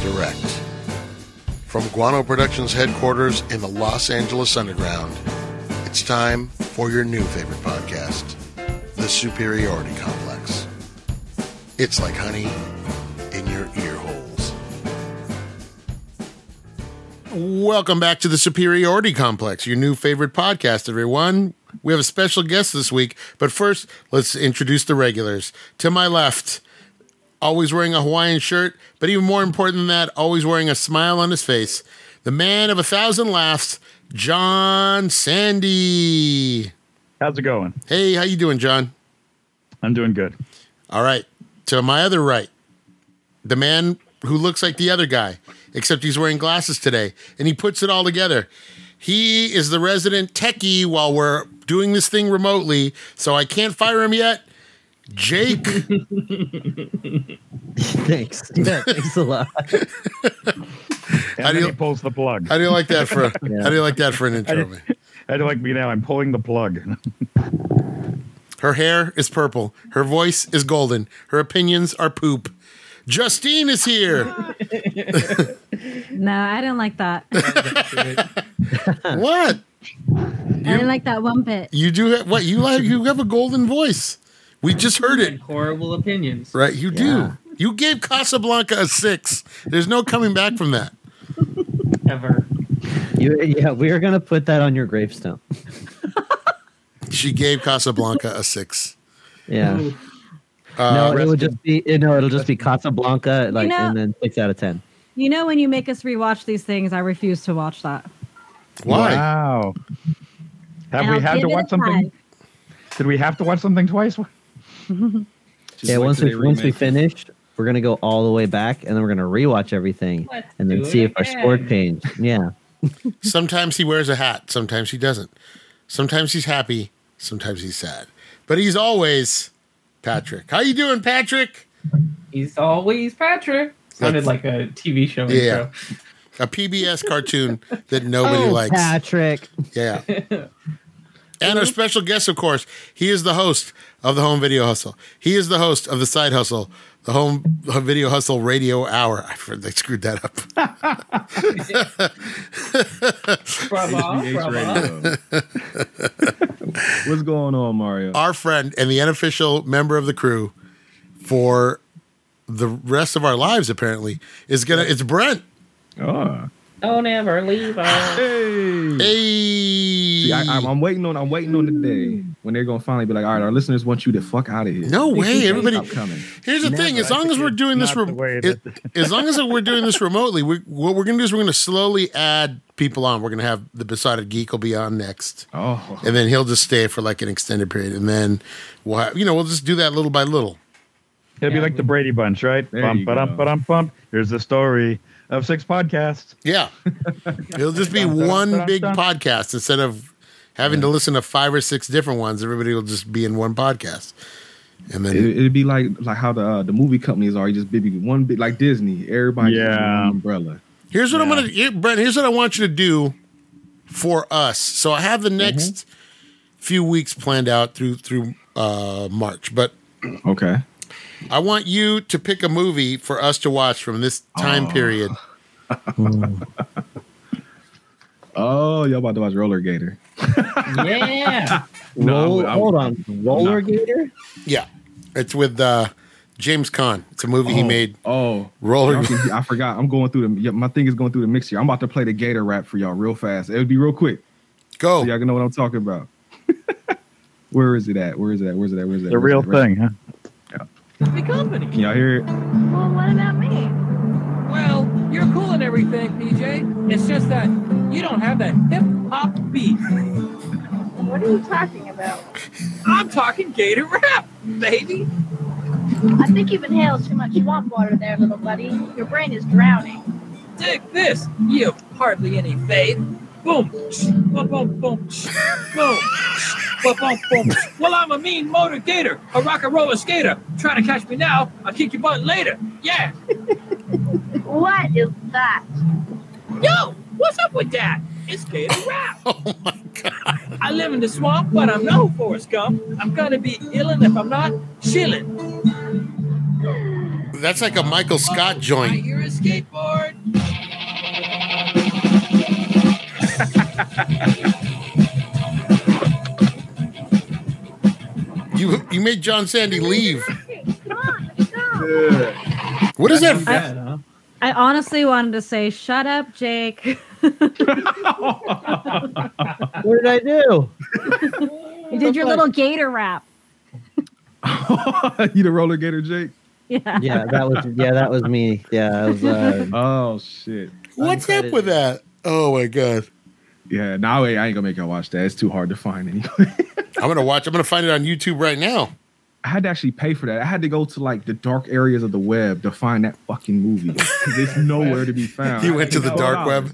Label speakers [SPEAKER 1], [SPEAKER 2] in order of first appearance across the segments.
[SPEAKER 1] Direct. From Guano Productions headquarters in the Los Angeles Underground, it's time for your new favorite podcast, The Superiority Complex. It's like honey in your ear holes. Welcome back to The Superiority Complex, your new favorite podcast, everyone. We have a special guest this week, but first, let's introduce the regulars. To my left, always wearing a Hawaiian shirt, but even more important than that, always wearing a smile on his face. The man of a thousand laughs, John Sandy.
[SPEAKER 2] How's it going?
[SPEAKER 1] Hey, how you doing, John?
[SPEAKER 2] I'm doing good.
[SPEAKER 1] All right. To my other right, the man who looks like the other guy, except he's wearing glasses today, and he puts it all together. He is the resident techie while we're doing this thing remotely, so I can't fire him yet. Jake.
[SPEAKER 3] Thanks. Yeah, thanks a lot.
[SPEAKER 2] And
[SPEAKER 1] How do
[SPEAKER 2] then
[SPEAKER 1] you-
[SPEAKER 2] he pulls the plug.
[SPEAKER 1] How do you like that for?
[SPEAKER 3] Yeah.
[SPEAKER 1] How do you like that for an intro? man?
[SPEAKER 2] I do like me now. I'm pulling the plug.
[SPEAKER 1] Her hair is purple. Her voice is golden. Her opinions are poop. Justine is here.
[SPEAKER 4] No, I didn't like that.
[SPEAKER 1] what?
[SPEAKER 4] I didn't like that one bit.
[SPEAKER 1] You do have, what? You like? You have a golden voice. We just heard it,
[SPEAKER 5] and horrible opinions.
[SPEAKER 1] right? You
[SPEAKER 3] Yeah.
[SPEAKER 1] do. You gave Casablanca a six. There's no coming back from that.
[SPEAKER 5] Ever.
[SPEAKER 3] You, yeah, we are gonna put that on your gravestone.
[SPEAKER 1] She gave Casablanca a six.
[SPEAKER 3] Yeah.
[SPEAKER 5] Ooh,
[SPEAKER 1] Uh,
[SPEAKER 3] no, it would just be you know, it'll just be Casablanca, like,
[SPEAKER 4] know-
[SPEAKER 3] and then six out of ten.
[SPEAKER 4] You know, when you make us rewatch these things, I refuse to watch that.
[SPEAKER 1] Why?
[SPEAKER 2] Wow. Have
[SPEAKER 4] And
[SPEAKER 2] we
[SPEAKER 4] I'll
[SPEAKER 2] had
[SPEAKER 4] give
[SPEAKER 2] to
[SPEAKER 4] it a
[SPEAKER 2] watch something?
[SPEAKER 4] try.
[SPEAKER 2] Did we have to watch something twice?
[SPEAKER 6] Just
[SPEAKER 3] Yeah,
[SPEAKER 6] like
[SPEAKER 3] once we
[SPEAKER 6] today
[SPEAKER 3] once we
[SPEAKER 6] remake.
[SPEAKER 3] finish, we're gonna go all the way back, and then we're gonna rewatch everything,
[SPEAKER 5] Let's
[SPEAKER 3] and then
[SPEAKER 5] do it
[SPEAKER 3] see if our score
[SPEAKER 5] again.
[SPEAKER 3] changed. Yeah.
[SPEAKER 1] Sometimes he wears a hat. Sometimes he doesn't. Sometimes he's happy. Sometimes he's sad. But he's always Patrick. How you doing, Patrick?
[SPEAKER 5] He's always Patrick. Sounded like a TV show
[SPEAKER 1] Yeah.
[SPEAKER 5] intro.
[SPEAKER 1] A PBS cartoon that
[SPEAKER 6] Oh,
[SPEAKER 1] nobody likes.
[SPEAKER 3] Oh, Patrick.
[SPEAKER 1] Yeah. And our special guest, of course, he is the host of the Home Video Hustle. He is the host of the Side Hustle, the Home Video Hustle Radio Hour. I heard they screwed that up.
[SPEAKER 5] Bravo,
[SPEAKER 6] HBH
[SPEAKER 5] bravo.
[SPEAKER 6] Radio. What's going on, Mario?
[SPEAKER 1] Our friend and the unofficial member of the crew for the rest of our lives, apparently, is gonna. It's Brent.
[SPEAKER 6] Ah.
[SPEAKER 5] Don't ever leave us.
[SPEAKER 6] Hey.
[SPEAKER 1] Hey,
[SPEAKER 6] Hmm. See, I, I'm, I'm waiting on. I'm waiting on the day when they're gonna finally be like, "All right, our listeners want you to fuck out of here."
[SPEAKER 1] no way, everybody.
[SPEAKER 6] Stop coming.
[SPEAKER 1] Here's the thing: as long as we're doing this,
[SPEAKER 2] not
[SPEAKER 1] rem-
[SPEAKER 2] the way
[SPEAKER 1] it- as long as we're doing this remotely, we, what we're going to do is we're going to slowly add people on. We're going to have the besotted geek will be on next,
[SPEAKER 6] Oh,
[SPEAKER 1] and then he'll just stay for like an extended period, and then we'll have, you know we'll just do that little by little.
[SPEAKER 2] It'd be
[SPEAKER 5] Yeah.
[SPEAKER 2] like the Brady Bunch, right?
[SPEAKER 6] There
[SPEAKER 2] Bump,
[SPEAKER 6] you
[SPEAKER 2] ba-dum,
[SPEAKER 6] go.
[SPEAKER 2] ba-dum, bump. Here's the story of six podcasts.
[SPEAKER 1] Yeah, it'll just be one big podcast instead of having to listen to five or six different ones. Everybody will just be in one podcast, and then
[SPEAKER 6] it, would be like like how the uh, the movie companies are. You just be one big like Disney. Everybody under
[SPEAKER 2] Yeah.
[SPEAKER 6] one umbrella.
[SPEAKER 1] Here's what I'm
[SPEAKER 2] Yeah.
[SPEAKER 1] gonna, here, Brent. Here's what I want you to do for us. So I have the next few weeks planned out through through uh, March, but
[SPEAKER 6] Okay.
[SPEAKER 1] I want you to pick a movie for us to watch from this time
[SPEAKER 6] Oh.
[SPEAKER 1] period.
[SPEAKER 6] Oh, y'all about to watch Roller Gator?
[SPEAKER 5] Yeah.
[SPEAKER 6] No, I
[SPEAKER 3] Roll,
[SPEAKER 6] would- I would-
[SPEAKER 3] hold on, roller gator.
[SPEAKER 1] Yeah, it's with uh, James Caan. It's a movie he
[SPEAKER 6] Oh,
[SPEAKER 1] made.
[SPEAKER 6] Oh,
[SPEAKER 1] Roller.
[SPEAKER 6] Y'all can- I forgot. I'm going through the yeah, my thing is going through the mixture. I'm about to play the Gator rap for y'all real fast. It would be real quick.
[SPEAKER 1] Go.
[SPEAKER 6] So y'all can know what I'm talking about. Where is it at? Where is it at? Where's it at? Where's it at?
[SPEAKER 2] The
[SPEAKER 6] Where's it
[SPEAKER 2] real
[SPEAKER 6] at? Where's
[SPEAKER 2] thing,
[SPEAKER 6] it
[SPEAKER 2] huh?
[SPEAKER 5] the company.
[SPEAKER 6] at? Can y'all hear it?
[SPEAKER 4] Well, what about me?
[SPEAKER 5] Well, you're cool and everything, PJ. It's just that you don't have that hip hop beat.
[SPEAKER 7] What are you talking about?
[SPEAKER 5] I'm talking Gator rap, baby.
[SPEAKER 7] I think you've inhaled too much swamp water there, little buddy. Your brain is drowning.
[SPEAKER 5] Dig this. You have hardly any faith. Boom, boom, boom, boom, boom. Boom, boom, boom. Well, I'm a mean motor gator, a rock and roller skater. Try to catch me now, I'll kick your butt later. Yeah.
[SPEAKER 7] What is that?
[SPEAKER 5] Yo, what's up with that? It's gator rap.
[SPEAKER 1] Oh my god.
[SPEAKER 5] I live in the swamp, but I'm no Forrest Gump. I'm gonna be illin' if I'm not chillin'.
[SPEAKER 1] That's like a Michael Scott
[SPEAKER 5] I
[SPEAKER 1] joint.
[SPEAKER 5] hear a skateboard.
[SPEAKER 1] You you made John Sandy leave.
[SPEAKER 7] Come on, let's go.
[SPEAKER 6] Yeah.
[SPEAKER 1] What is that? f-
[SPEAKER 8] Bad, huh?
[SPEAKER 4] I honestly wanted to say, shut up, Jake.
[SPEAKER 3] What did I do?
[SPEAKER 4] You did your little gator rap.
[SPEAKER 6] you the roller gator, Jake?
[SPEAKER 4] Yeah.
[SPEAKER 3] Yeah, that was yeah, that was me. Yeah, it was, uh,
[SPEAKER 6] Oh shit.
[SPEAKER 1] What's up with that? Oh my god!
[SPEAKER 6] Yeah, now I I ain't gonna make y'all watch that. It's too hard to find anyway.
[SPEAKER 1] I'm gonna watch. I'm gonna find it on YouTube right now.
[SPEAKER 6] I had to actually pay for that. I had to go to like the dark areas of the web to find that fucking movie 'Cause it's nowhere to be found.
[SPEAKER 1] You went to the
[SPEAKER 6] Hold
[SPEAKER 1] dark
[SPEAKER 6] on.
[SPEAKER 1] web.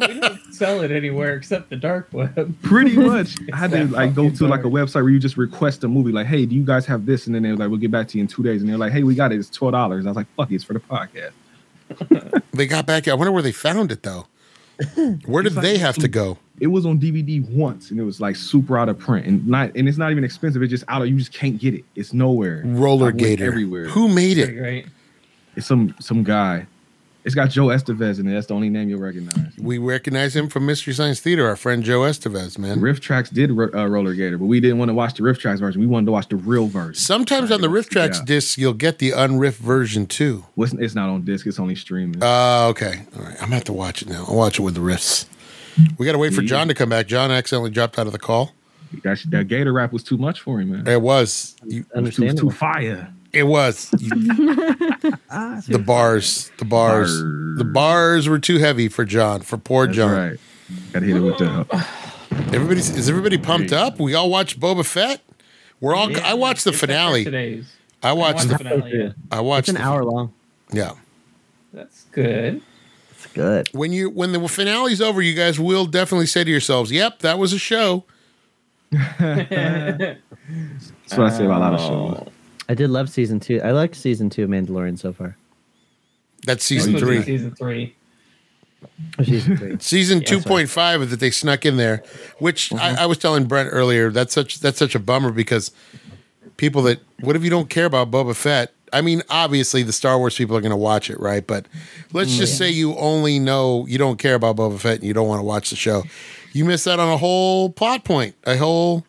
[SPEAKER 8] We don't sell it anywhere except the dark web.
[SPEAKER 6] Pretty much, I had to
[SPEAKER 8] It's that
[SPEAKER 6] like go
[SPEAKER 8] fucking
[SPEAKER 6] to like a
[SPEAKER 8] dark.
[SPEAKER 6] website where you just request a movie. Like, hey, do you guys have this? And then they were like, we'll get back to you in two days. And they're like, hey, we got it. It's twelve dollars. I was like, fuck, it, it's for the podcast.
[SPEAKER 1] They got back. I wonder where they found it though. Where did they have to go?
[SPEAKER 6] It was on DVD once, and it was like super out of print, and not and it's not even expensive. It's just out of you just can't get it. It's nowhere. I
[SPEAKER 1] Roller
[SPEAKER 6] went
[SPEAKER 1] Gator.
[SPEAKER 6] everywhere.
[SPEAKER 1] Who made
[SPEAKER 8] Pretty
[SPEAKER 1] it?
[SPEAKER 8] great.
[SPEAKER 6] It's some some guy. It's got Joe Estevez in it. That's the only name you'll recognize.
[SPEAKER 1] We recognize him from Mystery Science Theater. Our friend Joe Estevez, man.
[SPEAKER 6] Riff Tracks did ro- uh, Roller Gator, but we didn't want to watch the Riff Tracks version. We wanted to watch the real version.
[SPEAKER 1] Sometimes on the Riff Tracks
[SPEAKER 6] Yeah.
[SPEAKER 1] discs, you'll get the unriffed version too.
[SPEAKER 6] Well, It's, it's not on disc. It's only streaming.
[SPEAKER 1] Uh, okay. All right. I'm gonna have to watch it now. I'll watch it with the riffs. We gotta wait for
[SPEAKER 6] Yeah.
[SPEAKER 1] John to come back. John accidentally dropped out of the call.
[SPEAKER 6] that, sh- that Gator rap was too much for him, man. It
[SPEAKER 1] It was. You,
[SPEAKER 6] was too, it was too
[SPEAKER 3] understandable.
[SPEAKER 6] fire.
[SPEAKER 1] it was. You- the bars. The bars.
[SPEAKER 6] Bars.
[SPEAKER 1] The bars were too heavy for John. For poor
[SPEAKER 6] That's
[SPEAKER 1] John.
[SPEAKER 6] right. Got to hit it with the.
[SPEAKER 1] Everybody's is everybody pumped up? We all watched Boba Fett. We're all.
[SPEAKER 8] Yeah,
[SPEAKER 1] I watched the
[SPEAKER 8] except for
[SPEAKER 1] finale.
[SPEAKER 8] Today's.
[SPEAKER 1] I watched.
[SPEAKER 8] the
[SPEAKER 1] The,
[SPEAKER 8] finale.
[SPEAKER 1] I
[SPEAKER 3] it's
[SPEAKER 1] watched.
[SPEAKER 3] an
[SPEAKER 1] the-
[SPEAKER 3] hour long.
[SPEAKER 1] Yeah.
[SPEAKER 8] That's good.
[SPEAKER 3] It's good.
[SPEAKER 1] When you when the finale's over, you guys will definitely say to yourselves, "Yep, that was a show."
[SPEAKER 6] That's what I say about a lot of
[SPEAKER 1] Oh.
[SPEAKER 6] shows.
[SPEAKER 3] I did love season two. I like season two of Mandalorian so far.
[SPEAKER 1] That's
[SPEAKER 8] This
[SPEAKER 1] season
[SPEAKER 8] was in
[SPEAKER 1] three.
[SPEAKER 8] Season three.
[SPEAKER 3] Or season three.
[SPEAKER 1] Season
[SPEAKER 8] Yeah, Mm-hmm.
[SPEAKER 1] two
[SPEAKER 8] sorry.
[SPEAKER 1] point five that they snuck in there, which I, I was telling Brent earlier. That's such that's such a bummer because people that what if you don't care about Boba Fett? I mean, obviously the Star Wars people are going to watch it, right? But
[SPEAKER 8] Mm-hmm.
[SPEAKER 1] let's just say you only know you don't care about Boba Fett and you don't want to watch the show. You miss out on a whole plot point, a whole.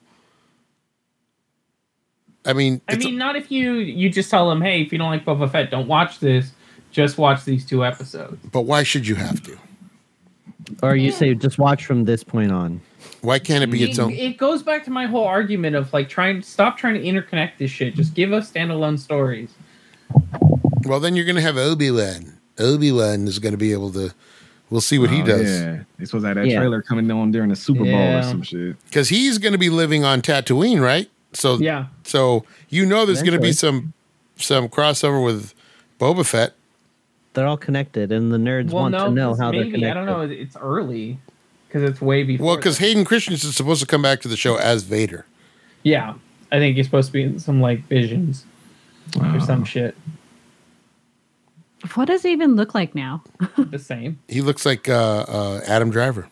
[SPEAKER 1] I mean,
[SPEAKER 8] I
[SPEAKER 1] it's-
[SPEAKER 8] mean, not if you you just tell them, hey, if you don't like Boba Fett, don't watch this. Just watch these two episodes.
[SPEAKER 1] but why should you have to?
[SPEAKER 3] Or you say just watch from this point on.
[SPEAKER 1] Why can't it be its
[SPEAKER 8] It,
[SPEAKER 1] own?
[SPEAKER 8] it goes back to my whole argument of like trying stop trying to interconnect this shit. Just give us standalone stories.
[SPEAKER 1] Well, then you're going to have Obi Wan. Obi Wan is going to be able to. We'll see what he
[SPEAKER 6] Oh,
[SPEAKER 1] does.
[SPEAKER 6] Yeah, it's supposed to have that
[SPEAKER 3] Yeah.
[SPEAKER 6] trailer coming on during the Super Bowl
[SPEAKER 8] Yeah.
[SPEAKER 6] or some shit.
[SPEAKER 1] because he's going to be living on Tatooine, right? So
[SPEAKER 8] Yeah.
[SPEAKER 1] so you know there's going to be
[SPEAKER 3] Eventually.
[SPEAKER 1] some some crossover with Boba Fett.
[SPEAKER 3] They're all connected, and the nerds
[SPEAKER 8] well,
[SPEAKER 3] want
[SPEAKER 8] no,
[SPEAKER 3] to know
[SPEAKER 8] 'cause
[SPEAKER 3] how they're
[SPEAKER 8] maybe
[SPEAKER 3] connected.
[SPEAKER 8] I don't know. It's early because it's way before.
[SPEAKER 1] Well, because
[SPEAKER 8] that.
[SPEAKER 1] Hayden Christensen is supposed to come back to the show as Vader.
[SPEAKER 8] yeah, I think he's supposed to be in some like visions or some shit.
[SPEAKER 4] What does he even look like now?
[SPEAKER 8] The same.
[SPEAKER 1] He looks like uh, uh, Adam Driver.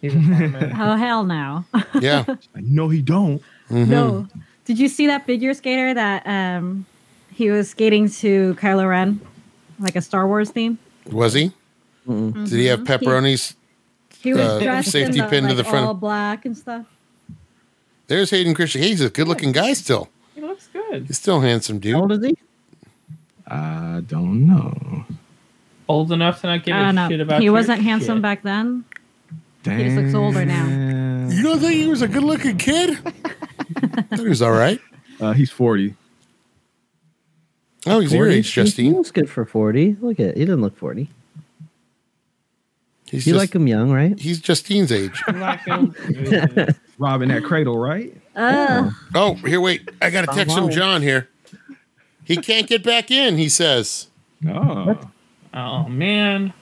[SPEAKER 8] He's a farmer.
[SPEAKER 4] Oh, hell no.
[SPEAKER 1] Yeah,
[SPEAKER 6] Like, no, he don't.
[SPEAKER 4] No. Did you see that figure skater that um he was skating to Kylo Ren? Like a Star Wars theme?
[SPEAKER 1] was he? Did he have pepperonis?
[SPEAKER 4] He was
[SPEAKER 1] Uh,
[SPEAKER 4] dressed
[SPEAKER 1] safety
[SPEAKER 4] in the,
[SPEAKER 1] pin to
[SPEAKER 4] like,
[SPEAKER 1] the front.
[SPEAKER 4] all black and stuff.
[SPEAKER 1] There's Hayden Christensen. He's a good-looking guy still.
[SPEAKER 8] he looks good.
[SPEAKER 1] He's still a handsome,
[SPEAKER 3] How
[SPEAKER 1] dude.
[SPEAKER 3] old is he?
[SPEAKER 6] I don't know.
[SPEAKER 8] Old enough to not give
[SPEAKER 4] I
[SPEAKER 8] a
[SPEAKER 4] don't know.
[SPEAKER 8] shit about.
[SPEAKER 4] he
[SPEAKER 8] your
[SPEAKER 4] wasn't handsome
[SPEAKER 8] shit.
[SPEAKER 4] back then.
[SPEAKER 6] Damn.
[SPEAKER 4] just looks older now.
[SPEAKER 1] You don't think he was a good-looking kid? I thought he was all right.
[SPEAKER 6] Uh, he's forty.
[SPEAKER 1] Oh, he's your
[SPEAKER 3] 40?
[SPEAKER 1] age,
[SPEAKER 3] He
[SPEAKER 1] Justine.
[SPEAKER 3] looks good for forty. Look at he didn't look forty.
[SPEAKER 1] He's
[SPEAKER 3] you
[SPEAKER 1] just,
[SPEAKER 3] like him young, right?
[SPEAKER 1] he's Justine's age.
[SPEAKER 8] Black him.
[SPEAKER 6] Robbing that cradle, right?
[SPEAKER 4] Ugh.
[SPEAKER 1] Oh, here, wait. I got to text from John here. He can't get back in, he says.
[SPEAKER 6] Oh,
[SPEAKER 8] oh man,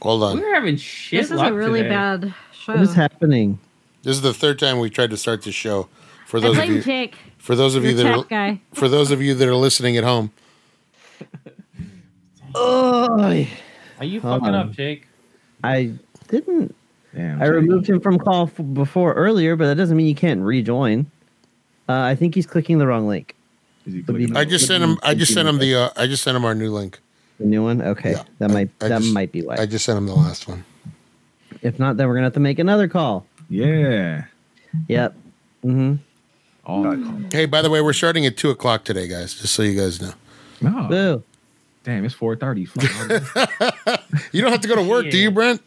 [SPEAKER 1] Hold on.
[SPEAKER 8] we're having shit.
[SPEAKER 4] This is
[SPEAKER 8] luck
[SPEAKER 4] a really
[SPEAKER 8] today.
[SPEAKER 4] bad show.
[SPEAKER 3] What is happening?
[SPEAKER 1] This is the third time we tried to start this show. For
[SPEAKER 4] I
[SPEAKER 1] those of
[SPEAKER 4] blame
[SPEAKER 1] you,
[SPEAKER 4] Jake,
[SPEAKER 1] for those of
[SPEAKER 4] the
[SPEAKER 1] you that
[SPEAKER 4] tech
[SPEAKER 1] are,
[SPEAKER 4] guy.
[SPEAKER 1] for those of you that are listening at home,
[SPEAKER 3] Oh,
[SPEAKER 8] Are you
[SPEAKER 3] Hold
[SPEAKER 8] fucking
[SPEAKER 1] Oh.
[SPEAKER 3] on.
[SPEAKER 8] up, Jake?
[SPEAKER 3] I didn't.
[SPEAKER 6] damn.
[SPEAKER 3] I
[SPEAKER 6] Jake.
[SPEAKER 3] removed him from call f- before earlier, but that doesn't mean you can't rejoin. Uh, I think he's clicking the wrong link.
[SPEAKER 6] Is he
[SPEAKER 3] But
[SPEAKER 6] clicking
[SPEAKER 3] you-
[SPEAKER 1] I
[SPEAKER 6] on-
[SPEAKER 1] just sent him. I just sent him the. Uh, I just sent him our new link.
[SPEAKER 3] The new one. Okay,
[SPEAKER 1] Yeah,
[SPEAKER 3] that might
[SPEAKER 1] I
[SPEAKER 3] that
[SPEAKER 1] just-
[SPEAKER 3] might be why.
[SPEAKER 1] I just sent him the last one.
[SPEAKER 3] If not, then we're gonna have to make another call.
[SPEAKER 6] Yeah.
[SPEAKER 3] Yep. Mm-hmm.
[SPEAKER 6] All that call.
[SPEAKER 1] Hey, by the way, we're starting at two o'clock today, guys. Just so you guys know,
[SPEAKER 6] No.
[SPEAKER 3] Boo.
[SPEAKER 6] Damn, it's 4:30. Fuck.
[SPEAKER 1] you don't have to go to work, do you, Brent?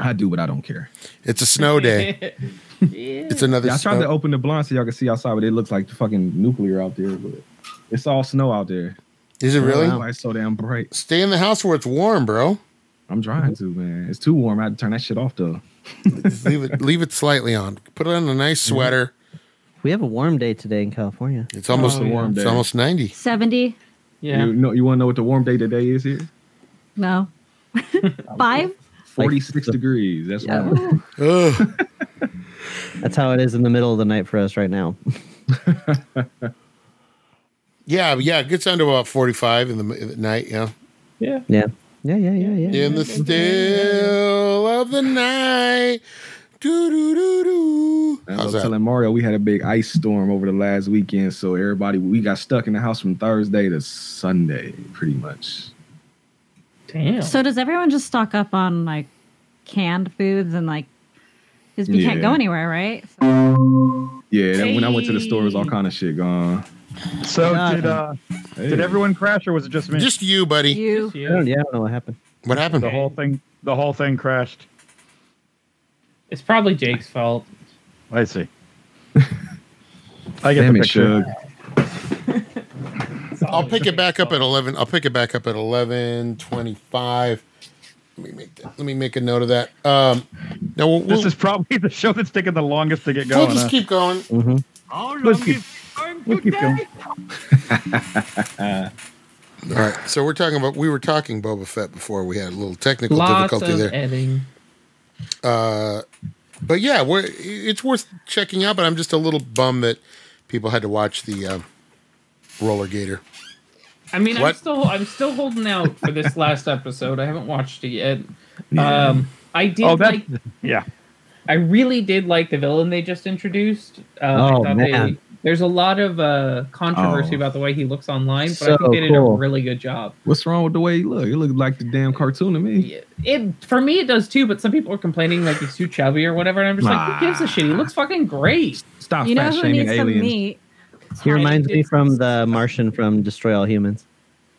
[SPEAKER 6] I do, but I don't care.
[SPEAKER 1] It's a snow day. It's another.
[SPEAKER 6] Yeah, I tried to
[SPEAKER 1] snow-
[SPEAKER 6] open the blind so y'all can see outside, but it looks like the fucking nuclear out there. But it's all snow out there.
[SPEAKER 1] Is it really?
[SPEAKER 6] Why it's so damn bright?
[SPEAKER 1] Stay in the house where it's warm, bro.
[SPEAKER 6] I'm trying to, man. It's too warm. I had to turn that shit off though.
[SPEAKER 1] Just leave it. Leave it slightly on. Put on a nice sweater.
[SPEAKER 3] We have a warm day today in California.
[SPEAKER 1] It's almost
[SPEAKER 8] Oh, yeah.
[SPEAKER 1] warm. It's
[SPEAKER 6] Day.
[SPEAKER 1] almost ninety.
[SPEAKER 4] 70?
[SPEAKER 8] Yeah.
[SPEAKER 6] You know, you want to know what the warm day today is here?
[SPEAKER 4] No. Five?
[SPEAKER 6] 46 degrees. That's
[SPEAKER 3] Yeah.
[SPEAKER 6] warm.
[SPEAKER 1] Ugh.
[SPEAKER 3] That's how it is in the middle of the night for us right now.
[SPEAKER 1] Yeah, yeah. It gets down to about forty-five in the, m- in the night. Yeah.
[SPEAKER 8] Yeah.
[SPEAKER 3] Yeah. Yeah. Yeah. Yeah. Yeah.
[SPEAKER 1] In the still of the night. Doo doo doo doo.
[SPEAKER 6] I
[SPEAKER 1] How's
[SPEAKER 6] was
[SPEAKER 1] that?
[SPEAKER 6] telling Mario we had a big ice storm over the last weekend, so everybody we got stuck in the house from Thursday to Sunday, pretty much.
[SPEAKER 8] Damn.
[SPEAKER 4] So does everyone just stock up on like canned foods and like because we can't
[SPEAKER 6] Yeah.
[SPEAKER 4] go anywhere, right? So,
[SPEAKER 6] Yeah, that- when I went to the store, it was all
[SPEAKER 8] Hey.
[SPEAKER 6] kind of shit gone.
[SPEAKER 2] So
[SPEAKER 3] Yeah.
[SPEAKER 2] did uh,
[SPEAKER 6] Hey.
[SPEAKER 2] did everyone crash or was it just me?
[SPEAKER 1] Just you, buddy.
[SPEAKER 4] you
[SPEAKER 3] I don't,
[SPEAKER 8] Yeah.
[SPEAKER 3] yeah. I don't know what happened.
[SPEAKER 1] What happened?
[SPEAKER 2] the whole thing. The whole thing crashed.
[SPEAKER 8] It's probably Jake's fault.
[SPEAKER 2] I see. I get
[SPEAKER 6] Damn
[SPEAKER 2] the
[SPEAKER 6] it,
[SPEAKER 2] picture.
[SPEAKER 6] Shug.
[SPEAKER 1] I'll pick it back up at eleven. I'll pick it back up at eleven twenty-five. Let me make that. Let me make a note of that. Um, now we'll,
[SPEAKER 2] This
[SPEAKER 1] we'll-
[SPEAKER 2] is probably the show that's taking the longest to get
[SPEAKER 1] we'll
[SPEAKER 2] going.
[SPEAKER 1] just
[SPEAKER 2] huh?
[SPEAKER 1] keep going.
[SPEAKER 3] Mm-hmm.
[SPEAKER 2] Let's keep, let's keep going.
[SPEAKER 1] All right. So we're talking about we were talking Boba Fett before we had a little technical
[SPEAKER 8] Lots of
[SPEAKER 1] difficulty there.
[SPEAKER 8] editing.
[SPEAKER 1] Uh, but yeah, we're, it's worth checking out. But I'm just a little bum that people had to watch the um, Roller Gator.
[SPEAKER 8] I mean, I'm
[SPEAKER 1] What?
[SPEAKER 8] still I'm still holding out for this last episode. I haven't watched it yet.
[SPEAKER 6] Yeah.
[SPEAKER 8] Um, I did
[SPEAKER 2] Oh, that
[SPEAKER 8] like
[SPEAKER 2] yeah.
[SPEAKER 8] I really did like the villain they just introduced. Uh,
[SPEAKER 3] Oh,
[SPEAKER 8] I
[SPEAKER 3] man.
[SPEAKER 8] thought They, there's a lot of uh, controversy
[SPEAKER 6] Oh.
[SPEAKER 8] about the way he looks online, but
[SPEAKER 3] So
[SPEAKER 8] I think they did
[SPEAKER 3] cool.
[SPEAKER 8] a really good job.
[SPEAKER 6] What's wrong with the way you look? You look like the damn cartoon to me.
[SPEAKER 8] It for me it does too, but some people are complaining like he's too chubby or whatever, and I'm just like, who gives a shit? He looks fucking great.
[SPEAKER 6] Stop
[SPEAKER 4] you know
[SPEAKER 6] fat
[SPEAKER 4] who
[SPEAKER 6] shaming
[SPEAKER 4] needs some
[SPEAKER 6] aliens.
[SPEAKER 4] meat?
[SPEAKER 3] He reminds me from the Martian from Destroy All Humans.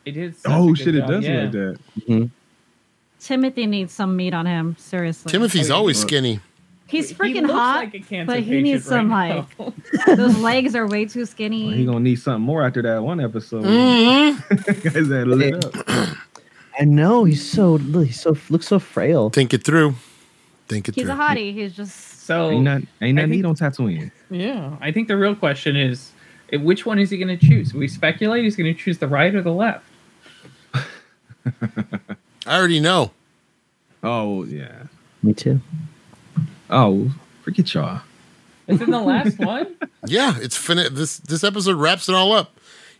[SPEAKER 8] It is. such a
[SPEAKER 6] Oh
[SPEAKER 8] good
[SPEAKER 6] shit, it
[SPEAKER 8] job,
[SPEAKER 6] does
[SPEAKER 8] yeah.
[SPEAKER 6] like that.
[SPEAKER 4] Timothy needs some meat on him. Seriously,
[SPEAKER 1] Timothy's
[SPEAKER 6] Oh, yeah.
[SPEAKER 1] always skinny.
[SPEAKER 4] he's
[SPEAKER 8] He
[SPEAKER 4] freaking
[SPEAKER 8] looks
[SPEAKER 4] hot.
[SPEAKER 8] like a cancer
[SPEAKER 4] but he needs
[SPEAKER 8] patient right
[SPEAKER 4] some,
[SPEAKER 8] now.
[SPEAKER 4] Those legs are way too
[SPEAKER 6] Well, he
[SPEAKER 4] skinny.
[SPEAKER 6] gonna need something more after that one episode.
[SPEAKER 1] Mhm.
[SPEAKER 4] Mm-hmm.
[SPEAKER 6] Guys, that lit up.
[SPEAKER 3] I know he's so he's so looks so frail.
[SPEAKER 1] Think it through. Think it
[SPEAKER 4] He's
[SPEAKER 1] through.
[SPEAKER 4] a hottie. He's just
[SPEAKER 8] So
[SPEAKER 6] Ain't that ain't
[SPEAKER 8] I
[SPEAKER 6] that
[SPEAKER 8] think-
[SPEAKER 6] need on Tatooine?
[SPEAKER 8] yeah, I think the real question is, eh, which one is he going to choose? We speculate he's going to choose the right or the left.
[SPEAKER 1] I already know.
[SPEAKER 6] Oh yeah.
[SPEAKER 3] Me too.
[SPEAKER 6] Oh, forget y'all.
[SPEAKER 8] It's in the last one.
[SPEAKER 1] Yeah, it's fin- this this episode wraps it all up.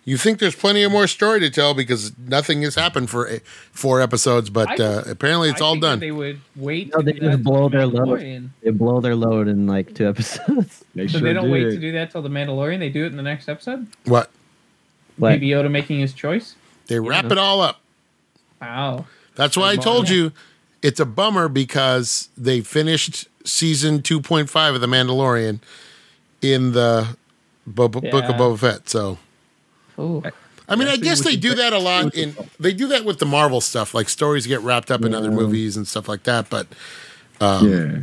[SPEAKER 1] You think there's plenty of more story to tell because nothing has happened for eh, four episodes, but
[SPEAKER 8] I-
[SPEAKER 1] uh, apparently it's
[SPEAKER 8] I
[SPEAKER 1] all
[SPEAKER 8] think that
[SPEAKER 1] done.
[SPEAKER 8] They would wait.
[SPEAKER 3] No,
[SPEAKER 8] to
[SPEAKER 3] they
[SPEAKER 8] do
[SPEAKER 3] just
[SPEAKER 8] that
[SPEAKER 3] blow
[SPEAKER 8] till
[SPEAKER 3] their
[SPEAKER 8] The
[SPEAKER 3] load.
[SPEAKER 8] Mandalorian.
[SPEAKER 3] They blow their load in like two episodes.
[SPEAKER 6] They
[SPEAKER 8] So
[SPEAKER 6] sure
[SPEAKER 8] they don't wait
[SPEAKER 6] did.
[SPEAKER 8] to do that till the Mandalorian. They do it in the next episode.
[SPEAKER 1] What
[SPEAKER 3] What?
[SPEAKER 8] Baby Yoda making his choice.
[SPEAKER 1] they wrap it all up.
[SPEAKER 8] Wow.
[SPEAKER 1] That's why I told you it's a bummer because they finished season 2.5 of The Mandalorian in the Bo- Bo- Book of
[SPEAKER 8] Yeah.
[SPEAKER 1] Boba Fett. So,
[SPEAKER 8] Ooh.
[SPEAKER 1] I mean,
[SPEAKER 6] Yeah,
[SPEAKER 1] I
[SPEAKER 6] see,
[SPEAKER 1] guess
[SPEAKER 6] with
[SPEAKER 1] they
[SPEAKER 6] the-
[SPEAKER 1] do that a lot in they do that with the Marvel stuff, like stories get wrapped up in other movies and stuff like that. But um,
[SPEAKER 6] Yeah.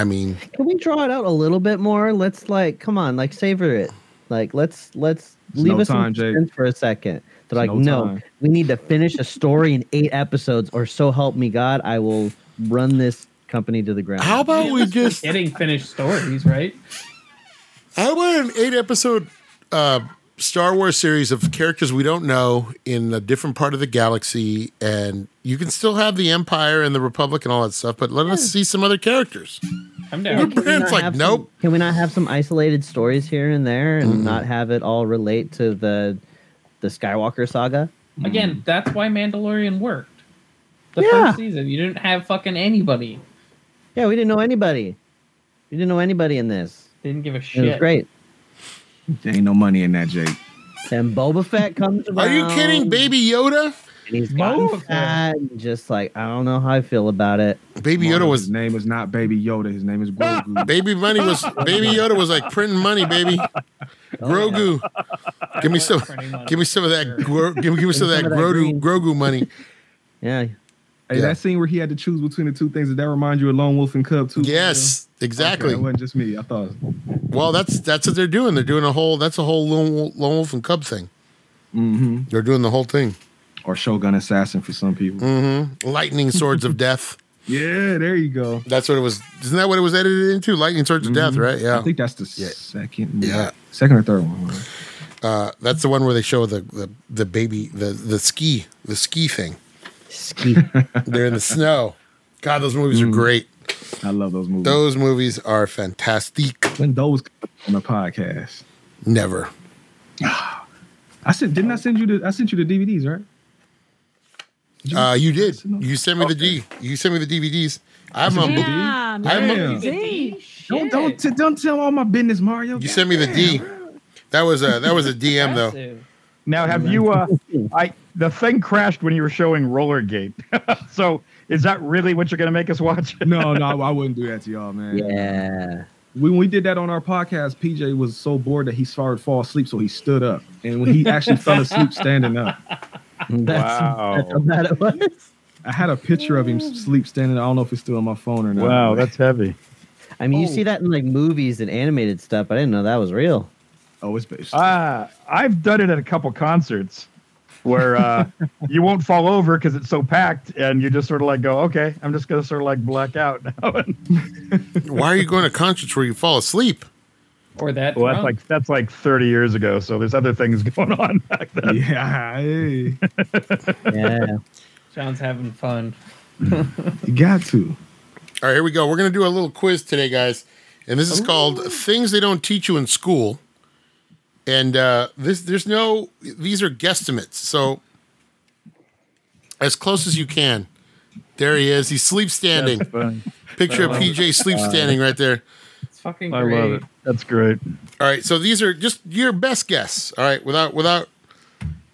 [SPEAKER 1] I mean,
[SPEAKER 3] Can we draw it out a little bit more? Let's like, come on, like savor it. Like let's let's
[SPEAKER 6] It's
[SPEAKER 3] leave
[SPEAKER 6] no
[SPEAKER 3] us
[SPEAKER 6] time,
[SPEAKER 3] in
[SPEAKER 6] Jake.
[SPEAKER 3] suspense for a second. They're
[SPEAKER 6] It's
[SPEAKER 3] like, no,
[SPEAKER 6] no time."
[SPEAKER 3] we need to finish a story in eight episodes, or so help me God, I will run this company to the ground.
[SPEAKER 1] how about we just
[SPEAKER 8] Getting finished stories, right?
[SPEAKER 1] How about an eight episode uh, Star Wars series of characters we don't know in a different part of the galaxy? And you can still have the Empire and the Republic and all that stuff, but let us see some other characters.
[SPEAKER 8] I'm
[SPEAKER 1] Your
[SPEAKER 8] down.
[SPEAKER 3] Can we
[SPEAKER 1] brand's
[SPEAKER 3] not
[SPEAKER 1] like,
[SPEAKER 3] have some-
[SPEAKER 1] nope.
[SPEAKER 3] can we not have some isolated stories here and there, and not have it all relate to the the Skywalker saga?
[SPEAKER 8] Again, that's why Mandalorian worked. The
[SPEAKER 3] Yeah.
[SPEAKER 8] first season, you didn't have fucking anybody.
[SPEAKER 3] Yeah, we didn't know anybody. We didn't know anybody in this.
[SPEAKER 8] Didn't give a
[SPEAKER 3] It
[SPEAKER 8] shit.
[SPEAKER 3] was great.
[SPEAKER 6] There ain't no money in that, Jake.
[SPEAKER 3] And Boba Fett comes around.
[SPEAKER 1] Are you kidding? Baby Yoda?
[SPEAKER 3] and he's gotten
[SPEAKER 8] Boba Fett.
[SPEAKER 3] fat and just like I don't know how I feel about it.
[SPEAKER 1] Baby Yoda
[SPEAKER 6] Marvel,
[SPEAKER 1] was Ah!
[SPEAKER 6] His name is not Baby Yoda. His name is Grogu.
[SPEAKER 1] Baby money was Baby Yoda was like printing money, baby.
[SPEAKER 3] Oh,
[SPEAKER 1] Grogu, give me some, give me some of that, gro- give, me- give me some of that
[SPEAKER 3] Some of that
[SPEAKER 1] Grogu,
[SPEAKER 3] green.
[SPEAKER 1] Grogu money.
[SPEAKER 3] Yeah,
[SPEAKER 6] hey,
[SPEAKER 1] Yeah.
[SPEAKER 6] that scene where he had to choose between the two things. Did that remind you of Lone Wolf and Cub too?
[SPEAKER 1] Yes,
[SPEAKER 6] Okay,
[SPEAKER 1] exactly.
[SPEAKER 6] It wasn't just me. I thought.
[SPEAKER 1] Well, that's that's what they're doing. They're doing a whole that's a whole lone, Wolf- lone wolf and cub thing.
[SPEAKER 6] hmm
[SPEAKER 1] They're doing the whole thing.
[SPEAKER 6] Or Shogun Assassin for some people.
[SPEAKER 1] Mm-hmm. Lightning swords of death.
[SPEAKER 6] Yeah, there you go.
[SPEAKER 1] That's what it was. Isn't that what it was edited into? Lightning swords of death, right?
[SPEAKER 6] Mm-hmm. I
[SPEAKER 1] Yeah.
[SPEAKER 6] think that's the
[SPEAKER 1] Yeah.
[SPEAKER 6] second.
[SPEAKER 1] Yeah.
[SPEAKER 6] Second or third one. right?
[SPEAKER 1] Uh, that's the one where they show the the, the baby the the ski the ski thing.
[SPEAKER 3] ski.
[SPEAKER 1] They're in the snow. God, those movies are
[SPEAKER 6] Mhm.
[SPEAKER 1] great.
[SPEAKER 6] I love those movies.
[SPEAKER 1] Those movies are fantastic.
[SPEAKER 6] When those on the podcast.
[SPEAKER 1] Never.
[SPEAKER 6] I sent didn't I send you the I sent you the DVDs, right?
[SPEAKER 1] Uh, you did.
[SPEAKER 6] Listen up.
[SPEAKER 1] You sent me the D. You sent me the DVDs. I'm on. bo-
[SPEAKER 4] Damn,
[SPEAKER 1] Oh, I
[SPEAKER 4] yeah,
[SPEAKER 1] remember-
[SPEAKER 4] gee.
[SPEAKER 6] Don't don't t- don't tell all my business, Mario.
[SPEAKER 1] You sent me the D. That was a that was a DM though.
[SPEAKER 2] Now, have you? Uh, I the thing crashed when you were showing Rollergate. so is that really what you're going to make us watch?
[SPEAKER 6] No, no, I wouldn't do that to y'all, man.
[SPEAKER 3] yeah,
[SPEAKER 6] When we did that on our podcast, PJ was so bored that he started to fall asleep, so he stood up. And when he actually fell asleep standing up,
[SPEAKER 3] that's that's how
[SPEAKER 2] wow.
[SPEAKER 3] bad it was.
[SPEAKER 6] I had a picture of him sleep standing. up. I don't know if it's still on my phone or not.
[SPEAKER 2] Wow, that's heavy.
[SPEAKER 3] I mean, you
[SPEAKER 6] Oh.
[SPEAKER 3] see that in like movies and animated stuff. I didn't know that was real.
[SPEAKER 6] oh, it's based.
[SPEAKER 2] Uh, I've done it at a couple concerts where uh, you won't fall over because it's so packed, and you just sort of like go, okay, I'm just going to sort of like black out now.
[SPEAKER 1] Why are you going to concerts where you fall asleep?
[SPEAKER 8] Or that.
[SPEAKER 2] well, that's
[SPEAKER 8] drunk.
[SPEAKER 2] like that's like 30 years ago, so there's other things going on back then.
[SPEAKER 6] yeah, hey.
[SPEAKER 3] Yeah,
[SPEAKER 8] John's having fun.
[SPEAKER 6] you got to.
[SPEAKER 1] All right, here we go. We're gonna do a little quiz today, guys, and this is called "Things They Don't Teach You in School." And uh, this, there's no. These are guesstimates, so as close as you can. There he is. He's sleep standing.
[SPEAKER 2] That's funny.
[SPEAKER 1] Picture of PJ sleep standing right there.
[SPEAKER 8] It's fucking
[SPEAKER 2] I
[SPEAKER 8] great.
[SPEAKER 2] love it. That's great.
[SPEAKER 1] All right, so these are just your best guess. All right, without without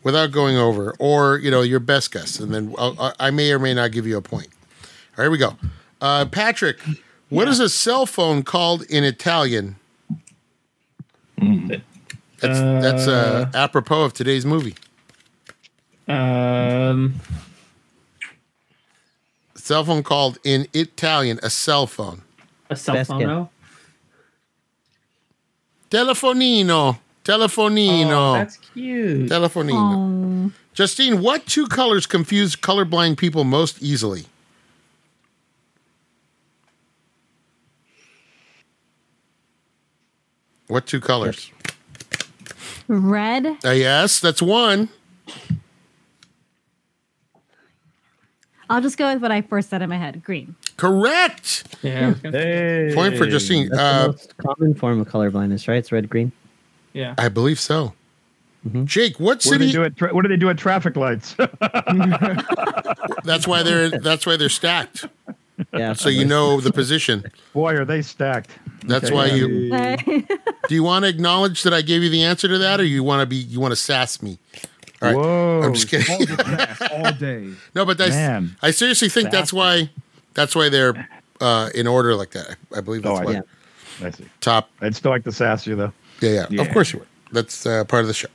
[SPEAKER 1] without going over, or you know your best guess, and then I'll, I- I may or may not give you a point. All right, here we go. Uh, Patrick, what is a cell phone called in Italian? That's that's uh, apropos of today's movie.
[SPEAKER 8] Um,
[SPEAKER 1] Cell phone called in Italian a cell phone.
[SPEAKER 8] a cell
[SPEAKER 3] Best
[SPEAKER 8] phone.
[SPEAKER 3] guess.
[SPEAKER 8] no?
[SPEAKER 1] Telefonino,
[SPEAKER 8] Oh,
[SPEAKER 1] telefonino,
[SPEAKER 8] that's cute.
[SPEAKER 1] telefonino.
[SPEAKER 4] Oh.
[SPEAKER 1] Justine, what two colors confuse colorblind people most easily? What two colors?
[SPEAKER 4] Red.
[SPEAKER 1] Uh, yes, that's one.
[SPEAKER 4] I'll just go with what I first said in my head. Green.
[SPEAKER 1] Correct.
[SPEAKER 8] yeah. I was gonna-
[SPEAKER 2] Hey.
[SPEAKER 1] Point for Justine.
[SPEAKER 3] that's
[SPEAKER 1] Uh,
[SPEAKER 3] the most common form of color blindness, right? It's red green.
[SPEAKER 8] Yeah.
[SPEAKER 1] I believe so.
[SPEAKER 3] Mhm.
[SPEAKER 1] Jake, what
[SPEAKER 2] What do, Mm-hmm. they
[SPEAKER 1] city?
[SPEAKER 2] do at tra- what do they do at traffic lights?
[SPEAKER 1] That's why they're that's why they're stacked.
[SPEAKER 3] Yeah.
[SPEAKER 1] So you know the position.
[SPEAKER 2] Boy, are they stacked.
[SPEAKER 1] That's
[SPEAKER 2] Okay,
[SPEAKER 1] why
[SPEAKER 2] yeah.
[SPEAKER 1] you.
[SPEAKER 4] Hey.
[SPEAKER 1] Do you want to acknowledge that I gave you the answer to that, or you want to be you want to sass me? All right.
[SPEAKER 2] Whoa.
[SPEAKER 1] I'm just kidding.
[SPEAKER 6] All, the class, all day.
[SPEAKER 1] No, but that's
[SPEAKER 2] Man.
[SPEAKER 1] I seriously think that's why that's why they're uh, in order like that. I, I believe that's
[SPEAKER 2] Oh, I-
[SPEAKER 1] why
[SPEAKER 3] yeah.
[SPEAKER 2] I see.
[SPEAKER 1] top.
[SPEAKER 2] I'd still like to sass you though.
[SPEAKER 1] Yeah, yeah, Of
[SPEAKER 6] Yeah.
[SPEAKER 1] course you were. That's uh, part of the show.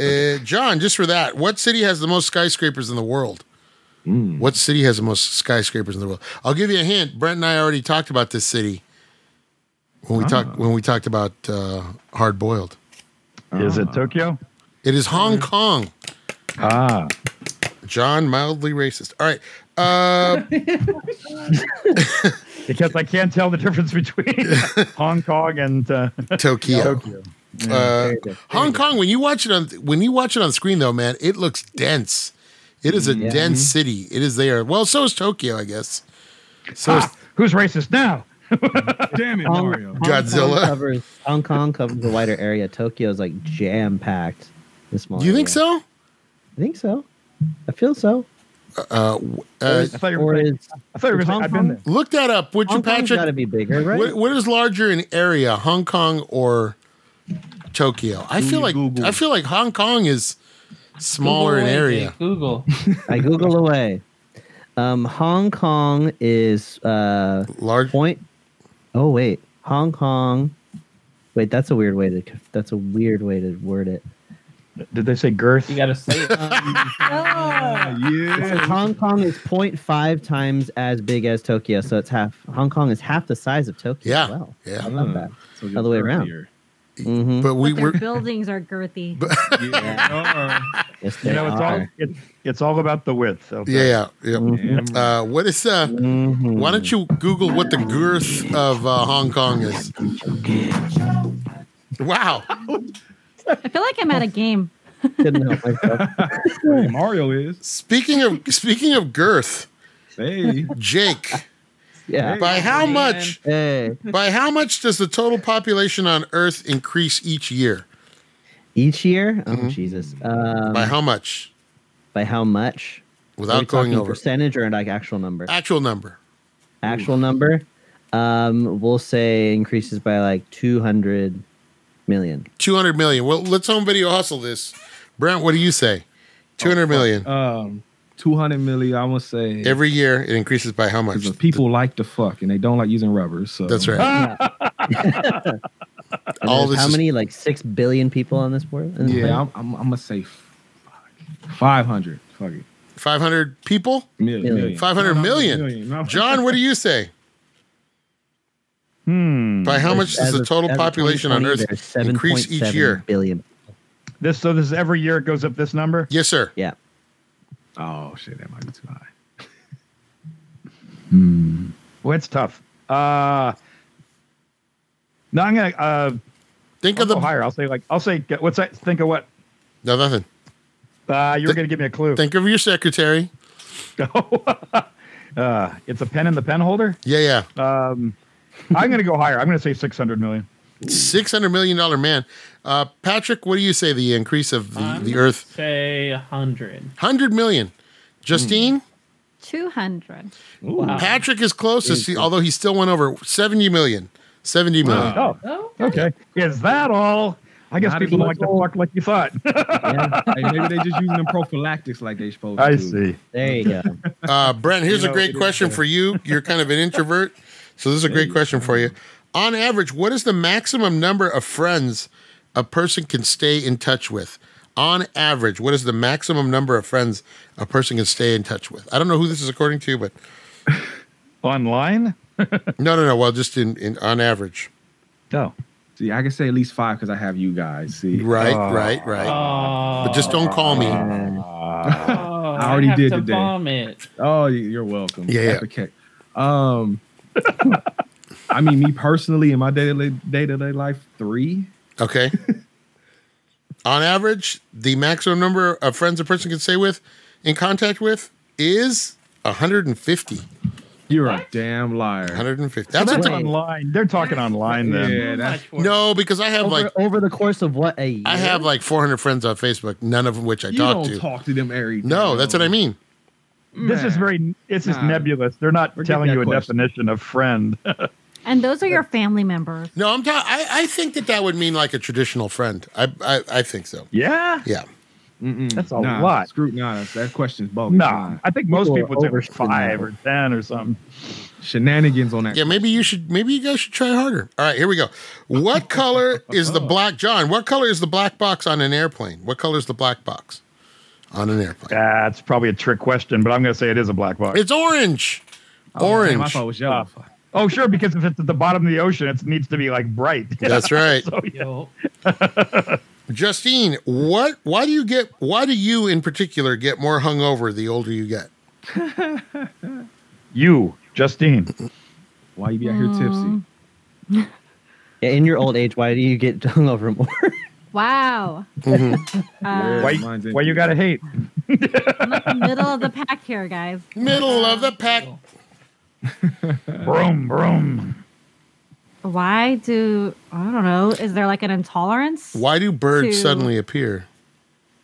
[SPEAKER 1] Uh, John, just for that, what city has the most skyscrapers in the world?
[SPEAKER 2] Hmm.
[SPEAKER 6] Mm.
[SPEAKER 1] What city has the most skyscrapers in the world? I'll give you a hint. Brent and I already talked about this city when we
[SPEAKER 2] Ah.
[SPEAKER 1] talked when we talked about uh, hard boiled.
[SPEAKER 2] Is it
[SPEAKER 6] Ah.
[SPEAKER 2] Tokyo?
[SPEAKER 1] It is Hong Kong.
[SPEAKER 2] Hmm. Ah.
[SPEAKER 1] John, mildly racist. All right. Uh,
[SPEAKER 2] Because I can't tell the difference between Hong Kong and uh,
[SPEAKER 1] Tokyo.
[SPEAKER 2] Tokyo.
[SPEAKER 1] Uh,
[SPEAKER 3] good.
[SPEAKER 1] Hong Kong, when you watch it on when you watch it on screen though, man, it looks dense. It is a
[SPEAKER 3] Yeah. Mm-hmm.
[SPEAKER 1] dense city. It is there. Well, so is Tokyo, I guess. So is
[SPEAKER 2] Ah, who's racist now?
[SPEAKER 6] Damn it, Mario.
[SPEAKER 1] Godzilla.
[SPEAKER 3] Kong covers, Hong Kong covers a wider area. Tokyo is like jam packed. The small.
[SPEAKER 1] do you think
[SPEAKER 3] area.
[SPEAKER 1] so?
[SPEAKER 3] I think so. I feel so.
[SPEAKER 1] Uh, w- uh,
[SPEAKER 2] I thought you
[SPEAKER 3] Or
[SPEAKER 2] were
[SPEAKER 3] Oh, is
[SPEAKER 2] I thought you were
[SPEAKER 3] is
[SPEAKER 2] saying
[SPEAKER 3] Hong
[SPEAKER 2] I've been
[SPEAKER 3] Kong-
[SPEAKER 2] there.
[SPEAKER 1] look that up, would you,
[SPEAKER 3] Hong Kong's got to
[SPEAKER 1] Patrick?
[SPEAKER 3] be bigger, right?
[SPEAKER 1] What, what is larger in area, Hong Kong or Tokyo? I
[SPEAKER 6] Do
[SPEAKER 1] feel
[SPEAKER 6] you
[SPEAKER 1] like
[SPEAKER 6] Google?
[SPEAKER 1] I feel like Hong Kong is smaller in
[SPEAKER 8] Google away,
[SPEAKER 1] area.
[SPEAKER 8] Jake, Google.
[SPEAKER 3] I Google away. Um, Hong Kong is uh,
[SPEAKER 1] Large.
[SPEAKER 3] point. Oh wait, Hong Kong. Wait, that's a weird way to. That's a weird way to word it.
[SPEAKER 2] Did they say girth?
[SPEAKER 8] You gotta say uh, it.
[SPEAKER 3] Um,
[SPEAKER 4] Oh,
[SPEAKER 3] it says Hong Kong is 0.5 times as big as Tokyo, so it's half. Hong Kong is half the size of Tokyo.
[SPEAKER 1] Yeah,
[SPEAKER 3] Wow.
[SPEAKER 1] yeah.
[SPEAKER 3] How about that? Other way around. Mhm.
[SPEAKER 1] But we
[SPEAKER 4] but their
[SPEAKER 1] were
[SPEAKER 4] buildings are girthy.
[SPEAKER 8] Yeah.
[SPEAKER 3] Yes,
[SPEAKER 2] You
[SPEAKER 3] they
[SPEAKER 2] know, it's all
[SPEAKER 3] are.
[SPEAKER 2] it's it's all about the width. Of the-
[SPEAKER 1] yeah, yeah, yeah.
[SPEAKER 3] Mhm.
[SPEAKER 1] Uh, what is uh?
[SPEAKER 3] Mhm.
[SPEAKER 1] Why don't you Google what the girth of uh, Hong Kong is? Wow,
[SPEAKER 4] I feel like I'm at a game.
[SPEAKER 3] Couldn't help myself.
[SPEAKER 6] Hey, Mario is.
[SPEAKER 1] speaking of speaking of girth,
[SPEAKER 6] Hey,
[SPEAKER 1] Jake,
[SPEAKER 3] Yeah.
[SPEAKER 1] by how
[SPEAKER 8] man.
[SPEAKER 1] much?
[SPEAKER 3] Hey.
[SPEAKER 1] By how much does the total population on Earth increase each year?
[SPEAKER 3] Each year? Oh
[SPEAKER 1] Mhm.
[SPEAKER 3] Jesus. Um,
[SPEAKER 1] By how much?
[SPEAKER 3] by how much? Are we
[SPEAKER 1] Without going
[SPEAKER 3] talking
[SPEAKER 1] over
[SPEAKER 3] percentage or like actual number?
[SPEAKER 1] actual number.
[SPEAKER 3] Actual number. Um, we'll say increases by like 200 million.
[SPEAKER 1] 200 million. Well, let's home video hustle this. Brent, what do you say? 200
[SPEAKER 3] Oh, uh,
[SPEAKER 1] million.
[SPEAKER 6] um, two hundred million. I want to say
[SPEAKER 1] Every year it increases by how much?
[SPEAKER 6] because people like to fuck and they don't like using rubbers. So
[SPEAKER 1] That's right.
[SPEAKER 3] And
[SPEAKER 1] All
[SPEAKER 3] there's
[SPEAKER 1] this
[SPEAKER 3] how
[SPEAKER 1] is-
[SPEAKER 3] many like six billion people on this board? on this planet?
[SPEAKER 6] Yeah, I'm,
[SPEAKER 2] Mm-hmm.
[SPEAKER 6] I'm, I'm gonna say five hundred. Fuck it,
[SPEAKER 1] 500 people?
[SPEAKER 6] Mil-
[SPEAKER 3] Million.
[SPEAKER 6] million.
[SPEAKER 1] 500 million.
[SPEAKER 6] No.
[SPEAKER 1] John, what do you say?
[SPEAKER 2] Hmm.
[SPEAKER 1] By how much
[SPEAKER 3] As
[SPEAKER 1] does the
[SPEAKER 3] of-
[SPEAKER 1] total
[SPEAKER 3] as of
[SPEAKER 1] population on
[SPEAKER 3] 2020,
[SPEAKER 1] Earth
[SPEAKER 3] there's 7.7
[SPEAKER 1] increase each year?
[SPEAKER 3] Billion.
[SPEAKER 2] This so this is every year it goes up this number.
[SPEAKER 1] Yes, sir.
[SPEAKER 3] Yeah.
[SPEAKER 6] Oh shit, that might be too high.
[SPEAKER 2] Well, it's tough. Uh, no, I'm gonna uh,
[SPEAKER 1] Think
[SPEAKER 2] I'll
[SPEAKER 1] of
[SPEAKER 2] go
[SPEAKER 1] the.
[SPEAKER 2] higher. I'll say like I'll say what's that? Think of what?
[SPEAKER 1] No, nothing.
[SPEAKER 2] Uh, you were
[SPEAKER 1] Think-
[SPEAKER 2] gonna give me a clue.
[SPEAKER 1] Think of your secretary.
[SPEAKER 2] uh, it's a pen in the pen holder.
[SPEAKER 1] Yeah, yeah.
[SPEAKER 2] Um, I'm gonna go higher. I'm gonna say 600 million.
[SPEAKER 1] $600 million man. Uh, Patrick, what do you say the increase of the,
[SPEAKER 8] I'm
[SPEAKER 1] the
[SPEAKER 8] gonna
[SPEAKER 1] Earth?
[SPEAKER 8] Say a hundred.
[SPEAKER 1] 100 million. Justine?
[SPEAKER 4] 200.
[SPEAKER 8] Wow.
[SPEAKER 1] Patrick is closest, he- although he still went over 70 million. 70 million.
[SPEAKER 2] Oh,
[SPEAKER 8] Oh,
[SPEAKER 2] okay. Is that all? I guess
[SPEAKER 6] Not
[SPEAKER 2] people
[SPEAKER 6] as
[SPEAKER 2] don't like to fuck
[SPEAKER 6] much.
[SPEAKER 2] like you thought.
[SPEAKER 3] Yeah,
[SPEAKER 6] hey, maybe they just using them prophylactics like they supposed to.
[SPEAKER 3] there you go.
[SPEAKER 1] Uh, Brent, here's
[SPEAKER 2] You
[SPEAKER 1] a
[SPEAKER 2] know, it
[SPEAKER 1] great
[SPEAKER 2] is
[SPEAKER 1] question
[SPEAKER 2] fair.
[SPEAKER 1] for you. You're kind of an introvert, so this is a great question for you. On average, what is the maximum number of friends a person can stay in touch with? On average, what is the maximum number of friends a person can stay in touch with? I don't know who this is according to, but
[SPEAKER 2] Online?
[SPEAKER 1] no, no, no. Well, just in, in on average,
[SPEAKER 2] No.
[SPEAKER 6] See, I can say at least five because I have you guys. See,
[SPEAKER 1] right,
[SPEAKER 2] Oh.
[SPEAKER 1] right, right.
[SPEAKER 8] Oh,
[SPEAKER 1] But just don't call me.
[SPEAKER 8] Oh,
[SPEAKER 6] I already
[SPEAKER 8] have
[SPEAKER 6] did
[SPEAKER 8] to
[SPEAKER 6] today.
[SPEAKER 8] Vomit.
[SPEAKER 6] Oh, y- you're welcome.
[SPEAKER 1] Yeah, yeah.
[SPEAKER 6] Epic. Um, I mean, me personally, in my day to day to day life, three.
[SPEAKER 1] Okay. on average, the maximum number of friends a person can stay with, in contact with, is 150.
[SPEAKER 6] You're a damn liar.
[SPEAKER 1] 150. That's a
[SPEAKER 2] That's
[SPEAKER 3] Wait.
[SPEAKER 2] online. They're talking online then.
[SPEAKER 6] Yeah, that's
[SPEAKER 8] Much worse.
[SPEAKER 1] No, because I have
[SPEAKER 3] Over,
[SPEAKER 1] like
[SPEAKER 3] over the course of what a year?
[SPEAKER 1] I have like 400 friends on Facebook, none of which I
[SPEAKER 6] you
[SPEAKER 1] talk
[SPEAKER 6] don't
[SPEAKER 1] to.
[SPEAKER 6] talk to them every. day,
[SPEAKER 1] no, that's what I mean.
[SPEAKER 2] This is
[SPEAKER 6] Man.
[SPEAKER 2] very, it's just
[SPEAKER 6] Nah.
[SPEAKER 2] nebulous. They're not
[SPEAKER 6] Forget
[SPEAKER 2] telling
[SPEAKER 6] that
[SPEAKER 2] you a
[SPEAKER 6] question.
[SPEAKER 2] definition of friend.
[SPEAKER 4] And those are your family members.
[SPEAKER 1] No, I'm talking. I think that that would mean like a traditional friend. I I, I think so.
[SPEAKER 2] yeah?
[SPEAKER 1] Yeah.
[SPEAKER 6] Mm-mm.
[SPEAKER 2] That's a
[SPEAKER 6] nah,
[SPEAKER 2] lot.
[SPEAKER 6] Screw nah, that's- that question's bogus.
[SPEAKER 2] No, I think most
[SPEAKER 3] People are
[SPEAKER 2] people would say like
[SPEAKER 3] overstating
[SPEAKER 2] five
[SPEAKER 3] that.
[SPEAKER 2] or ten or something.
[SPEAKER 6] shenanigans on that.
[SPEAKER 1] Yeah, maybe you should maybe you guys should try harder. All right, here we go. What color is the black John? What color is the black box on an airplane? What color is the black box on an airplane?
[SPEAKER 2] That's probably a trick question, but I'm going to say it is a black box.
[SPEAKER 1] It's orange.
[SPEAKER 6] Oh, damn, I
[SPEAKER 1] orange.
[SPEAKER 6] thought it was yellow. Fuck.
[SPEAKER 2] oh, sure, because if it's at the bottom of the ocean, it needs to be like bright.
[SPEAKER 1] That's right.
[SPEAKER 2] so, yeah.
[SPEAKER 8] Yo,
[SPEAKER 1] Justine, what why do you get why do you in particular get more hungover the older you get?
[SPEAKER 2] You, Justine.
[SPEAKER 6] Why you be out here tipsy?
[SPEAKER 3] Yeah, in your old age, why do you get hungover more?
[SPEAKER 4] Wow. Uh,
[SPEAKER 2] Why,
[SPEAKER 6] mine's
[SPEAKER 2] why you got to hate?
[SPEAKER 4] I'm at the middle of the pack here, guys.
[SPEAKER 1] Middle of the pack.
[SPEAKER 2] Broom, broom.
[SPEAKER 4] Why do, I don't know, is there like an intolerance?
[SPEAKER 1] Why do birds
[SPEAKER 4] To-
[SPEAKER 1] suddenly appear?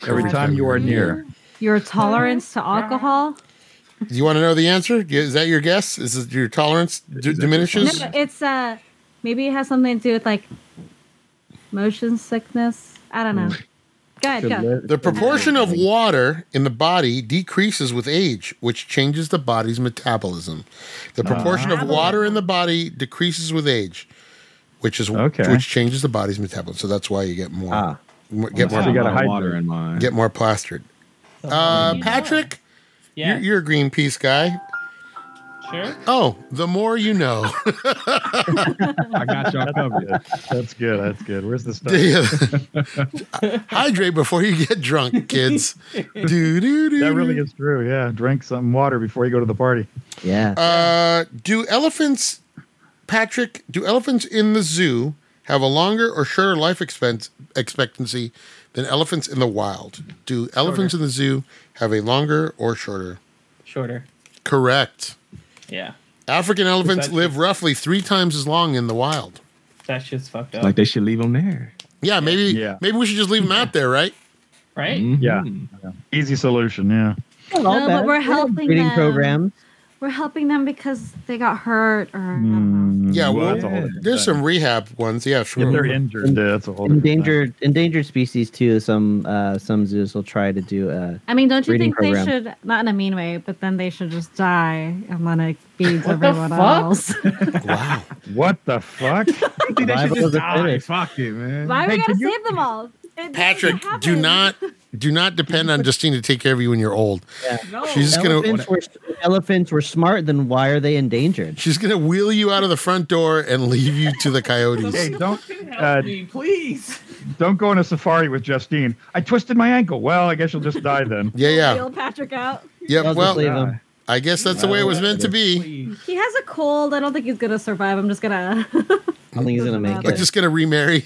[SPEAKER 2] Every time you are near.
[SPEAKER 4] Your tolerance to alcohol?
[SPEAKER 1] Do you want to know the answer? Is that your guess? Is it your tolerance d-
[SPEAKER 4] No,
[SPEAKER 1] diminishes?
[SPEAKER 4] it's uh, maybe it has something to do with like motion sickness. I don't know.
[SPEAKER 3] Should
[SPEAKER 4] Good, good.
[SPEAKER 3] live-
[SPEAKER 1] The
[SPEAKER 3] should
[SPEAKER 1] proportion
[SPEAKER 3] live.
[SPEAKER 1] of water in the body decreases with age, which changes the body's metabolism. The proportion of water in the body decreases with age, which is
[SPEAKER 2] Okay.
[SPEAKER 1] which changes the body's metabolism. So that's why you get more
[SPEAKER 3] Ah.
[SPEAKER 1] more- get
[SPEAKER 2] So you
[SPEAKER 1] more
[SPEAKER 2] gotta
[SPEAKER 6] got
[SPEAKER 2] hydrate.
[SPEAKER 6] water in mine.
[SPEAKER 1] get more plastered. Uh, Patrick,
[SPEAKER 8] Yeah,
[SPEAKER 1] you're, you're a Greenpeace guy.
[SPEAKER 8] sure.
[SPEAKER 1] Oh, the more you know.
[SPEAKER 6] I got y'all covered.
[SPEAKER 2] That's good. That's good. Where's the stuff?
[SPEAKER 1] Hydrate before you get drunk, kids. do, do, do,
[SPEAKER 2] That really
[SPEAKER 1] do.
[SPEAKER 2] is true. Yeah, drink some water before you go to the party.
[SPEAKER 3] Yeah.
[SPEAKER 1] Uh, do elephants, Patrick? Do elephants in the zoo have a longer or shorter life expense, expectancy than elephants in the wild? Do elephants in the zoo have a longer or shorter?
[SPEAKER 8] Shorter.
[SPEAKER 1] Correct.
[SPEAKER 8] Yeah,
[SPEAKER 1] African elephants
[SPEAKER 8] actually-
[SPEAKER 1] live roughly three times as long in the wild.
[SPEAKER 8] that shit's fucked up.
[SPEAKER 6] Like they should leave them there.
[SPEAKER 1] Yeah, maybe
[SPEAKER 2] Yeah.
[SPEAKER 1] maybe we should just leave them out there, right?
[SPEAKER 8] right?
[SPEAKER 3] mm.
[SPEAKER 6] Mhm.
[SPEAKER 2] Yeah. Easy solution. Yeah.
[SPEAKER 3] Not all
[SPEAKER 4] No, but
[SPEAKER 3] bad.
[SPEAKER 4] we're
[SPEAKER 3] We have
[SPEAKER 4] helping
[SPEAKER 3] breeding
[SPEAKER 4] them.
[SPEAKER 3] programs.
[SPEAKER 4] We're helping them because they got hurt or I don't know.
[SPEAKER 2] Mm,
[SPEAKER 1] Yeah, well,
[SPEAKER 2] that's a whole different
[SPEAKER 1] There's
[SPEAKER 2] thing.
[SPEAKER 1] some rehab ones. Yeah, sure.
[SPEAKER 2] If they're injured, yeah, that's a whole different thing.
[SPEAKER 3] Endangered endangered species too. Some uh, some zoos will try to do. Uh,
[SPEAKER 4] I mean, don't you
[SPEAKER 3] Breeding
[SPEAKER 4] think
[SPEAKER 3] program.
[SPEAKER 4] they should not in a mean way, but then they should just die and then it feeds
[SPEAKER 8] What the
[SPEAKER 4] everyone
[SPEAKER 8] fuck?
[SPEAKER 4] else.
[SPEAKER 1] wow.
[SPEAKER 2] What the fuck?
[SPEAKER 6] I think they should
[SPEAKER 3] Survival of
[SPEAKER 6] just
[SPEAKER 3] the
[SPEAKER 6] die.
[SPEAKER 3] fittest.
[SPEAKER 6] Fuck it, man.
[SPEAKER 4] Why we
[SPEAKER 6] Hey,
[SPEAKER 4] gotta
[SPEAKER 6] can you-
[SPEAKER 4] save them all? It
[SPEAKER 1] Patrick,
[SPEAKER 4] doesn't
[SPEAKER 1] do
[SPEAKER 4] happen.
[SPEAKER 1] not do not depend on Justine to take care of you when you're old.
[SPEAKER 8] No.
[SPEAKER 1] She's just gonna
[SPEAKER 3] elephants, were, elephants were smart. Then why are they endangered?
[SPEAKER 1] She's gonna wheel you out of the front door and leave you to the coyotes.
[SPEAKER 2] Hey, don't
[SPEAKER 8] Fucking help
[SPEAKER 2] uh,
[SPEAKER 8] me, please.
[SPEAKER 2] don't go on a safari with Justine. I twisted my ankle. Well, I guess you'll just die then.
[SPEAKER 1] Yeah, yeah,
[SPEAKER 4] Wheel Patrick out.
[SPEAKER 1] yep.
[SPEAKER 3] They'll just leave
[SPEAKER 1] Well,
[SPEAKER 3] them.
[SPEAKER 1] I guess that's the way it was meant to be.
[SPEAKER 8] Please.
[SPEAKER 4] He has a cold. I don't think he's gonna survive. I'm just gonna.
[SPEAKER 3] I don't think he's gonna make
[SPEAKER 1] I'm
[SPEAKER 3] it.
[SPEAKER 1] just gonna remarry.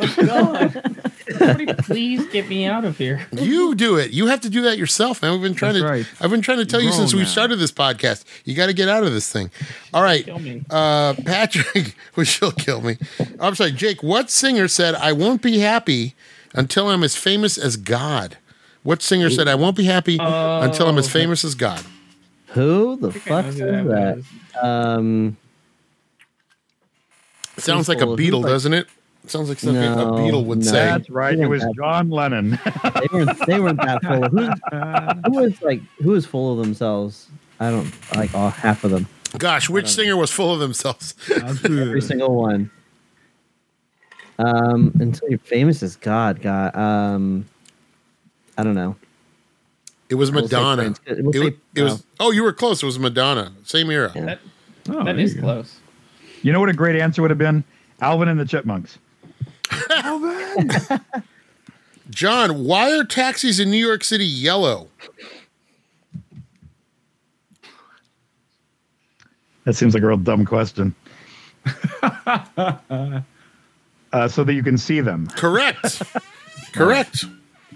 [SPEAKER 8] Oh, God. Somebody please get me out of here.
[SPEAKER 1] You do it. You have to do that yourself, man. We've been trying
[SPEAKER 6] That's
[SPEAKER 1] to.
[SPEAKER 6] right.
[SPEAKER 1] I've been trying to tell you
[SPEAKER 6] Grown
[SPEAKER 1] since we
[SPEAKER 6] now.
[SPEAKER 1] started this podcast. You got to get out of this thing. All right,
[SPEAKER 8] Kill me.
[SPEAKER 1] uh, Patrick, which she'll kill me. I'm sorry, Jake. What singer said I won't be happy until I'm as famous as God? What singer said I won't be happy until I'm as
[SPEAKER 8] Oh.
[SPEAKER 1] famous as God?
[SPEAKER 3] Who the
[SPEAKER 8] I
[SPEAKER 3] fuck
[SPEAKER 8] know
[SPEAKER 3] is
[SPEAKER 8] who
[SPEAKER 3] that?
[SPEAKER 8] was.
[SPEAKER 3] Um,
[SPEAKER 1] Sounds like a
[SPEAKER 3] Who's
[SPEAKER 1] beetle,
[SPEAKER 3] like-
[SPEAKER 1] doesn't it? Sounds like something
[SPEAKER 3] No,
[SPEAKER 1] a beetle would
[SPEAKER 3] no.
[SPEAKER 1] say.
[SPEAKER 2] That's right. It was John Lennon.
[SPEAKER 3] they weren't they weren't that full. Of,
[SPEAKER 6] Uh,
[SPEAKER 3] who's, who is like who is full of themselves? I don't like all half of them.
[SPEAKER 1] Gosh, which singer was full of themselves?
[SPEAKER 3] Every
[SPEAKER 6] Hmm.
[SPEAKER 3] single one. Um, until you're famous as God, God. Um, I don't know.
[SPEAKER 1] It was
[SPEAKER 3] We'll say
[SPEAKER 1] Madonna.
[SPEAKER 3] Prince. We'll
[SPEAKER 1] it,
[SPEAKER 3] say-
[SPEAKER 1] was, it was. Oh, you were close. It was Madonna. Same era.
[SPEAKER 3] Yeah.
[SPEAKER 8] That,
[SPEAKER 6] Oh,
[SPEAKER 8] that
[SPEAKER 6] there
[SPEAKER 8] is
[SPEAKER 6] you go.
[SPEAKER 8] close.
[SPEAKER 2] You know what a great answer would have been? Alvin and the Chipmunks.
[SPEAKER 1] John, why are taxis in New York City yellow?
[SPEAKER 2] That seems like a real dumb question. uh, so that you can see them.
[SPEAKER 1] Correct. Correct.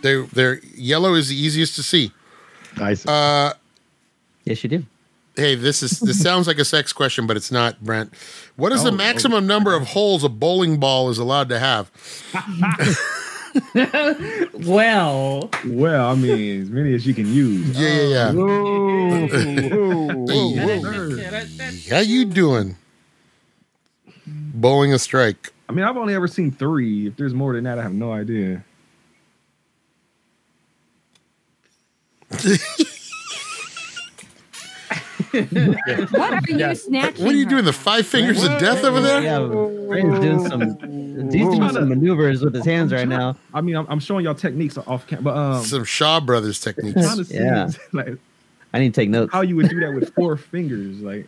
[SPEAKER 1] They they're yellow is the easiest to see.
[SPEAKER 2] I see.
[SPEAKER 1] Uh,
[SPEAKER 3] Yes, you do.
[SPEAKER 1] hey, this is this sounds like a sex question, but it's not, Brent. What is the
[SPEAKER 6] Oh, oh.
[SPEAKER 1] maximum number of holes a bowling ball is allowed to have?
[SPEAKER 8] Well,
[SPEAKER 6] Well, I mean, as many as you can use.
[SPEAKER 1] Yeah, yeah, yeah.
[SPEAKER 8] that
[SPEAKER 1] Hey,
[SPEAKER 8] ain't- that- that- that-
[SPEAKER 1] how you doing? Bowling a strike.
[SPEAKER 6] I mean, I've only ever seen three. If there's more than that, I have no idea.
[SPEAKER 4] What are you snatching?
[SPEAKER 1] What are you
[SPEAKER 4] her
[SPEAKER 1] doing? The
[SPEAKER 4] from?
[SPEAKER 1] five fingers of death over there?
[SPEAKER 3] Yeah, Brayden's doing some. He's doing some maneuvers with his hands right now.
[SPEAKER 6] I mean, I'm, I'm showing y'all techniques off camera, but um,
[SPEAKER 1] Some Shaw Brothers
[SPEAKER 6] I'm
[SPEAKER 1] techniques.
[SPEAKER 6] trying to see
[SPEAKER 3] Yeah.
[SPEAKER 6] like,
[SPEAKER 3] I need to take notes.
[SPEAKER 6] how you would do that with four fingers, like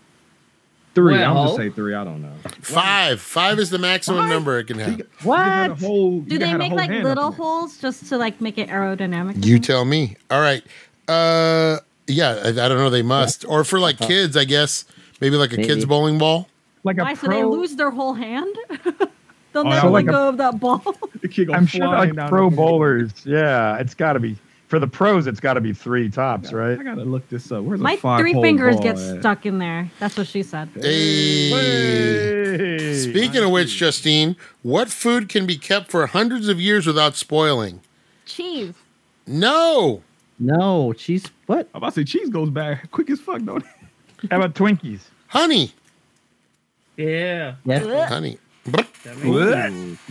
[SPEAKER 6] three. I'm
[SPEAKER 8] Well-
[SPEAKER 6] gonna say three. I don't know.
[SPEAKER 1] Five. Five is the maximum number it can have.
[SPEAKER 6] You can have a whole- you
[SPEAKER 4] Do
[SPEAKER 6] can
[SPEAKER 4] they
[SPEAKER 6] have a
[SPEAKER 4] make
[SPEAKER 6] whole
[SPEAKER 4] like
[SPEAKER 6] hand up
[SPEAKER 4] little
[SPEAKER 6] in there.
[SPEAKER 4] holes just to like make it aerodynamic?
[SPEAKER 1] You tell me. All right. Uh, yeah, I, I don't know. They must, or for like kids, I guess. Uh-huh. Maybe like a
[SPEAKER 3] Maybe.
[SPEAKER 1] kid's bowling ball.
[SPEAKER 2] Like a
[SPEAKER 4] Why? So they
[SPEAKER 2] pro-
[SPEAKER 4] lose their whole hand? They'll
[SPEAKER 6] Oh,
[SPEAKER 4] never
[SPEAKER 6] so
[SPEAKER 4] let
[SPEAKER 6] like
[SPEAKER 2] a-
[SPEAKER 4] go of that ball.
[SPEAKER 6] The kid go
[SPEAKER 2] I'm sure
[SPEAKER 6] flying
[SPEAKER 2] like
[SPEAKER 6] down
[SPEAKER 2] pro
[SPEAKER 6] the-
[SPEAKER 2] bowlers. Yeah, it's got to be for the pros. It's got to be three tops, right?
[SPEAKER 6] I gotta look this up. Where's
[SPEAKER 4] My
[SPEAKER 6] a five
[SPEAKER 4] three
[SPEAKER 6] hole
[SPEAKER 4] fingers
[SPEAKER 6] ball
[SPEAKER 4] get
[SPEAKER 6] at?
[SPEAKER 4] stuck in there. That's what she said.
[SPEAKER 1] Hey.
[SPEAKER 2] Hey.
[SPEAKER 1] Speaking of which, Justine, what food can be kept for hundreds of years without spoiling?
[SPEAKER 4] Cheese.
[SPEAKER 1] No.
[SPEAKER 3] No, she's what?
[SPEAKER 6] I'm about to say cheese goes back quick as fuck, don't it?
[SPEAKER 2] How about Twinkies?
[SPEAKER 1] Honey.
[SPEAKER 8] yeah.
[SPEAKER 3] Yeah,
[SPEAKER 6] Eh.
[SPEAKER 1] Honey.
[SPEAKER 8] That makes-
[SPEAKER 2] What?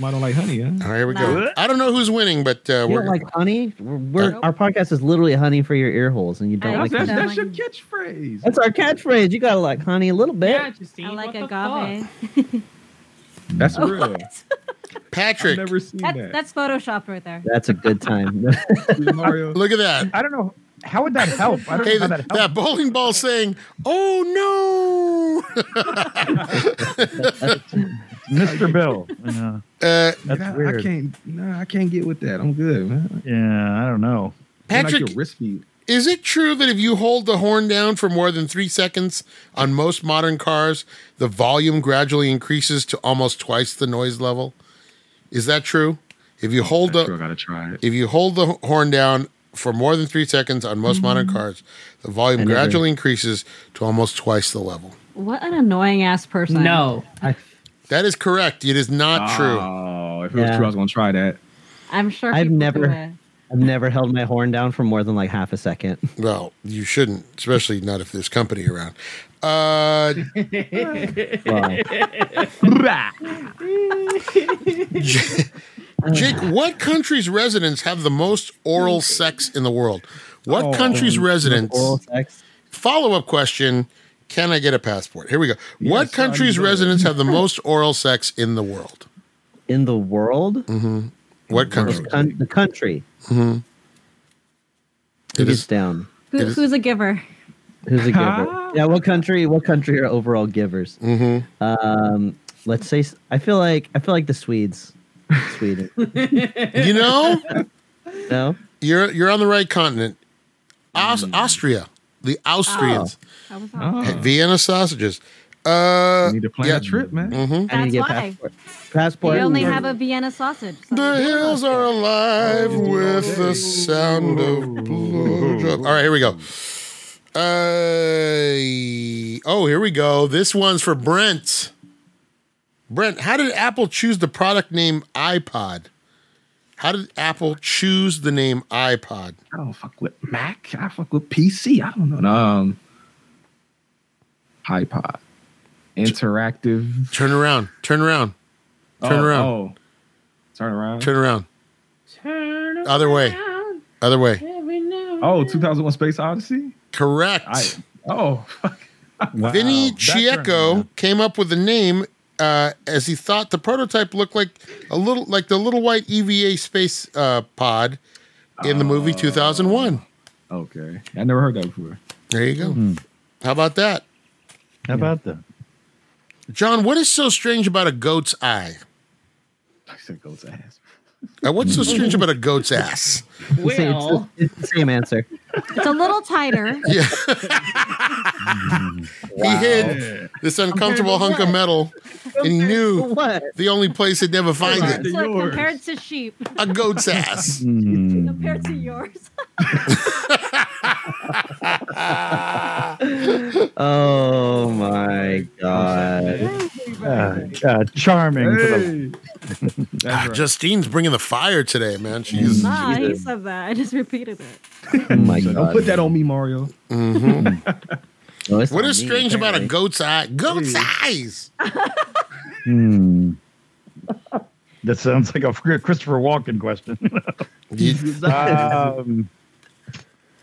[SPEAKER 6] I don't like honey, huh?
[SPEAKER 1] All right, here we go. I don't know who's winning, but uh,
[SPEAKER 3] You
[SPEAKER 1] we're
[SPEAKER 3] don't like honey? We're, we're-
[SPEAKER 4] Nope.
[SPEAKER 3] Our podcast is literally honey for your ear holes, and you don't
[SPEAKER 4] I
[SPEAKER 3] like
[SPEAKER 6] That's,
[SPEAKER 4] also
[SPEAKER 3] honey.
[SPEAKER 4] don't
[SPEAKER 6] that's your
[SPEAKER 4] like-
[SPEAKER 6] catchphrase.
[SPEAKER 3] That's our catchphrase. You gotta like honey a little bit.
[SPEAKER 8] Yeah, Justine,
[SPEAKER 4] I like
[SPEAKER 8] what the
[SPEAKER 4] agave.
[SPEAKER 8] fuck?
[SPEAKER 6] That's real. I've
[SPEAKER 1] Patrick.
[SPEAKER 6] never seen
[SPEAKER 4] Oh. That's,
[SPEAKER 6] that.
[SPEAKER 4] that's Photoshop right there.
[SPEAKER 3] That's a good time.
[SPEAKER 6] Mario.
[SPEAKER 1] Look at that.
[SPEAKER 2] I don't know. How would that help? I don't
[SPEAKER 1] Hey,
[SPEAKER 2] know how
[SPEAKER 1] that,
[SPEAKER 2] that helps.
[SPEAKER 1] bowling ball saying, "Oh
[SPEAKER 2] Mr. Bill. Yeah.
[SPEAKER 1] no!" Uh,
[SPEAKER 2] That's
[SPEAKER 6] Nah,
[SPEAKER 2] weird.
[SPEAKER 6] I can't. Nah, I can't get with that. I'm good, man.
[SPEAKER 2] Yeah, I don't know.
[SPEAKER 1] Patrick,
[SPEAKER 6] like your wrist beat.
[SPEAKER 1] is it true that if you hold the horn down for more than three seconds on most modern cars, the volume gradually increases to almost twice the noise level? Is that true? If you hold
[SPEAKER 6] I
[SPEAKER 1] the
[SPEAKER 6] sure gotta try it.
[SPEAKER 1] if you hold the horn down for more than three seconds on most modern cars, the volume
[SPEAKER 3] I never-
[SPEAKER 1] gradually increases to almost twice the level.
[SPEAKER 4] What an annoying ass person.
[SPEAKER 8] No.
[SPEAKER 1] That is correct. It is not true.
[SPEAKER 6] Oh, if it was
[SPEAKER 3] Yeah.
[SPEAKER 6] true, I was gonna try that.
[SPEAKER 4] I'm sure
[SPEAKER 3] I've
[SPEAKER 4] people
[SPEAKER 3] never-
[SPEAKER 4] do it.
[SPEAKER 3] I've never held my horn down for more than like half a second.
[SPEAKER 1] Well, you shouldn't, especially not if there's company around. Uh,
[SPEAKER 3] Well,
[SPEAKER 1] Jake, what country's residents have the most oral sex in the world? What
[SPEAKER 6] Oh,
[SPEAKER 1] country's residents?
[SPEAKER 3] oral sex.
[SPEAKER 1] Follow up question Can I get a passport? Here we go. what
[SPEAKER 6] Yes,
[SPEAKER 1] country's
[SPEAKER 6] I'm good.
[SPEAKER 1] residents have the most oral sex in the world?
[SPEAKER 3] in the world,
[SPEAKER 1] What country?
[SPEAKER 6] World.
[SPEAKER 3] Con- the country. Who
[SPEAKER 1] It
[SPEAKER 3] gets
[SPEAKER 1] is,
[SPEAKER 3] down?
[SPEAKER 4] Who,
[SPEAKER 1] It is-
[SPEAKER 4] who's a giver?
[SPEAKER 3] Who's a giver? yeah, what country? What country are overall givers?
[SPEAKER 1] Mhm.
[SPEAKER 3] Um, let's say s- I feel like I feel like the Swedes. Sweden.
[SPEAKER 1] You know,
[SPEAKER 3] no,
[SPEAKER 1] you're you're on the right continent. Aus- Austria, the Austrians,
[SPEAKER 4] That was all.
[SPEAKER 6] Oh,
[SPEAKER 1] Vienna sausages. Uh,
[SPEAKER 6] need to plan
[SPEAKER 1] yeah.
[SPEAKER 6] a trip, man.
[SPEAKER 4] Mm.
[SPEAKER 1] mhm.
[SPEAKER 3] I need to get
[SPEAKER 4] That's why.
[SPEAKER 3] passport. Passport.
[SPEAKER 4] You only have a Vienna sausage. so-
[SPEAKER 1] The hills are alive with the sound of blowjobs. All right, here we go. Uh, oh, here we go. This one's for Brent. Brent, how did Apple choose the product name iPod? How did Apple choose the name iPod?
[SPEAKER 6] I don't fuck with Mac. I fuck with PC. I don't know. Um, iPod, interactive.
[SPEAKER 1] Turn around. Turn around. Turn
[SPEAKER 6] Oh,
[SPEAKER 1] around.
[SPEAKER 6] Oh. Turn around.
[SPEAKER 1] Turn around.
[SPEAKER 8] Turn
[SPEAKER 1] Other way.
[SPEAKER 8] around
[SPEAKER 1] Other way.
[SPEAKER 8] every now and
[SPEAKER 6] Oh,
[SPEAKER 8] then.
[SPEAKER 6] 2001 Space Odyssey.
[SPEAKER 1] Correct.
[SPEAKER 6] I. Oh. Fuck.
[SPEAKER 2] Wow.
[SPEAKER 1] Vinny
[SPEAKER 2] That turned
[SPEAKER 1] Chieco
[SPEAKER 2] around.
[SPEAKER 1] came up with the name uh, as he thought the prototype looked like a little like the little white EVA space uh, pod in the movie
[SPEAKER 2] Oh.
[SPEAKER 1] 2001.
[SPEAKER 6] Okay. I never heard that before.
[SPEAKER 1] There you go.
[SPEAKER 2] Hmm.
[SPEAKER 1] How about that?
[SPEAKER 2] How about that?
[SPEAKER 1] John, what is so strange about a goat's eye?
[SPEAKER 6] I said goat's ass.
[SPEAKER 1] Uh, what's so strange about a goat's ass?
[SPEAKER 3] It's the-
[SPEAKER 8] Well,
[SPEAKER 3] it's the same answer.
[SPEAKER 4] It's a little tighter.
[SPEAKER 1] Yeah. He
[SPEAKER 6] Oh.
[SPEAKER 1] hid this uncomfortable hunk of metal and knew
[SPEAKER 3] What?
[SPEAKER 1] the only place he'd never find
[SPEAKER 4] Compared
[SPEAKER 1] it
[SPEAKER 4] to,
[SPEAKER 6] yours.
[SPEAKER 4] compared to sheep.
[SPEAKER 1] a goat's ass.
[SPEAKER 4] Compared to yours.
[SPEAKER 3] Oh my god.
[SPEAKER 2] Uh, uh, charming. to the-
[SPEAKER 6] That's
[SPEAKER 1] Ah,
[SPEAKER 6] right.
[SPEAKER 1] Justine's bringing the fire today, man. She's
[SPEAKER 6] Mm-hmm.
[SPEAKER 3] Mm.
[SPEAKER 4] Nah, he said that. Ah, I just repeated it.
[SPEAKER 3] Oh my
[SPEAKER 6] So
[SPEAKER 3] god.
[SPEAKER 6] don't put that on me, Mario.
[SPEAKER 3] No, it's
[SPEAKER 1] What
[SPEAKER 3] on
[SPEAKER 1] is
[SPEAKER 3] me,
[SPEAKER 1] strange about a
[SPEAKER 3] apparently.
[SPEAKER 1] goat's eye? Goat's eyes.
[SPEAKER 2] Hmm. That sounds like a Christopher Walken question.
[SPEAKER 1] You-
[SPEAKER 2] um,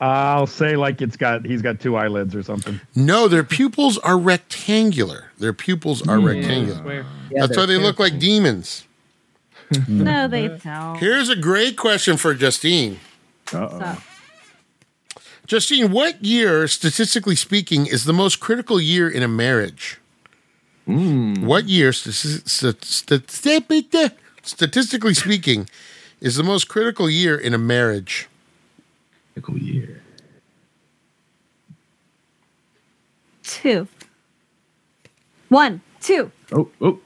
[SPEAKER 2] I'll say like it's got he's got two eyelids or something.
[SPEAKER 1] no, their pupils are rectangular. Their pupils are
[SPEAKER 8] I
[SPEAKER 1] rectangular.
[SPEAKER 8] swear.
[SPEAKER 3] Mm. Yeah,
[SPEAKER 1] That's why
[SPEAKER 3] they're
[SPEAKER 1] they look like demons.
[SPEAKER 6] Mm-hmm.
[SPEAKER 4] No, they don't.
[SPEAKER 1] Here's a great question for Justine.
[SPEAKER 6] Uh-oh.
[SPEAKER 4] So,
[SPEAKER 1] Justine, what year, statistically speaking, is the most critical year in a marriage?
[SPEAKER 6] Mm.
[SPEAKER 1] What year, stati- stat- stat- stat- statistically speaking, is the most critical year in a marriage?
[SPEAKER 6] Cool year.
[SPEAKER 4] two. One, two,
[SPEAKER 6] Oh, oh.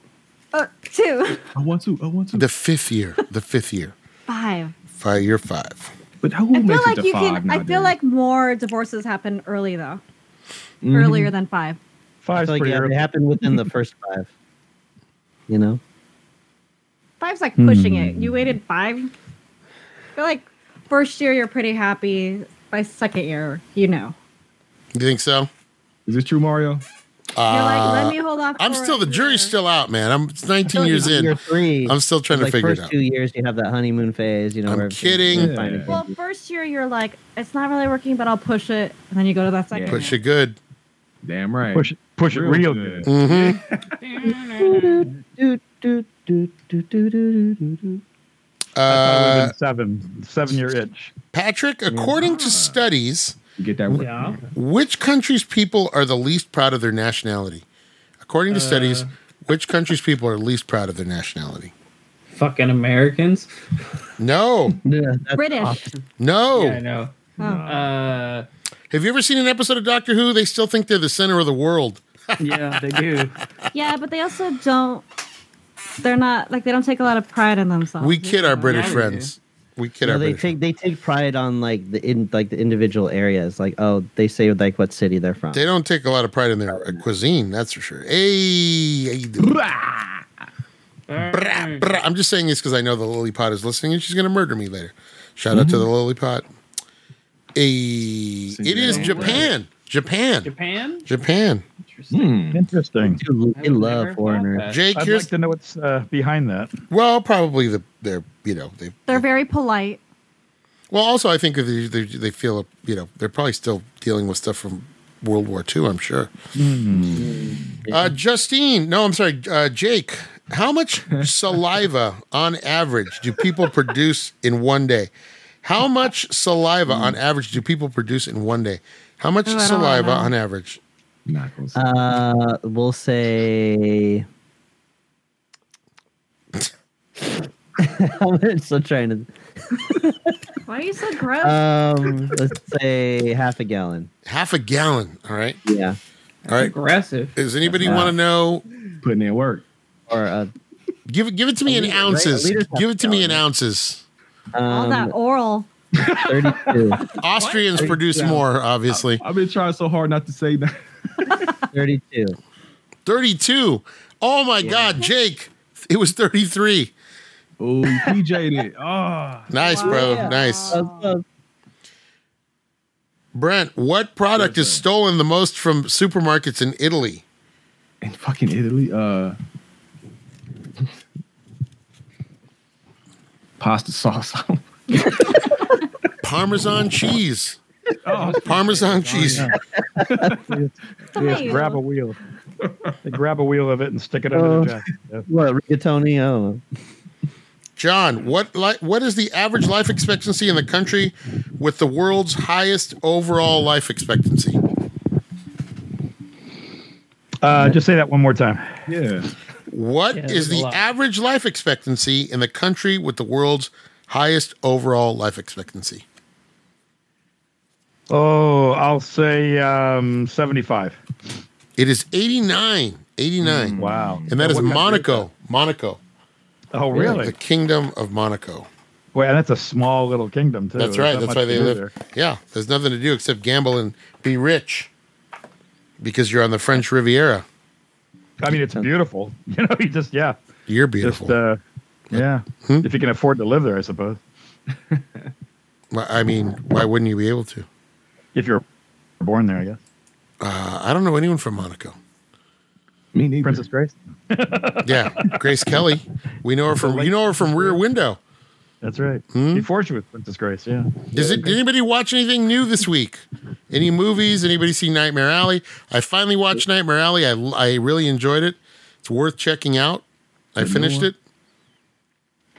[SPEAKER 4] uh, two,
[SPEAKER 6] I want to. I want to.
[SPEAKER 1] The fifth year. The fifth year.
[SPEAKER 4] five.
[SPEAKER 1] Five, year five.
[SPEAKER 6] But who
[SPEAKER 4] I feel
[SPEAKER 6] makes it
[SPEAKER 4] like
[SPEAKER 6] to
[SPEAKER 4] you
[SPEAKER 6] five
[SPEAKER 4] can. I feel
[SPEAKER 6] nowadays?
[SPEAKER 4] like more divorces happen early though,
[SPEAKER 6] Mhm.
[SPEAKER 4] earlier than five.
[SPEAKER 3] I
[SPEAKER 2] Five's
[SPEAKER 3] feel like
[SPEAKER 2] pretty
[SPEAKER 3] yeah,
[SPEAKER 2] early.
[SPEAKER 3] they happen within the first five. You know?
[SPEAKER 4] Five's like pushing it.
[SPEAKER 1] Hmm.
[SPEAKER 4] You waited five. I feel like first year you're pretty happy. By second year, you know.
[SPEAKER 1] You think so?
[SPEAKER 6] Is this true, Mario?
[SPEAKER 4] You're like, let
[SPEAKER 1] Uh,
[SPEAKER 4] me hold off.
[SPEAKER 1] I'm
[SPEAKER 4] for
[SPEAKER 1] still the
[SPEAKER 4] a
[SPEAKER 1] jury's
[SPEAKER 4] year."
[SPEAKER 1] still out, man. I'm it's 19 years
[SPEAKER 3] Year
[SPEAKER 1] in.
[SPEAKER 3] three.
[SPEAKER 1] I'm still trying to
[SPEAKER 3] like
[SPEAKER 1] figure it
[SPEAKER 3] first
[SPEAKER 1] out.
[SPEAKER 3] two years you have that honeymoon phase. You know,
[SPEAKER 1] I'm
[SPEAKER 3] where everything's
[SPEAKER 1] kidding.
[SPEAKER 3] really fine and
[SPEAKER 4] Well,
[SPEAKER 3] dandy.
[SPEAKER 4] first year you're like, it's not really working, but I'll push it, and then you go to that second.
[SPEAKER 6] Yeah.
[SPEAKER 1] Push
[SPEAKER 4] year.
[SPEAKER 1] it good.
[SPEAKER 6] Damn right.
[SPEAKER 2] Push it, push it real good.
[SPEAKER 1] hmm
[SPEAKER 3] Do, do, do, do, do, do, do, do.
[SPEAKER 1] Uh,
[SPEAKER 2] That would've been seven, seven year itch.
[SPEAKER 1] Patrick, according to
[SPEAKER 6] Yeah.
[SPEAKER 1] studies,
[SPEAKER 6] You get that.
[SPEAKER 8] Yeah.
[SPEAKER 1] which country's people are the least proud of their nationality? According
[SPEAKER 8] Uh.
[SPEAKER 1] to studies, which country's people are least proud of their nationality?
[SPEAKER 8] Fucking Americans.
[SPEAKER 1] No,
[SPEAKER 3] Yeah, that's
[SPEAKER 4] British.
[SPEAKER 3] awesome.
[SPEAKER 1] no.
[SPEAKER 8] Yeah, I know.
[SPEAKER 4] Oh.
[SPEAKER 8] Uh,
[SPEAKER 1] Have you ever seen an episode of Doctor Who? They still think they're the center of the world.
[SPEAKER 8] yeah, they do.
[SPEAKER 4] Yeah, but they also don't. They're not like they don't take a lot of pride in themselves.
[SPEAKER 1] We kid our British
[SPEAKER 8] Oh, Yeah, we
[SPEAKER 1] friends. We kid
[SPEAKER 3] No,
[SPEAKER 1] our
[SPEAKER 3] they
[SPEAKER 1] British.
[SPEAKER 3] take they take pride on like the in like the individual areas. Like oh, they say like what city they're from.
[SPEAKER 1] They don't take a lot of pride in their uh, cuisine, that's for sure. Hey, how you doing?
[SPEAKER 8] Mm.
[SPEAKER 1] Brah, brah. I'm just saying this because I know the lollipop is listening and she's going to murder me later. Shout out to
[SPEAKER 8] Mm-hmm.
[SPEAKER 1] the lollipop. Hey, it is
[SPEAKER 6] Cinderella.
[SPEAKER 1] Japan. Japan.
[SPEAKER 8] Japan.
[SPEAKER 1] Japan.
[SPEAKER 8] Interesting.
[SPEAKER 2] Hmm. Interesting.
[SPEAKER 3] Dude,
[SPEAKER 8] I
[SPEAKER 3] they
[SPEAKER 8] would
[SPEAKER 3] love
[SPEAKER 8] never
[SPEAKER 3] foreigners.
[SPEAKER 8] thought that.
[SPEAKER 1] Jake,
[SPEAKER 2] I'd
[SPEAKER 1] here's
[SPEAKER 2] like to know what's uh, behind that.
[SPEAKER 1] well, probably the they're you know they
[SPEAKER 4] They're very polite.
[SPEAKER 1] well. Also, I think that they, they they feel you know they're probably still dealing with stuff from World War II. I'm sure.
[SPEAKER 2] Hmm.
[SPEAKER 1] Uh, Justine, no, I'm sorry, uh, Jake. How much saliva on average do people produce in one day? How much saliva on average do people produce in one day? How much
[SPEAKER 4] Oh, I don't
[SPEAKER 1] saliva
[SPEAKER 4] know.
[SPEAKER 1] on average?
[SPEAKER 6] Not gonna say.
[SPEAKER 3] Uh, we'll say. I'm still trying to.
[SPEAKER 4] Why are you so gross?
[SPEAKER 3] Um, let's say half a gallon.
[SPEAKER 1] Half a gallon. All right.
[SPEAKER 3] Yeah,
[SPEAKER 1] All right.
[SPEAKER 8] Aggressive.
[SPEAKER 1] Does anybody want to know?
[SPEAKER 6] Putting in work.
[SPEAKER 3] or a.
[SPEAKER 1] Give it. give it to me
[SPEAKER 3] A
[SPEAKER 1] in
[SPEAKER 3] liter, right? A
[SPEAKER 1] ounces.
[SPEAKER 3] liter's half
[SPEAKER 1] Give it to me
[SPEAKER 3] a
[SPEAKER 1] in
[SPEAKER 3] gallon.
[SPEAKER 1] ounces.
[SPEAKER 4] All that
[SPEAKER 3] Um,
[SPEAKER 4] oral.
[SPEAKER 3] 32,
[SPEAKER 1] Austrians produce more, obviously.
[SPEAKER 6] I've been trying so hard not to say that.
[SPEAKER 3] 32.
[SPEAKER 1] 32. Oh my God, Jake. It was 33.
[SPEAKER 6] Oh, PJ it. Oh,
[SPEAKER 1] Nice, bro.
[SPEAKER 3] Wow.
[SPEAKER 1] Nice.
[SPEAKER 3] That was close.
[SPEAKER 1] Brent, what product
[SPEAKER 6] Good
[SPEAKER 1] is
[SPEAKER 6] job.
[SPEAKER 1] stolen the most from supermarkets in Italy?
[SPEAKER 6] in fucking Italy. Uh, pasta sauce. oh,
[SPEAKER 1] Parmesan cheese.
[SPEAKER 6] I
[SPEAKER 1] Parmesan cheese.
[SPEAKER 2] Yes,
[SPEAKER 4] Hey,
[SPEAKER 2] grab a wheel. They grab a wheel of it and stick it under
[SPEAKER 3] Oh.
[SPEAKER 2] the jacket. Yeah.
[SPEAKER 3] What rigatoni? Oh,
[SPEAKER 1] John, what li- what is the average life expectancy in the country with the world's highest overall life expectancy?
[SPEAKER 2] Uh, just say that one more time.
[SPEAKER 6] yeah.
[SPEAKER 1] What
[SPEAKER 8] Yeah,
[SPEAKER 1] is
[SPEAKER 8] there's a
[SPEAKER 1] the
[SPEAKER 8] lot.
[SPEAKER 1] average life expectancy in the country with the world's highest overall life expectancy?
[SPEAKER 2] Oh, I'll say um, 75.
[SPEAKER 1] It is 89. 89.
[SPEAKER 2] Mm, Wow.
[SPEAKER 1] And that is
[SPEAKER 2] wouldn't have
[SPEAKER 1] Monaco. Monaco.
[SPEAKER 2] Oh,
[SPEAKER 1] The
[SPEAKER 2] really?
[SPEAKER 1] kingdom of Monaco.
[SPEAKER 2] Well, and that's a small little kingdom, too.
[SPEAKER 1] That's
[SPEAKER 2] There's
[SPEAKER 1] right.
[SPEAKER 2] not
[SPEAKER 1] That's
[SPEAKER 2] much
[SPEAKER 1] why
[SPEAKER 2] to
[SPEAKER 1] they
[SPEAKER 2] do
[SPEAKER 1] live.
[SPEAKER 2] there.
[SPEAKER 1] Yeah. There's nothing to do except gamble and be rich because you're on the French Riviera.
[SPEAKER 2] I mean, it's beautiful. You know, you just, yeah.
[SPEAKER 1] You're beautiful.
[SPEAKER 2] Just, uh, yeah.
[SPEAKER 1] Hmm?
[SPEAKER 2] If you can afford to live there, I suppose.
[SPEAKER 1] Well, I mean, why wouldn't you be able to?
[SPEAKER 2] If you're born there, I guess.
[SPEAKER 1] Uh, I don't know anyone from Monaco.
[SPEAKER 6] Me neither.
[SPEAKER 2] Princess Grace?
[SPEAKER 1] Yeah. Grace Kelly. We know her from, you know her from Rear Window.
[SPEAKER 2] That's right.
[SPEAKER 1] Hmm?
[SPEAKER 2] Before she was Princess Grace, yeah.
[SPEAKER 1] Is it, did anybody watch anything new this week? Any movies? Anybody see Nightmare Alley? I finally watched Nightmare Alley. I, I really enjoyed it. It's worth checking out. I finished it.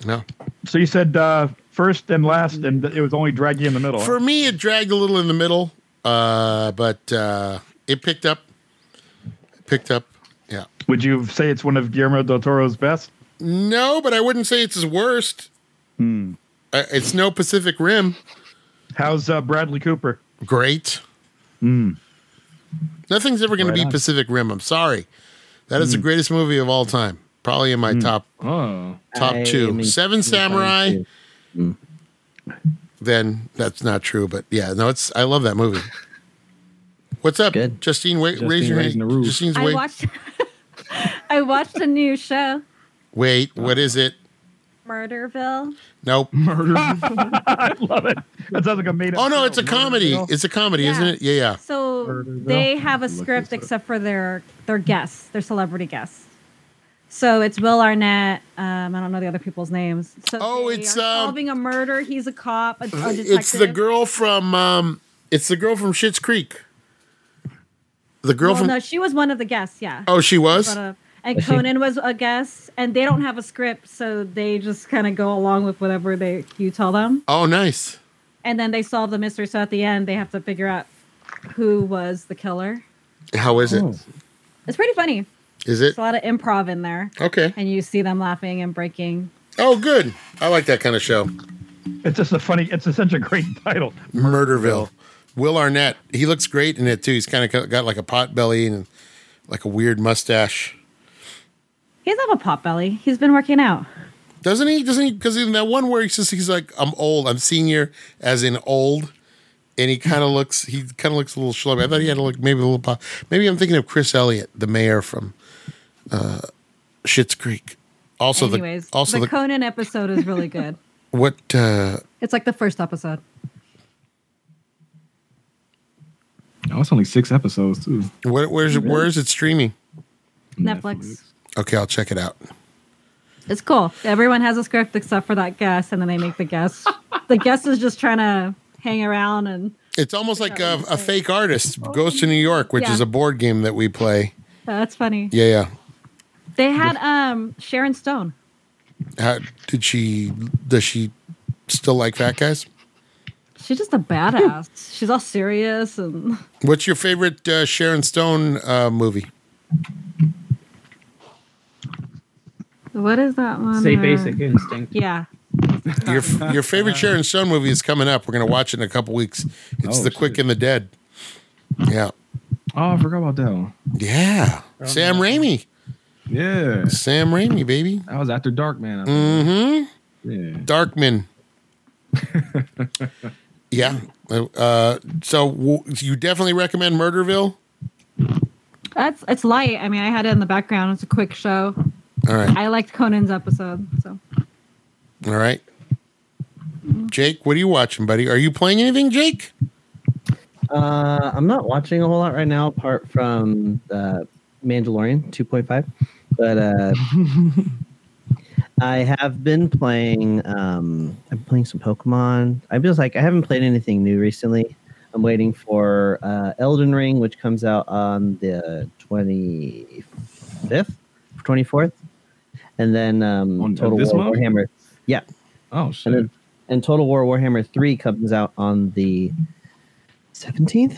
[SPEAKER 1] No.
[SPEAKER 2] So you said uh, first and last, and it was only draggy in the middle.
[SPEAKER 1] For me, it dragged a little in the middle, uh, but uh, it picked up. Picked up. Yeah.
[SPEAKER 2] Would you say it's one of Guillermo del Toro's best?
[SPEAKER 1] No, but I wouldn't say it's his worst. Uh, it's no Pacific Rim.
[SPEAKER 2] How's uh, Bradley Cooper?
[SPEAKER 1] Great.
[SPEAKER 6] Hmm.
[SPEAKER 1] Nothing's ever going
[SPEAKER 2] Right
[SPEAKER 1] to be
[SPEAKER 2] on.
[SPEAKER 1] Pacific Rim. I'm sorry. That
[SPEAKER 6] Hmm.
[SPEAKER 1] is the greatest movie of all time. Probably in my top
[SPEAKER 6] Oh,
[SPEAKER 1] top
[SPEAKER 3] I
[SPEAKER 1] two.
[SPEAKER 3] am in-
[SPEAKER 1] Seven
[SPEAKER 3] in
[SPEAKER 1] Samurai.
[SPEAKER 3] fine, too.
[SPEAKER 1] Then that's not true, but yeah, no, it's I love that movie. What's up,
[SPEAKER 3] Good.
[SPEAKER 1] Justine? Wait,
[SPEAKER 6] Justine
[SPEAKER 1] raise your
[SPEAKER 6] raising
[SPEAKER 1] hand.
[SPEAKER 6] the roof.
[SPEAKER 1] Justine's
[SPEAKER 4] I
[SPEAKER 1] wait.
[SPEAKER 4] watched. I watched a new show.
[SPEAKER 1] wait, what is it?
[SPEAKER 4] Murderville.
[SPEAKER 1] Nope.
[SPEAKER 2] I love it. That sounds like a made up.
[SPEAKER 1] Oh no, it's a comedy. It's a comedy,
[SPEAKER 4] Yeah.
[SPEAKER 1] isn't it? Yeah, yeah.
[SPEAKER 4] So
[SPEAKER 2] Murderville.
[SPEAKER 4] they have a
[SPEAKER 6] this
[SPEAKER 4] script
[SPEAKER 6] up.
[SPEAKER 4] except for their their guests, their celebrity guests. So it's Will Arnett. Um, I don't know the other people's names. So
[SPEAKER 1] Oh,
[SPEAKER 4] they
[SPEAKER 1] it's,
[SPEAKER 4] are
[SPEAKER 1] uh,
[SPEAKER 4] solving a murder. He's a cop. A, a Oh, detective.
[SPEAKER 1] It's the girl from um it's the girl from Shits Creek. The girl
[SPEAKER 4] Well,
[SPEAKER 1] from
[SPEAKER 4] no, she was one of the guests. Yeah.
[SPEAKER 1] Oh, she was?
[SPEAKER 4] But, uh, and
[SPEAKER 3] Was she-
[SPEAKER 4] Conan was a guest, and they don't have a script, so they just kind of go along with whatever they you tell them,
[SPEAKER 1] Oh, nice.
[SPEAKER 4] and then they solve the mystery. So at the end, they have to figure out who was the killer.
[SPEAKER 1] How is it?
[SPEAKER 6] Oh.
[SPEAKER 1] Is
[SPEAKER 4] It's pretty funny.
[SPEAKER 1] it?
[SPEAKER 4] There's a lot of improv in there,
[SPEAKER 1] Okay.
[SPEAKER 4] and you see them laughing and breaking.
[SPEAKER 1] Oh, good. I like that kind of show.
[SPEAKER 2] It's just a funny. It's a, such a great title.
[SPEAKER 1] Murderville. Will Arnett. He looks great in it too. He's kind of got like a pot belly and like a weird mustache.
[SPEAKER 4] He's have a pot belly. He's been working out.
[SPEAKER 1] Doesn't he? Doesn't he? Because in that one where he says he's like, "I'm old. I'm senior," as in old, and he kind of looks. He kind of looks a little schlubby. I thought he had a look maybe a little. pop. Maybe I'm thinking of Chris Elliott, the mayor from uh, Schitt's Creek. Also
[SPEAKER 4] Anyways,
[SPEAKER 1] the also
[SPEAKER 4] the,
[SPEAKER 1] the,
[SPEAKER 4] Conan episode is really good.
[SPEAKER 1] what uh,
[SPEAKER 4] it's like the first episode.
[SPEAKER 6] Oh, it's only six episodes too.
[SPEAKER 1] what where's it where is it streaming?
[SPEAKER 4] Netflix.
[SPEAKER 1] Okay, I'll check it out.
[SPEAKER 4] It's cool. Everyone has a script except for that guest, and then they make the guest. the guest is just trying to hang around and
[SPEAKER 1] It's almost like a, a fake artist goes to New York, which
[SPEAKER 4] Yeah.
[SPEAKER 1] is a board game that we play.
[SPEAKER 4] that's funny.
[SPEAKER 1] Yeah, yeah.
[SPEAKER 4] They had um Sharon Stone.
[SPEAKER 1] How, did she? Does she still like fat guys?
[SPEAKER 4] She's just a badass. She's all serious and
[SPEAKER 1] What's your favorite uh, Sharon Stone uh, movie?
[SPEAKER 4] what is that one?
[SPEAKER 8] Say
[SPEAKER 4] uh,
[SPEAKER 8] Basic Instinct.
[SPEAKER 4] Yeah.
[SPEAKER 1] Your your favorite Sharon Stone movie is coming up. We're gonna watch it in a couple weeks. It's
[SPEAKER 6] Oh,
[SPEAKER 1] The Quick
[SPEAKER 6] shit.
[SPEAKER 1] and the Dead. Yeah,
[SPEAKER 6] Oh, I forgot about that one.
[SPEAKER 1] yeah.
[SPEAKER 6] Oh,
[SPEAKER 1] Sam Raimi.
[SPEAKER 6] Yeah,
[SPEAKER 1] Sam Raimi, baby.
[SPEAKER 6] that was after Dark Man. I think.
[SPEAKER 1] Mm-hmm.
[SPEAKER 6] Yeah.
[SPEAKER 1] Darkman. yeah. Uh, so w- you definitely recommend Murderville.
[SPEAKER 4] That's it's light. I mean, I had it in the background. It's a quick show.
[SPEAKER 1] All right.
[SPEAKER 4] I liked Conan's episode. So
[SPEAKER 1] All right. Jake, what are you watching, buddy? Are you playing anything, Jake?
[SPEAKER 3] Uh, I'm not watching a whole lot right now, apart from uh, Mandalorian 2.5. But uh, I have been playing. Um, I'm playing some Pokemon. I just like I haven't played anything new recently. I'm waiting for uh, Elden Ring, which comes out on the 25th, 24th, and then um,
[SPEAKER 6] On- of
[SPEAKER 3] Total
[SPEAKER 6] this
[SPEAKER 3] War
[SPEAKER 6] month?
[SPEAKER 3] Warhammer. Yeah,
[SPEAKER 6] Oh
[SPEAKER 3] and
[SPEAKER 6] shit.
[SPEAKER 3] then and Total War Warhammer 3 comes out on the 17th.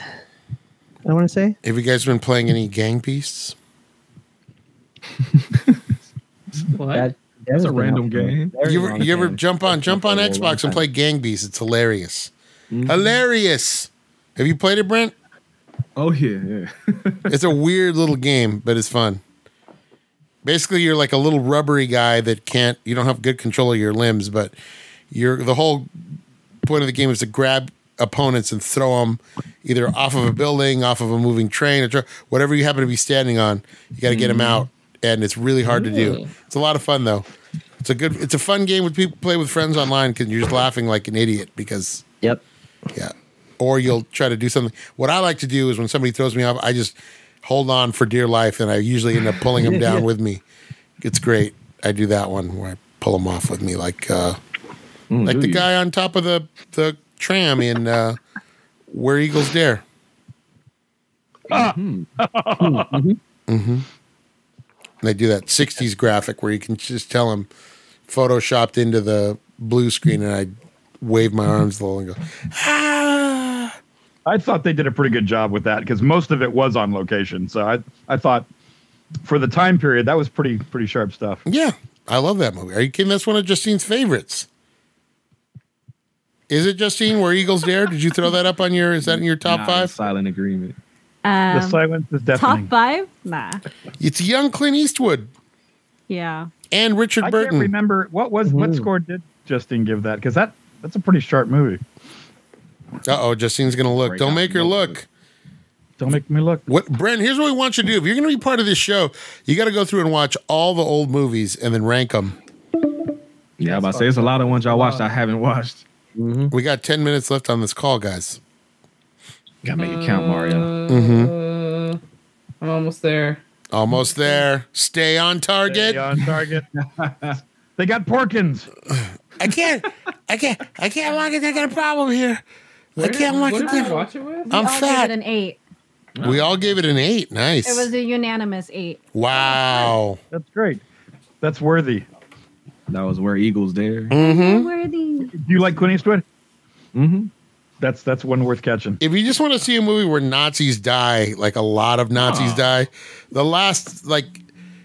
[SPEAKER 3] I want to say.
[SPEAKER 1] Have you guys been playing any gang beasts?
[SPEAKER 3] That,
[SPEAKER 8] What?
[SPEAKER 3] that
[SPEAKER 6] That's
[SPEAKER 3] has
[SPEAKER 6] a
[SPEAKER 3] been
[SPEAKER 6] random
[SPEAKER 3] out for a
[SPEAKER 6] game.
[SPEAKER 3] very
[SPEAKER 1] You ever,
[SPEAKER 3] long
[SPEAKER 1] you ever
[SPEAKER 3] time.
[SPEAKER 1] jump on jump on
[SPEAKER 3] for a long
[SPEAKER 1] Xbox and
[SPEAKER 3] time. Mm-hmm.
[SPEAKER 1] play gang beasts? It's hilarious. Hilarious. Have you played it, Brent?
[SPEAKER 6] Oh yeah, yeah.
[SPEAKER 1] It's a weird little game, but it's fun. Basically, you're like a little rubbery guy that can't. You don't have good control of your limbs, but you're the whole point of the game is to grab opponents and throw them either off of a building, off of a moving train, or tr- whatever you happen to be standing on. You got to get them out, and it's really hard to do.
[SPEAKER 8] Ooh.
[SPEAKER 1] It's a lot of fun though. It's a good. It's a fun game with people play with friends online because you're just laughing like an idiot because
[SPEAKER 3] Yep.
[SPEAKER 1] yeah. Or you'll try to do something. What I like to do is when somebody throws me off, I just hold on for dear life and I usually end up pulling them down with me. It's great. I do that one where I pull them off with me like uh
[SPEAKER 6] Mm,
[SPEAKER 1] like
[SPEAKER 6] do
[SPEAKER 1] the
[SPEAKER 6] you?
[SPEAKER 1] guy on top of the the tram in uh Where Eagles Dare. Mm-hmm. And Mm-hmm. they do that 60s graphic where you can just tell them photoshopped into the blue screen and I wave my arms a little and go, ah.
[SPEAKER 2] I thought they did a pretty good job with that because most of it was on location. So I I thought for the time period that was pretty pretty sharp stuff.
[SPEAKER 1] Yeah, I love that movie. Are you kidding? That's one of Justine's favorites. Is it Justine? Where Eagles Dare? Did you throw that up on your? Is that in your top
[SPEAKER 6] Nah,
[SPEAKER 1] five?
[SPEAKER 6] Silent Agreement.
[SPEAKER 4] um,
[SPEAKER 2] the silence is
[SPEAKER 4] top
[SPEAKER 2] deafening.
[SPEAKER 4] five? Nah.
[SPEAKER 1] It's young Clint Eastwood
[SPEAKER 4] Yeah.
[SPEAKER 1] and Richard
[SPEAKER 2] I can't
[SPEAKER 1] Burton.
[SPEAKER 2] remember what was what
[SPEAKER 3] Mhm.
[SPEAKER 2] score did Justine give that because that that's a pretty sharp movie.
[SPEAKER 1] Uh oh, Justine's gonna look.
[SPEAKER 6] Break
[SPEAKER 1] Don't
[SPEAKER 6] out
[SPEAKER 1] make her
[SPEAKER 6] the
[SPEAKER 1] look.
[SPEAKER 6] notebook.
[SPEAKER 2] Don't make me look.
[SPEAKER 1] What, Brent? Here's what we want you to do. If you're gonna be part of this show, you got to go through and watch all the old movies and then rank them.
[SPEAKER 6] Yeah, I'm about
[SPEAKER 8] That's
[SPEAKER 6] to say it's a
[SPEAKER 8] fucked
[SPEAKER 6] lot of ones y'all watched I
[SPEAKER 8] Wow.
[SPEAKER 6] haven't watched.
[SPEAKER 3] hmm
[SPEAKER 6] Mm-hmm.
[SPEAKER 1] We got 10 minutes left on this call, guys.
[SPEAKER 6] Gotta make it count, Mario.
[SPEAKER 3] Mm-hmm.
[SPEAKER 8] Uh, I'm almost there.
[SPEAKER 1] Almost there. Stay on target.
[SPEAKER 2] Stay on target. they got Porkins.
[SPEAKER 1] I can't. I can't. I can't lock it. I got a problem here. I can't lock
[SPEAKER 8] what
[SPEAKER 1] it
[SPEAKER 8] did we
[SPEAKER 1] down.
[SPEAKER 8] watch it with?
[SPEAKER 4] We
[SPEAKER 1] I'm
[SPEAKER 4] all
[SPEAKER 1] fat.
[SPEAKER 4] Gave it an eight.
[SPEAKER 1] We all gave it an eight. Nice.
[SPEAKER 4] It was a unanimous eight.
[SPEAKER 1] wow.
[SPEAKER 2] That's great. That's worthy.
[SPEAKER 6] That was where Eagles there.
[SPEAKER 1] Mm-hmm.
[SPEAKER 4] Worthy.
[SPEAKER 2] Do you like Clint Eastwood?
[SPEAKER 6] Mm-hmm.
[SPEAKER 2] That's that's one worth catching.
[SPEAKER 1] If you just want to see a movie where Nazis die, like a lot of Nazis
[SPEAKER 8] Oh.
[SPEAKER 1] die, the last like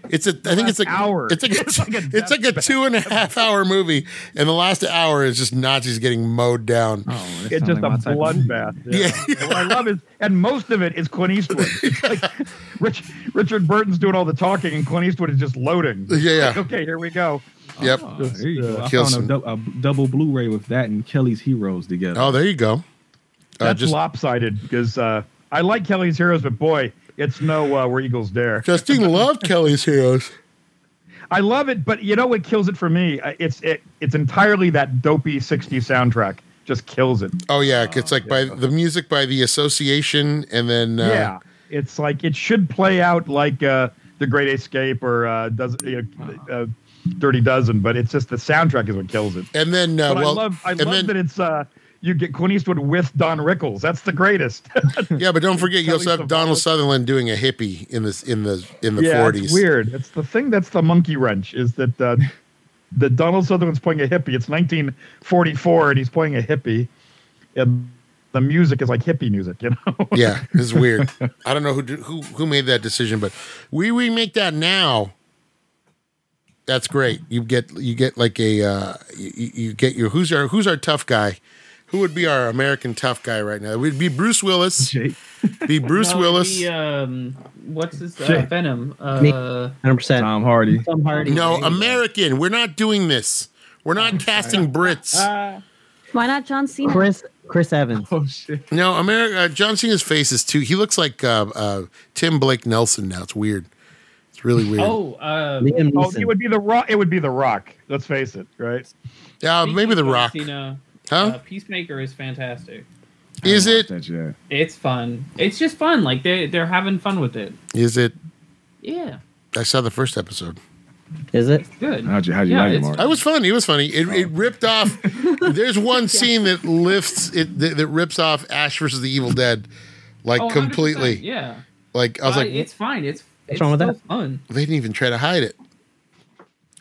[SPEAKER 1] it's a I think it's a
[SPEAKER 2] last hour.
[SPEAKER 1] It's like a,
[SPEAKER 2] It's like a
[SPEAKER 1] it's like a two and a half hour movie, and the last hour is just Nazis getting mowed down.
[SPEAKER 6] Oh, that
[SPEAKER 2] It's just
[SPEAKER 6] sounds like my
[SPEAKER 2] a
[SPEAKER 6] type of-
[SPEAKER 2] bloodbath.
[SPEAKER 1] Yeah.
[SPEAKER 2] what I love is, and most of it is Clint Eastwood. like, Rich, Richard Burton's doing all the talking, and Clint Eastwood is just loading.
[SPEAKER 1] Yeah, yeah.
[SPEAKER 2] Like, okay, here we go.
[SPEAKER 1] Yep.
[SPEAKER 6] Oh, there you go. I
[SPEAKER 1] Kill
[SPEAKER 6] found a,
[SPEAKER 1] some-
[SPEAKER 6] dou- a double Blu-ray with that and Kelly's Heroes together.
[SPEAKER 1] Oh, there you go. Uh,
[SPEAKER 2] That's
[SPEAKER 1] just
[SPEAKER 2] lopsided because uh, I like Kelly's Heroes, but boy, it's no uh, Where Eagles Dare.
[SPEAKER 1] Justine loved Kelly's Heroes.
[SPEAKER 2] I love it, but you know what kills it for me? Uh, It's it, it's entirely that dopey '60s soundtrack. Just kills it.
[SPEAKER 1] Oh yeah, it's like by the music by the Association, and then uh,
[SPEAKER 2] Yeah, it's like it should play out like uh, The Great Escape or uh, does you know, uh, Dirty Dozen, but it's just the soundtrack is what kills it.
[SPEAKER 1] and then uh,
[SPEAKER 2] but
[SPEAKER 1] well,
[SPEAKER 2] I love I
[SPEAKER 1] and
[SPEAKER 2] love
[SPEAKER 1] then
[SPEAKER 2] that it's uh, you get Clint Eastwood with Don Rickles. That's the greatest.
[SPEAKER 1] yeah, but don't forget you
[SPEAKER 2] Kelly
[SPEAKER 1] also have Donald
[SPEAKER 2] Savalas.
[SPEAKER 1] Sutherland doing a hippie in this in the in the
[SPEAKER 2] yeah,
[SPEAKER 1] forties.
[SPEAKER 2] it's weird. It's the thing that's the monkey wrench is that uh, that Donald Sutherland's playing a hippie. It's 1944 and he's playing a hippie, and the music is like hippie music, you know. Oh,
[SPEAKER 1] Yeah, it's weird. I don't know who did- who who made that decision, but we remake that now. That's great. You get you get like a uh, you, you get your who's our who's our tough guy. Who would be our American tough guy right now? It would be Bruce Willis.
[SPEAKER 6] Jake.
[SPEAKER 1] Be Bruce
[SPEAKER 8] No,
[SPEAKER 1] Willis.
[SPEAKER 8] Uh, the, um, what's his uh,
[SPEAKER 2] Shit.
[SPEAKER 8] Venom? Uh,
[SPEAKER 3] 100%.
[SPEAKER 6] Tom Hardy.
[SPEAKER 8] Tom Hardy.
[SPEAKER 1] No,
[SPEAKER 8] There you go.
[SPEAKER 1] American. We're not doing this. We're not casting Brits.
[SPEAKER 8] Uh,
[SPEAKER 4] Why not John Cena?
[SPEAKER 3] Chris Chris Evans.
[SPEAKER 6] Oh shit.
[SPEAKER 1] No, America. Uh, John Cena's face is too. He looks like uh, uh, Tim Blake Nelson now. It's weird. It's really weird.
[SPEAKER 8] oh, uh,
[SPEAKER 3] Liam
[SPEAKER 2] Oh, it
[SPEAKER 3] Neeson.
[SPEAKER 2] would be the rock. It would be the Rock. Let's face it, right?
[SPEAKER 6] Uh,
[SPEAKER 1] Yeah, maybe The
[SPEAKER 8] speaking of
[SPEAKER 1] Rock.
[SPEAKER 8] Cena, uh,
[SPEAKER 1] Huh?
[SPEAKER 8] Peacemaker is fantastic.
[SPEAKER 6] I
[SPEAKER 1] Is
[SPEAKER 6] haven't
[SPEAKER 1] it?
[SPEAKER 6] watched that yet.
[SPEAKER 8] It's fun. It's just fun. Like they they're having fun with it.
[SPEAKER 1] Is it?
[SPEAKER 8] Yeah,
[SPEAKER 1] I saw the first episode.
[SPEAKER 3] Is it?
[SPEAKER 8] it's good.
[SPEAKER 6] How'd you, how'd you
[SPEAKER 8] Yeah,
[SPEAKER 6] like it,
[SPEAKER 8] it's- oh,
[SPEAKER 1] It
[SPEAKER 6] Mark?
[SPEAKER 1] was funny. It was funny. It, it ripped off. There's one scene that lifts it that, that rips off Ash versus the Evil Dead, like
[SPEAKER 8] Oh, 100%,
[SPEAKER 1] completely.
[SPEAKER 8] Yeah,
[SPEAKER 1] Like I was
[SPEAKER 8] Uh,
[SPEAKER 1] like,
[SPEAKER 8] it's fine. It's it's
[SPEAKER 3] wrong with
[SPEAKER 8] still
[SPEAKER 3] that?
[SPEAKER 8] Fun.
[SPEAKER 1] they didn't even try to hide it.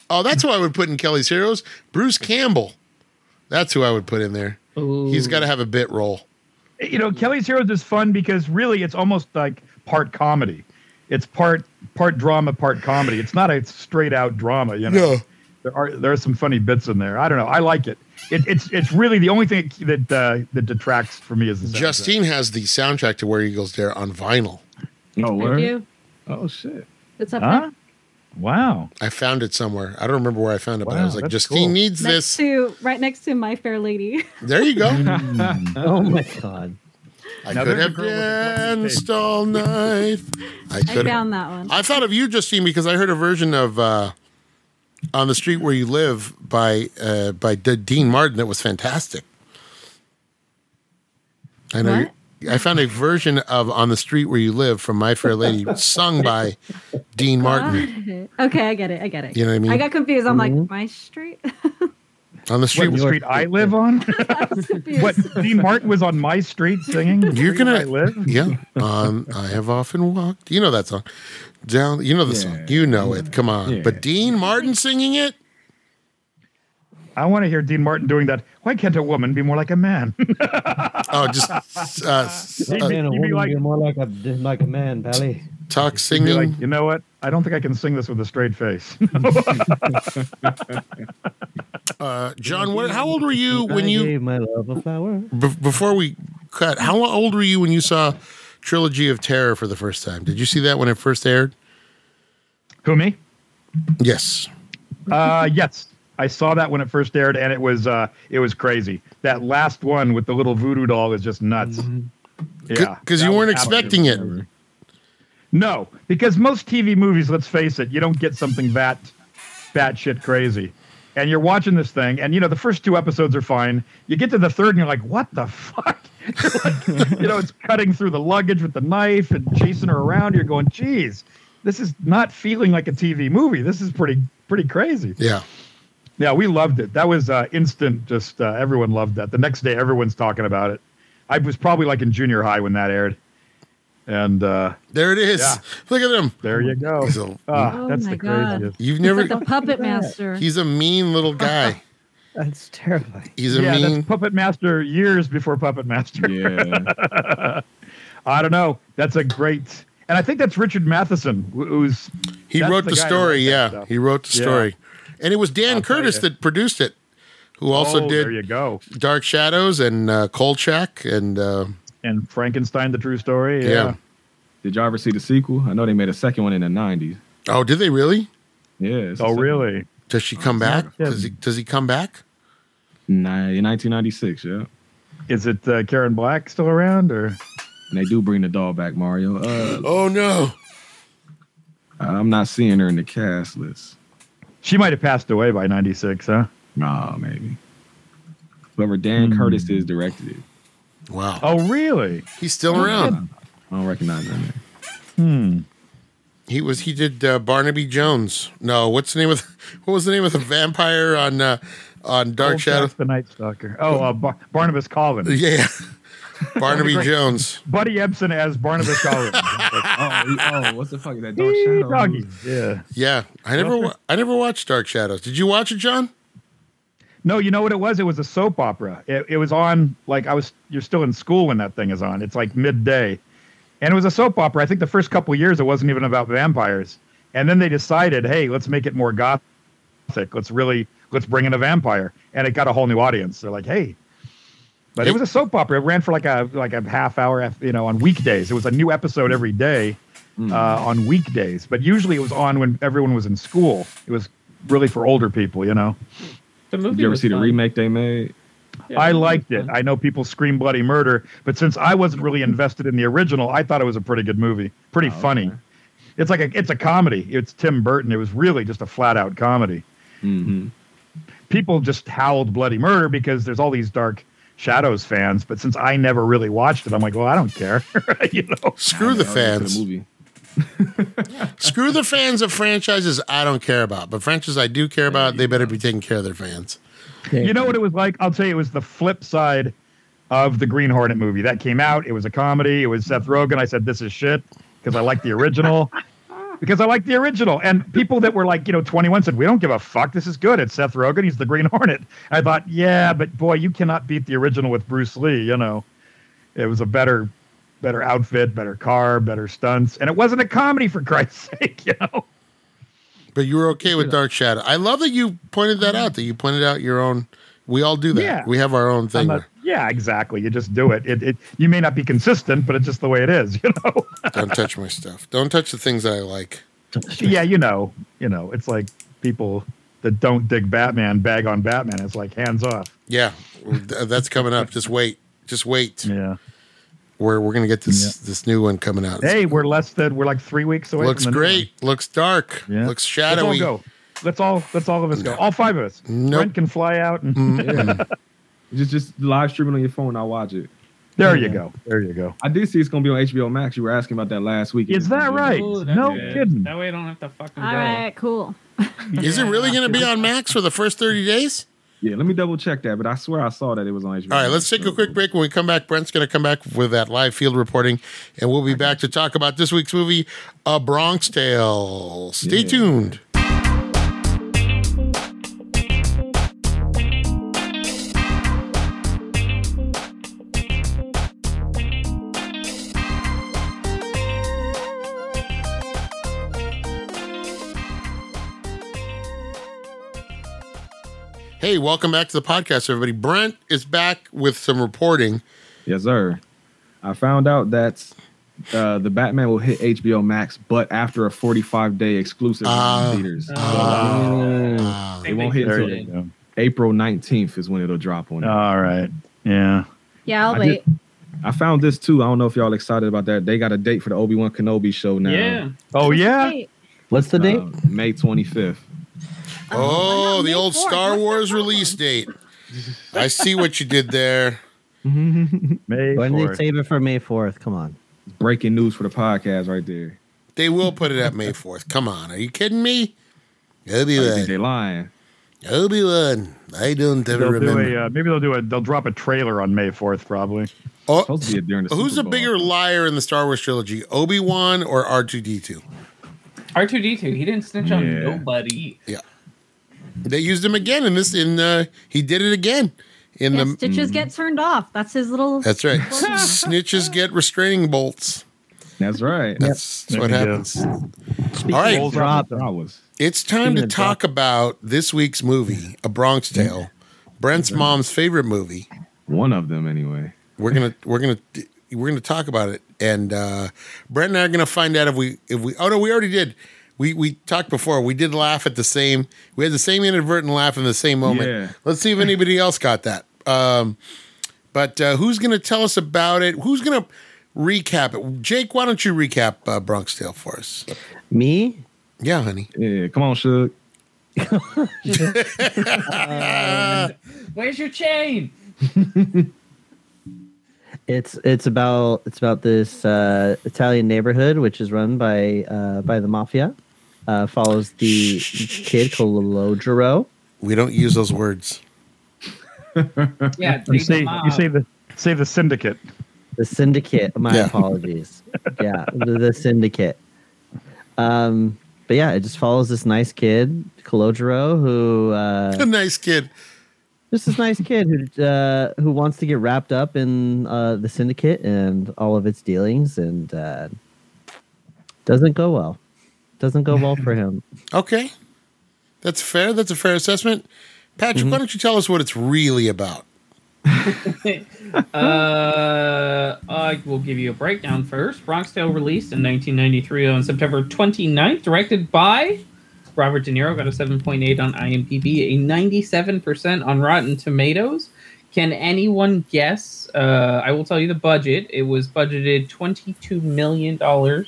[SPEAKER 1] Oh, that's who I would put in Kelly's Heroes. Bruce Campbell. That's who I would put in there. He's got to have a bit role.
[SPEAKER 2] you
[SPEAKER 1] Mm-hmm.
[SPEAKER 2] know kelly's heroes is fun because really it's almost like part comedy it's part part drama part comedy it's not a straight out drama you know
[SPEAKER 1] No.
[SPEAKER 2] there are there are some funny bits in there i don't know i like it, it it's it's really the only thing that uh, that detracts for me is the soundtrack.
[SPEAKER 1] Justine has the soundtrack to Where Eagles Dare on vinyl.
[SPEAKER 6] No
[SPEAKER 4] I
[SPEAKER 6] word.
[SPEAKER 4] do.
[SPEAKER 6] Oh shit.
[SPEAKER 4] It's up
[SPEAKER 2] huh wow
[SPEAKER 1] I found it somewhere. I don't remember where I found it, but I
[SPEAKER 2] Wow,
[SPEAKER 1] was like,
[SPEAKER 2] that's
[SPEAKER 1] Justine
[SPEAKER 2] cool.
[SPEAKER 1] needs
[SPEAKER 4] there.
[SPEAKER 1] this.
[SPEAKER 4] Next to, right next to My Fair Lady.
[SPEAKER 1] There you go.
[SPEAKER 3] Oh my god.
[SPEAKER 1] I
[SPEAKER 2] Now
[SPEAKER 1] could
[SPEAKER 2] there's a
[SPEAKER 1] have
[SPEAKER 2] girl with a bloody
[SPEAKER 1] danced
[SPEAKER 2] face.
[SPEAKER 1] all night. I
[SPEAKER 4] I
[SPEAKER 1] could have.
[SPEAKER 4] found that one.
[SPEAKER 1] I thought of you, Justine, because I heard a version of uh, "On the Street Where You Live" by uh, by D- Dean Martin that was fantastic. I know.
[SPEAKER 4] What?
[SPEAKER 1] you- I found a version of "On the Street Where You Live" from My Fair Lady, sung by Dean Martin.
[SPEAKER 4] Okay, I get it. I get it.
[SPEAKER 1] You know what I mean?
[SPEAKER 4] I got confused. I'm
[SPEAKER 3] Mhm.
[SPEAKER 4] like, my street?
[SPEAKER 1] On the street,
[SPEAKER 2] what street i live on what dean martin was on my street singing The
[SPEAKER 1] You're
[SPEAKER 2] Street
[SPEAKER 1] gonna-
[SPEAKER 2] I live
[SPEAKER 1] yeah. Um, I have often walked. You know that song. Down. You know the
[SPEAKER 6] Yeah.
[SPEAKER 1] song. You know it. Come on.
[SPEAKER 6] Yeah.
[SPEAKER 1] But Dean Martin singing it.
[SPEAKER 2] i want to hear dean martin doing that why can't a woman be more like a man
[SPEAKER 1] Oh, just uh, s-
[SPEAKER 2] He'd be-
[SPEAKER 1] uh,
[SPEAKER 2] he'd be like-
[SPEAKER 3] more like a like a man, Pally.
[SPEAKER 1] talk
[SPEAKER 2] Be like,
[SPEAKER 1] singing.
[SPEAKER 2] you know what? I don't think I can sing this with a straight face.
[SPEAKER 1] Uh, John, where, how old were you when
[SPEAKER 3] I
[SPEAKER 1] you
[SPEAKER 3] gave my love a flower.
[SPEAKER 1] b- before we cut? How old were you when you saw Trilogy of Terror for the first time? Did you see that when it first aired?
[SPEAKER 2] Who me?
[SPEAKER 1] Yes.
[SPEAKER 2] Uh, yes, I saw that when it first aired, and it was uh, it was crazy. That last one with the little voodoo doll is just nuts. Yeah,
[SPEAKER 1] Because you
[SPEAKER 2] that
[SPEAKER 1] weren't
[SPEAKER 2] was out of
[SPEAKER 1] expecting it.
[SPEAKER 2] No, because most TV movies, let's face it, you don't get something that batshit crazy. and you're watching this thing, and you know the first two episodes are fine. You get to the third, and you're like, "What the fuck?" You're like, you know, it's cutting through the luggage with the knife and chasing her around. You're going, "Geez, this is not feeling like a TV movie. This is pretty pretty crazy."
[SPEAKER 1] Yeah.
[SPEAKER 2] Yeah, we loved it. That was uh, instant. Just uh, everyone loved that. The next day, everyone's talking about it. I was probably like in junior high when that aired, and uh,
[SPEAKER 1] There it is.
[SPEAKER 2] Yeah.
[SPEAKER 1] Look at him.
[SPEAKER 2] there you go.
[SPEAKER 1] He's a,
[SPEAKER 2] Ah,
[SPEAKER 4] Oh
[SPEAKER 2] that's
[SPEAKER 4] my
[SPEAKER 2] the
[SPEAKER 4] God.
[SPEAKER 2] craziest.
[SPEAKER 1] you've
[SPEAKER 4] He's
[SPEAKER 1] never.
[SPEAKER 4] like the puppet master.
[SPEAKER 1] He's a mean little guy.
[SPEAKER 3] That's terrifying.
[SPEAKER 1] He's a
[SPEAKER 2] yeah,
[SPEAKER 1] mean.
[SPEAKER 2] that's Puppet Master years before Puppet Master.
[SPEAKER 6] Yeah.
[SPEAKER 2] I don't know. That's a great, and I think that's Richard Matheson, wh- who's
[SPEAKER 1] He
[SPEAKER 2] That's
[SPEAKER 1] wrote
[SPEAKER 2] the
[SPEAKER 1] the
[SPEAKER 2] guy who
[SPEAKER 1] story.
[SPEAKER 2] wrote that
[SPEAKER 1] Yeah,
[SPEAKER 2] stuff.
[SPEAKER 1] he wrote the
[SPEAKER 2] Yeah.
[SPEAKER 1] story, and it was Dan
[SPEAKER 2] I'll tell
[SPEAKER 1] Curtis
[SPEAKER 2] ya.
[SPEAKER 1] that produced it, who also
[SPEAKER 2] oh, There you
[SPEAKER 1] did
[SPEAKER 2] go,
[SPEAKER 1] Dark Shadows and uh, Kolchak and uh,
[SPEAKER 2] and Frankenstein: The True Story.
[SPEAKER 1] yeah.
[SPEAKER 2] Yeah,
[SPEAKER 6] Did y'all ever see the sequel? I know they made a second one in the '90s.
[SPEAKER 1] Oh, did they really?
[SPEAKER 6] Yeah. it's the
[SPEAKER 2] oh
[SPEAKER 6] second-
[SPEAKER 2] really?
[SPEAKER 1] Does she come back?
[SPEAKER 2] Yeah.
[SPEAKER 1] Does he? Does he come back?
[SPEAKER 6] Ni- in 1996. Yeah.
[SPEAKER 2] Is it uh, Karen Black still around or?
[SPEAKER 6] And they do bring the doll back, Mario. Uh,
[SPEAKER 1] Oh no!
[SPEAKER 6] I'm not seeing her in the cast list.
[SPEAKER 2] She might have passed away by '96, huh?
[SPEAKER 6] Nah, maybe. Whoever Dan
[SPEAKER 2] Hmm.
[SPEAKER 6] Curtis is directed it.
[SPEAKER 1] Wow,
[SPEAKER 2] Oh, really?
[SPEAKER 1] he's still around.
[SPEAKER 6] I don't recognize that name.
[SPEAKER 2] Hmm.
[SPEAKER 1] He was. He did uh, Barnaby Jones. No, what's the name of? What was the name of the vampire on uh, on Dark
[SPEAKER 2] Old
[SPEAKER 1] Shadow?
[SPEAKER 2] Jack the Night Stalker. Oh, uh, Bar- Barnabas Collins.
[SPEAKER 1] Yeah, Barnaby
[SPEAKER 2] Great.
[SPEAKER 1] Jones.
[SPEAKER 2] Buddy Ebsen as Barnabas Collins.
[SPEAKER 6] oh, he- oh, what's the fuck is that? Dark
[SPEAKER 2] Yee,
[SPEAKER 6] Shadows?
[SPEAKER 2] doggy. Yeah.
[SPEAKER 1] Yeah, I never. wa- I never watched Dark Shadows. Did you watch it, John?
[SPEAKER 2] No, you know what it was? It was a soap opera. It, it was on like I was. You're still in school when that thing is on. It's like midday, and it was a soap opera. I think the first couple years it wasn't even about vampires, and then they decided, hey, let's make it more gothic. Let's really let's bring in a vampire, and it got a whole new audience. They're like, hey. But it was a soap opera. It ran for like a like a half hour, you know, on weekdays. It was a new episode every day uh, on weekdays. But usually it was on when everyone was in school. It was really for older people, you know.
[SPEAKER 8] The movie.
[SPEAKER 6] Did you ever
[SPEAKER 8] was
[SPEAKER 6] see the
[SPEAKER 8] fun.
[SPEAKER 6] remake they made?
[SPEAKER 8] Yeah,
[SPEAKER 2] I
[SPEAKER 8] the movie
[SPEAKER 2] liked
[SPEAKER 8] was
[SPEAKER 2] it.
[SPEAKER 8] fun.
[SPEAKER 2] I know people scream bloody murder, but since I wasn't really invested in the original, I thought it was a pretty good movie, pretty
[SPEAKER 6] Oh, okay.
[SPEAKER 2] funny. It's like a it's a comedy. It's Tim Burton. It was really just a flat out comedy.
[SPEAKER 6] Mm-hmm.
[SPEAKER 2] People just howled bloody murder because there's all these dark shadows fans, but since I never really watched it, I'm like, well, I don't care, you know.
[SPEAKER 1] Screw the fans.
[SPEAKER 6] The movie.
[SPEAKER 1] Screw the fans of franchises I don't care about, but franchises I do care about, they better be taking care of their fans.
[SPEAKER 2] You know what it was like? I'll tell you, it was the flip side of the Green Hornet movie that came out. It was a comedy. It was Seth Rogen. I said, "This is shit," because I like the original. because I like the original, and people that were like, you know, 21 said, "We don't give a fuck. This is good. It's Seth Rogen. He's the Green Hornet." I thought, yeah, but boy, you cannot beat the original with Bruce Lee. You know, it was a better, better outfit, better car, better stunts, and it wasn't a comedy for Christ's sake. You know.
[SPEAKER 1] But you were okay with Dark Shadow. I love that you pointed that out, that you pointed out your own. We all do that.
[SPEAKER 2] Yeah.
[SPEAKER 1] We have our own
[SPEAKER 2] I'm
[SPEAKER 1] thing.
[SPEAKER 2] not- yeah, exactly. You just do it. It, it. You may not be consistent, but it's just the way it is. You know.
[SPEAKER 1] don't touch my stuff. Don't touch the things I like.
[SPEAKER 2] yeah, you know, you know, it's like people that don't dig Batman bag on Batman. It's like hands off.
[SPEAKER 1] Yeah, th- that's coming up. Just wait. Just wait.
[SPEAKER 2] Yeah.
[SPEAKER 1] We're, we're going to get this, this new one coming out.
[SPEAKER 2] Hey, we're less than we're like three weeks away.
[SPEAKER 1] Looks
[SPEAKER 2] from the new
[SPEAKER 1] great. Looks dark.
[SPEAKER 2] one. Yeah.
[SPEAKER 1] Looks
[SPEAKER 2] Let's all
[SPEAKER 1] shadowy.
[SPEAKER 2] go. Let's all let's all of us go. All five of us.
[SPEAKER 1] Nope.
[SPEAKER 2] Brent can fly out. And
[SPEAKER 6] Yeah. just just live streaming on your phone. I'll watch it.
[SPEAKER 2] there you go. There you go.
[SPEAKER 6] I did see it's gonna be on HBO Max. You were asking about that last week.
[SPEAKER 2] Is that right?
[SPEAKER 8] Ooh, that's
[SPEAKER 2] no
[SPEAKER 8] good.
[SPEAKER 2] kidding.
[SPEAKER 8] That way I don't have to fucking
[SPEAKER 4] All
[SPEAKER 8] go.
[SPEAKER 4] right, cool.
[SPEAKER 1] Is it really going to be on Max for the first 30 days?
[SPEAKER 6] Yeah, let me double check that. But I swear I saw that it was on HBO.
[SPEAKER 1] All right, let's take a quick break. When we come back, Brent's going to come back with that live field reporting, and we'll be back to talk about this week's movie, A Bronx Tale. Stay
[SPEAKER 6] Yeah.
[SPEAKER 1] tuned. Hey, welcome back to the podcast, everybody. Brent is back with some reporting.
[SPEAKER 6] Yes, sir. I found out that uh, the Batman will hit HBO Max, but after a 45 day exclusive
[SPEAKER 1] Ah.
[SPEAKER 6] in theaters. So,
[SPEAKER 1] Uh,
[SPEAKER 6] it won't hit
[SPEAKER 2] There
[SPEAKER 6] until
[SPEAKER 2] you go.
[SPEAKER 6] April 19th is when it'll drop on. it.
[SPEAKER 2] All right. Yeah.
[SPEAKER 4] Yeah, I'll
[SPEAKER 6] I
[SPEAKER 4] wait.
[SPEAKER 6] I found this too. I don't know if y'all excited about that. They got a date for the Obi Wan Kenobi show now.
[SPEAKER 8] Yeah.
[SPEAKER 2] Oh yeah.
[SPEAKER 4] Wait.
[SPEAKER 3] What's the date?
[SPEAKER 6] Uh, May 25th.
[SPEAKER 1] Oh,
[SPEAKER 4] no,
[SPEAKER 1] the
[SPEAKER 4] May
[SPEAKER 1] old
[SPEAKER 4] 4th,
[SPEAKER 1] Star
[SPEAKER 4] what's the
[SPEAKER 1] Wars release date. I see what you did there.
[SPEAKER 2] May
[SPEAKER 3] Why didn't they
[SPEAKER 2] 4th.
[SPEAKER 3] save it for May 4th? Come on.
[SPEAKER 6] Breaking news for the podcast right there.
[SPEAKER 1] They will put it at May 4th. Come on. Are you kidding me? Obi
[SPEAKER 6] I think
[SPEAKER 1] Wan.
[SPEAKER 6] they lying.
[SPEAKER 1] Obi Wan. I don't ever
[SPEAKER 2] They'll do
[SPEAKER 1] remember.
[SPEAKER 2] a, uh, maybe they'll do a. They'll drop a trailer on May fourth, probably.
[SPEAKER 1] oh,
[SPEAKER 6] Supposed to be during the
[SPEAKER 1] who's
[SPEAKER 6] Super
[SPEAKER 1] a
[SPEAKER 6] Bowl.
[SPEAKER 1] bigger liar in the Star Wars trilogy, Obi Wan or R two D two?
[SPEAKER 8] R two D two. He didn't snitch on
[SPEAKER 6] Yeah.
[SPEAKER 8] nobody.
[SPEAKER 1] They used him again in this. In uh, he did it again in the.
[SPEAKER 4] Yeah,
[SPEAKER 1] mm.
[SPEAKER 4] stitches get turned off. That's his little.
[SPEAKER 1] that's right. Snitches get restraining bolts.
[SPEAKER 6] That's right.
[SPEAKER 1] That's, that's
[SPEAKER 2] There
[SPEAKER 1] what
[SPEAKER 2] you go.
[SPEAKER 1] happens.
[SPEAKER 3] Speaking
[SPEAKER 1] All right.
[SPEAKER 3] of
[SPEAKER 6] That's
[SPEAKER 3] drop,
[SPEAKER 6] what I was.
[SPEAKER 1] It's time to
[SPEAKER 3] Speaking of
[SPEAKER 1] talk about this week's movie, A Bronx Tale, Brent's mom's favorite movie.
[SPEAKER 6] One of them anyway.
[SPEAKER 1] We're gonna we're gonna we're gonna talk about it, and uh, Brent and I are gonna find out if we if we oh no we already did we we talked before we did laugh at the same we had the same inadvertent laugh in the same moment.
[SPEAKER 6] Yeah.
[SPEAKER 1] Let's see if anybody else got that. Um, but uh, who's gonna tell us about it? Who's gonna recap it? Jake, why don't you recap uh, Bronx Tale for us?
[SPEAKER 3] me?
[SPEAKER 1] Yeah, honey.
[SPEAKER 6] Yeah, come on, Shug.
[SPEAKER 8] Where's your chain?
[SPEAKER 3] It's it's about it's about this uh, Italian neighborhood which is run by uh, by the mafia. Uh, follows the kid Colodro.
[SPEAKER 1] We don't use those words.
[SPEAKER 8] Yeah,
[SPEAKER 2] You
[SPEAKER 8] take
[SPEAKER 2] say
[SPEAKER 8] them
[SPEAKER 2] you
[SPEAKER 8] out.
[SPEAKER 2] say the say the syndicate.
[SPEAKER 3] The syndicate. My
[SPEAKER 1] Yeah.
[SPEAKER 3] apologies. yeah, the, the syndicate. Um, but yeah, it just follows this nice kid Colodro who uh,
[SPEAKER 1] A nice kid.
[SPEAKER 3] just this nice kid who uh, who wants to get wrapped up in uh, the syndicate and all of its dealings, and uh, doesn't go well. Doesn't go well for him.
[SPEAKER 1] Okay. That's fair. That's a fair assessment. Patrick, why don't you tell us what it's really about?
[SPEAKER 8] uh, I will give you a breakdown first. Bronx Tale released in 1993 on September 29th, directed by Robert De Niro, got a 7.8 on IMDb, a 97% on Rotten Tomatoes. Can anyone guess? Uh, I will tell you the budget. It was budgeted $22 million. Uh,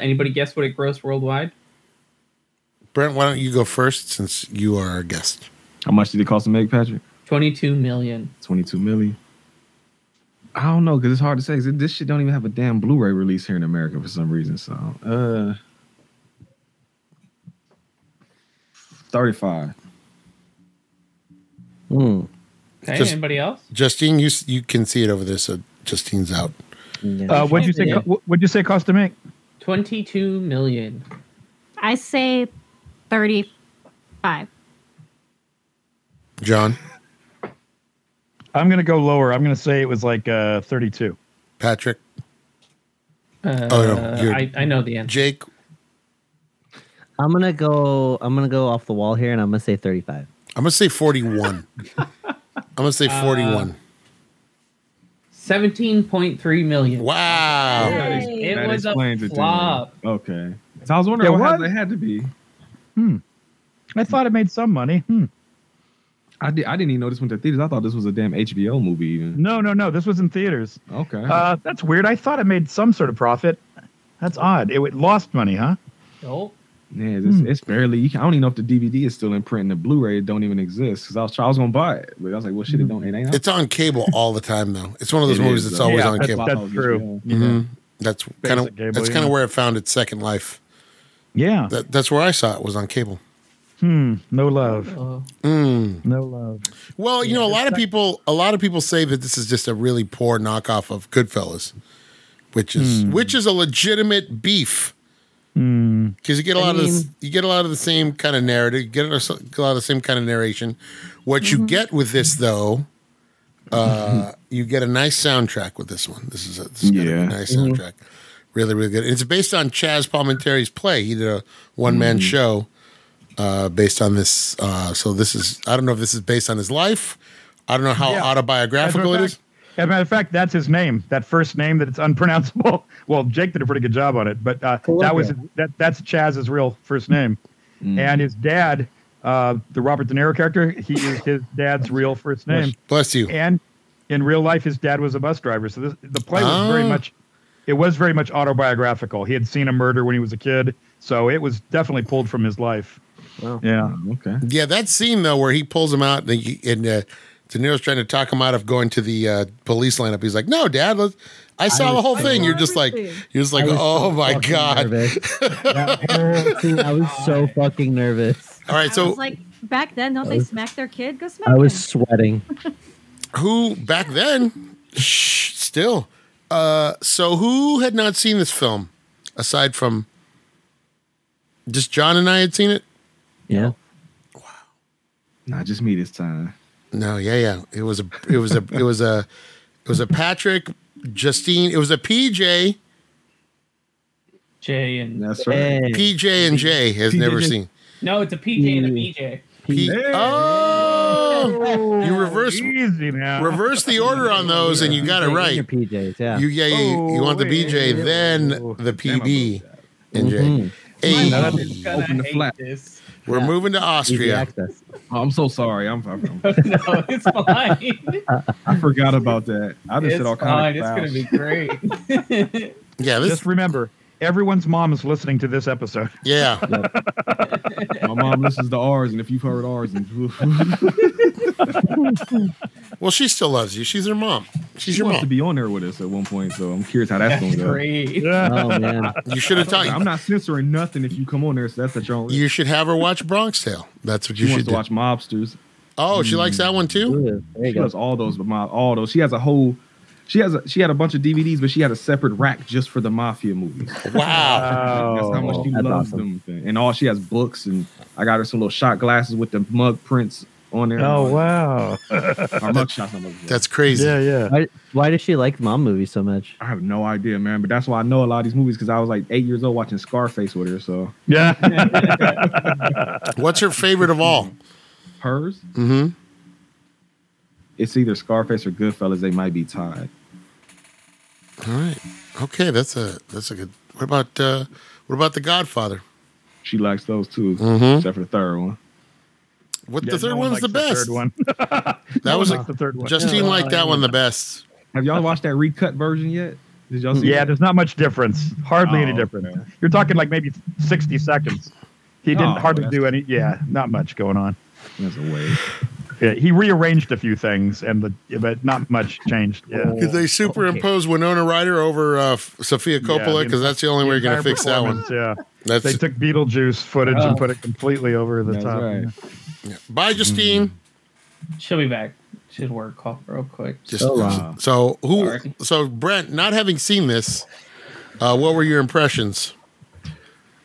[SPEAKER 8] anybody guess what it grossed worldwide?
[SPEAKER 1] Brent, why don't you go first since you are our guest?
[SPEAKER 6] How much did it cost to make, Patrick?
[SPEAKER 8] 22 million.
[SPEAKER 6] 22 milli. I don't know because it's hard to say. 'cause it- This shit don't even have a damn Blu-ray release here in America for some reason. So, uh, thirty-five.
[SPEAKER 3] Hmm.
[SPEAKER 8] Okay,
[SPEAKER 1] Just-
[SPEAKER 8] anybody else?
[SPEAKER 1] Justine, you s- you can see it over there, so Justine's out.
[SPEAKER 3] Yeah.
[SPEAKER 2] Uh, what'd you say?
[SPEAKER 8] Yeah.
[SPEAKER 2] co- What'd you say cost to make?
[SPEAKER 8] 22 million.
[SPEAKER 4] I say thirty-five.
[SPEAKER 1] John,
[SPEAKER 2] I'm gonna go lower. I'm gonna say it was like uh, 32.
[SPEAKER 1] Patrick,
[SPEAKER 8] Uh,
[SPEAKER 1] Oh, no, you're-
[SPEAKER 8] I, I know the answer.
[SPEAKER 1] Jake.
[SPEAKER 3] I'm gonna go. I'm gonna go off the wall here, and I'm gonna say 35.
[SPEAKER 1] I'm gonna say 41. I'm gonna say
[SPEAKER 2] Uh,
[SPEAKER 1] 41.
[SPEAKER 8] 17.3 million.
[SPEAKER 1] wow.
[SPEAKER 8] That,
[SPEAKER 4] Yay.
[SPEAKER 8] is, it
[SPEAKER 6] That
[SPEAKER 8] was
[SPEAKER 6] explains it
[SPEAKER 8] a
[SPEAKER 6] to me.
[SPEAKER 8] flop.
[SPEAKER 6] Okay. So I was wondering
[SPEAKER 2] Yeah,
[SPEAKER 6] what,
[SPEAKER 2] what?
[SPEAKER 6] it had to be.
[SPEAKER 2] I thought it made some money. Hmm.
[SPEAKER 6] I did. I didn't even know this went to theaters. I thought this was a damn HBO movie. Even.
[SPEAKER 2] No, no, no. This was in theaters.
[SPEAKER 6] Okay.
[SPEAKER 2] Uh, that's weird. I thought it made some sort of profit. That's odd. It, it lost money, huh?
[SPEAKER 8] Nope.
[SPEAKER 6] yeah, it's,
[SPEAKER 2] hmm.
[SPEAKER 6] it's barely. You can, I don't even know if the DVD is still in print and the Blu-ray don't even exist. Because I was, try- I was gonna buy it, but I was like, well, shit,
[SPEAKER 8] Hmm.
[SPEAKER 6] it don't. It ain't. out.
[SPEAKER 1] It's on cable all the time, though. It's one of those
[SPEAKER 6] It
[SPEAKER 1] movies
[SPEAKER 6] is,
[SPEAKER 1] that's
[SPEAKER 6] though. Mm-hmm.
[SPEAKER 1] always
[SPEAKER 2] Yeah,
[SPEAKER 1] on
[SPEAKER 2] that's
[SPEAKER 1] cable.
[SPEAKER 2] why- true. Yeah.
[SPEAKER 1] Mhm. That's kind
[SPEAKER 2] Basic cable,
[SPEAKER 1] of that's
[SPEAKER 2] yeah.
[SPEAKER 1] kind of where it found its second life.
[SPEAKER 2] Yeah.
[SPEAKER 1] That, that's where I saw it was on cable.
[SPEAKER 2] Hmm. No love.
[SPEAKER 8] Oh.
[SPEAKER 1] Mm.
[SPEAKER 2] No love.
[SPEAKER 1] Well, you know, a lot of people, a lot of people say that this is just a really poor knockoff of Goodfellas, which is which is a legitimate beef
[SPEAKER 2] Hmm.
[SPEAKER 1] because you get a
[SPEAKER 8] I
[SPEAKER 1] lot of this,
[SPEAKER 8] mean- you
[SPEAKER 1] you get a lot of the same kind of narrative, you get a lot of the same kind of narration. What
[SPEAKER 8] Mm-hmm.
[SPEAKER 1] you get with this, though, uh, you get a nice soundtrack with this one. This is a, this is gonna be
[SPEAKER 6] Yeah.
[SPEAKER 1] a nice
[SPEAKER 8] Mm-hmm.
[SPEAKER 1] soundtrack, really, really good. It's based on Chaz Palminteri's play. He did a one man show uh, based on this. Uh, so this is I don't know if this is based on his life. I don't know how
[SPEAKER 2] Yeah. As a
[SPEAKER 1] autobiographical it
[SPEAKER 2] matter of
[SPEAKER 1] is.
[SPEAKER 2] fact- As a matter of fact, that's his name. That first name that it's unpronounceable. Well, Jake did a pretty good job on it, but uh, that was that. That's Chaz's real first name,
[SPEAKER 1] Mm.
[SPEAKER 2] and his dad, uh, the Robert De Niro character, he used his dad's real first name.
[SPEAKER 1] Bless you.
[SPEAKER 2] And in real life, his dad was a bus driver, so this, the play was very
[SPEAKER 1] Ah.
[SPEAKER 2] much. It was very much autobiographical. He had seen a murder when he was a kid, so it was definitely pulled from his life.
[SPEAKER 3] Wow.
[SPEAKER 2] Yeah.
[SPEAKER 6] Okay.
[SPEAKER 1] Yeah, that scene though where he pulls him out and, he, and uh, De Niro's trying to talk him out of going to the uh, police lineup. He's like, "No, Dad, let's, I saw the
[SPEAKER 3] was
[SPEAKER 1] whole
[SPEAKER 4] so
[SPEAKER 1] thing." You're just like,
[SPEAKER 4] nervous.
[SPEAKER 1] you're just like,
[SPEAKER 3] I was
[SPEAKER 1] "Oh
[SPEAKER 3] so
[SPEAKER 1] my
[SPEAKER 3] fucking
[SPEAKER 1] god!"
[SPEAKER 3] nervous. That whole scene, I was so fucking nervous.
[SPEAKER 1] All right,
[SPEAKER 4] I
[SPEAKER 1] so
[SPEAKER 4] was like, back then, don't they
[SPEAKER 2] Oh.
[SPEAKER 4] smack their kid? Go smack
[SPEAKER 3] I was
[SPEAKER 4] him.
[SPEAKER 3] sweating.
[SPEAKER 1] who back then? Shh, still. Uh, so who had not seen this film aside from just John and I had seen it?
[SPEAKER 3] Yeah.
[SPEAKER 8] Mm-hmm.
[SPEAKER 6] Nah, just me this time.
[SPEAKER 1] No, yeah, yeah. It was a, it was a, it was a, it was a Patrick, Justine. It was a PJ,
[SPEAKER 8] Jay and
[SPEAKER 6] That's right.
[SPEAKER 3] Hey.
[SPEAKER 1] PJ and J has never
[SPEAKER 6] PJ.
[SPEAKER 1] seen.
[SPEAKER 8] no, it's a PJ and a
[SPEAKER 1] P-
[SPEAKER 8] BJ.
[SPEAKER 6] Hey.
[SPEAKER 1] Oh, you reverse
[SPEAKER 2] Easy now.
[SPEAKER 1] reverse the order on those, and you got it
[SPEAKER 3] Your
[SPEAKER 1] right.
[SPEAKER 3] PJs, yeah.
[SPEAKER 1] You yeah, you, you want the
[SPEAKER 6] Oh,
[SPEAKER 1] BJ, then the PB and J.
[SPEAKER 6] Mm-hmm.
[SPEAKER 3] Mhm.
[SPEAKER 8] My
[SPEAKER 1] Hey,
[SPEAKER 8] mother's gonna
[SPEAKER 6] Open the
[SPEAKER 8] hate
[SPEAKER 6] flap.
[SPEAKER 8] this.
[SPEAKER 1] we're
[SPEAKER 3] Yeah.
[SPEAKER 1] moving to
[SPEAKER 3] Easy
[SPEAKER 1] Austria.
[SPEAKER 3] access.
[SPEAKER 6] Oh, I'm so sorry. I'm, I'm,
[SPEAKER 8] no, it's fine.
[SPEAKER 6] I forgot about that. I just said all
[SPEAKER 8] it's fine.
[SPEAKER 6] kinds
[SPEAKER 8] It's
[SPEAKER 6] of
[SPEAKER 8] gonna
[SPEAKER 6] fouls.
[SPEAKER 8] be great.
[SPEAKER 1] Yeah, this
[SPEAKER 2] Just remember, everyone's mom is listening to this episode.
[SPEAKER 1] yeah.
[SPEAKER 6] My mom listens to ours, and if you've heard ours, and
[SPEAKER 1] Well, she still loves you. She's her mom. She's
[SPEAKER 6] she
[SPEAKER 1] your
[SPEAKER 6] wants to
[SPEAKER 1] mom.
[SPEAKER 6] be on there with us at one point. So I'm curious how
[SPEAKER 8] That's
[SPEAKER 6] that's going to go.
[SPEAKER 8] great.
[SPEAKER 2] Yeah.
[SPEAKER 3] Oh man.
[SPEAKER 1] You should have
[SPEAKER 6] I'm
[SPEAKER 1] taught.
[SPEAKER 6] not censoring nothing if you come on there. So that's at your own.
[SPEAKER 1] You should have her watch Bronx Tale. That's what
[SPEAKER 6] she
[SPEAKER 1] you
[SPEAKER 6] wants
[SPEAKER 1] should
[SPEAKER 6] to
[SPEAKER 1] do.
[SPEAKER 6] watch mobsters.
[SPEAKER 1] Oh, she likes that one too.
[SPEAKER 3] Ooh, there you
[SPEAKER 6] She
[SPEAKER 3] go.
[SPEAKER 6] loves all those, but mob, all those. She has a whole. She has a, she had a bunch of DVDs, but she had a separate rack just for the mafia movies.
[SPEAKER 1] Wow.
[SPEAKER 6] That's how
[SPEAKER 2] Oh.
[SPEAKER 1] Oh,
[SPEAKER 6] much she
[SPEAKER 3] That's
[SPEAKER 6] loves
[SPEAKER 3] awesome.
[SPEAKER 6] them. And all she has books, and I got her some little shot glasses with the mug prints on there.
[SPEAKER 2] Oh wow.
[SPEAKER 6] Our mug shots. on those.
[SPEAKER 1] That's crazy.
[SPEAKER 2] Yeah, yeah.
[SPEAKER 3] Why, why does she like mom movies so much?
[SPEAKER 6] I have no idea, man. But that's why I know a lot of these movies because I was like eight years old watching Scarface with her. So
[SPEAKER 2] Yeah.
[SPEAKER 1] What's her favorite of all?
[SPEAKER 6] hers,
[SPEAKER 1] hmm
[SPEAKER 6] it's either Scarface or Goodfellas. They might be tied.
[SPEAKER 1] All right. Okay, that's a that's a good. What about uh what about The Godfather?
[SPEAKER 6] She likes those too,
[SPEAKER 2] Mm-hmm.
[SPEAKER 1] Mhm.
[SPEAKER 6] except for the third one.
[SPEAKER 1] What
[SPEAKER 2] Yeah,
[SPEAKER 1] the third
[SPEAKER 2] no one
[SPEAKER 1] one's
[SPEAKER 2] likes
[SPEAKER 1] the best.
[SPEAKER 2] third one.
[SPEAKER 1] That was
[SPEAKER 2] the third one.
[SPEAKER 1] Justine liked that one the best.
[SPEAKER 6] Have y'all watched that recut version yet? Did y'all see?
[SPEAKER 2] Yeah,
[SPEAKER 6] that?
[SPEAKER 2] there's not much difference. Hardly any
[SPEAKER 6] Oh,
[SPEAKER 2] difference.
[SPEAKER 6] okay.
[SPEAKER 2] You're talking like maybe 60 seconds. He didn't
[SPEAKER 6] Oh,
[SPEAKER 2] hardly
[SPEAKER 6] that's-
[SPEAKER 2] do any. Yeah, not much going on.
[SPEAKER 6] That's a way.
[SPEAKER 2] Yeah, he rearranged a few things, and the but not much changed. Yeah.
[SPEAKER 1] Because they superimpose Winona Ryder over uh, F- Sophia Coppola,
[SPEAKER 2] the
[SPEAKER 1] because that's the only way you're going to
[SPEAKER 2] Entire
[SPEAKER 1] fix that one.
[SPEAKER 2] performance, Yeah,
[SPEAKER 1] That's
[SPEAKER 2] they took Beetlejuice footage
[SPEAKER 8] Oh.
[SPEAKER 2] and put it completely over the
[SPEAKER 6] That's
[SPEAKER 2] top.
[SPEAKER 6] right.
[SPEAKER 1] bye,
[SPEAKER 2] Mm.
[SPEAKER 1] Justine.
[SPEAKER 8] She'll be back. She'll work call real quick.
[SPEAKER 1] Just,
[SPEAKER 3] So
[SPEAKER 6] long.
[SPEAKER 1] so who?
[SPEAKER 8] Oh, Sorry.
[SPEAKER 1] So Brent, not having seen this, uh, what were your impressions?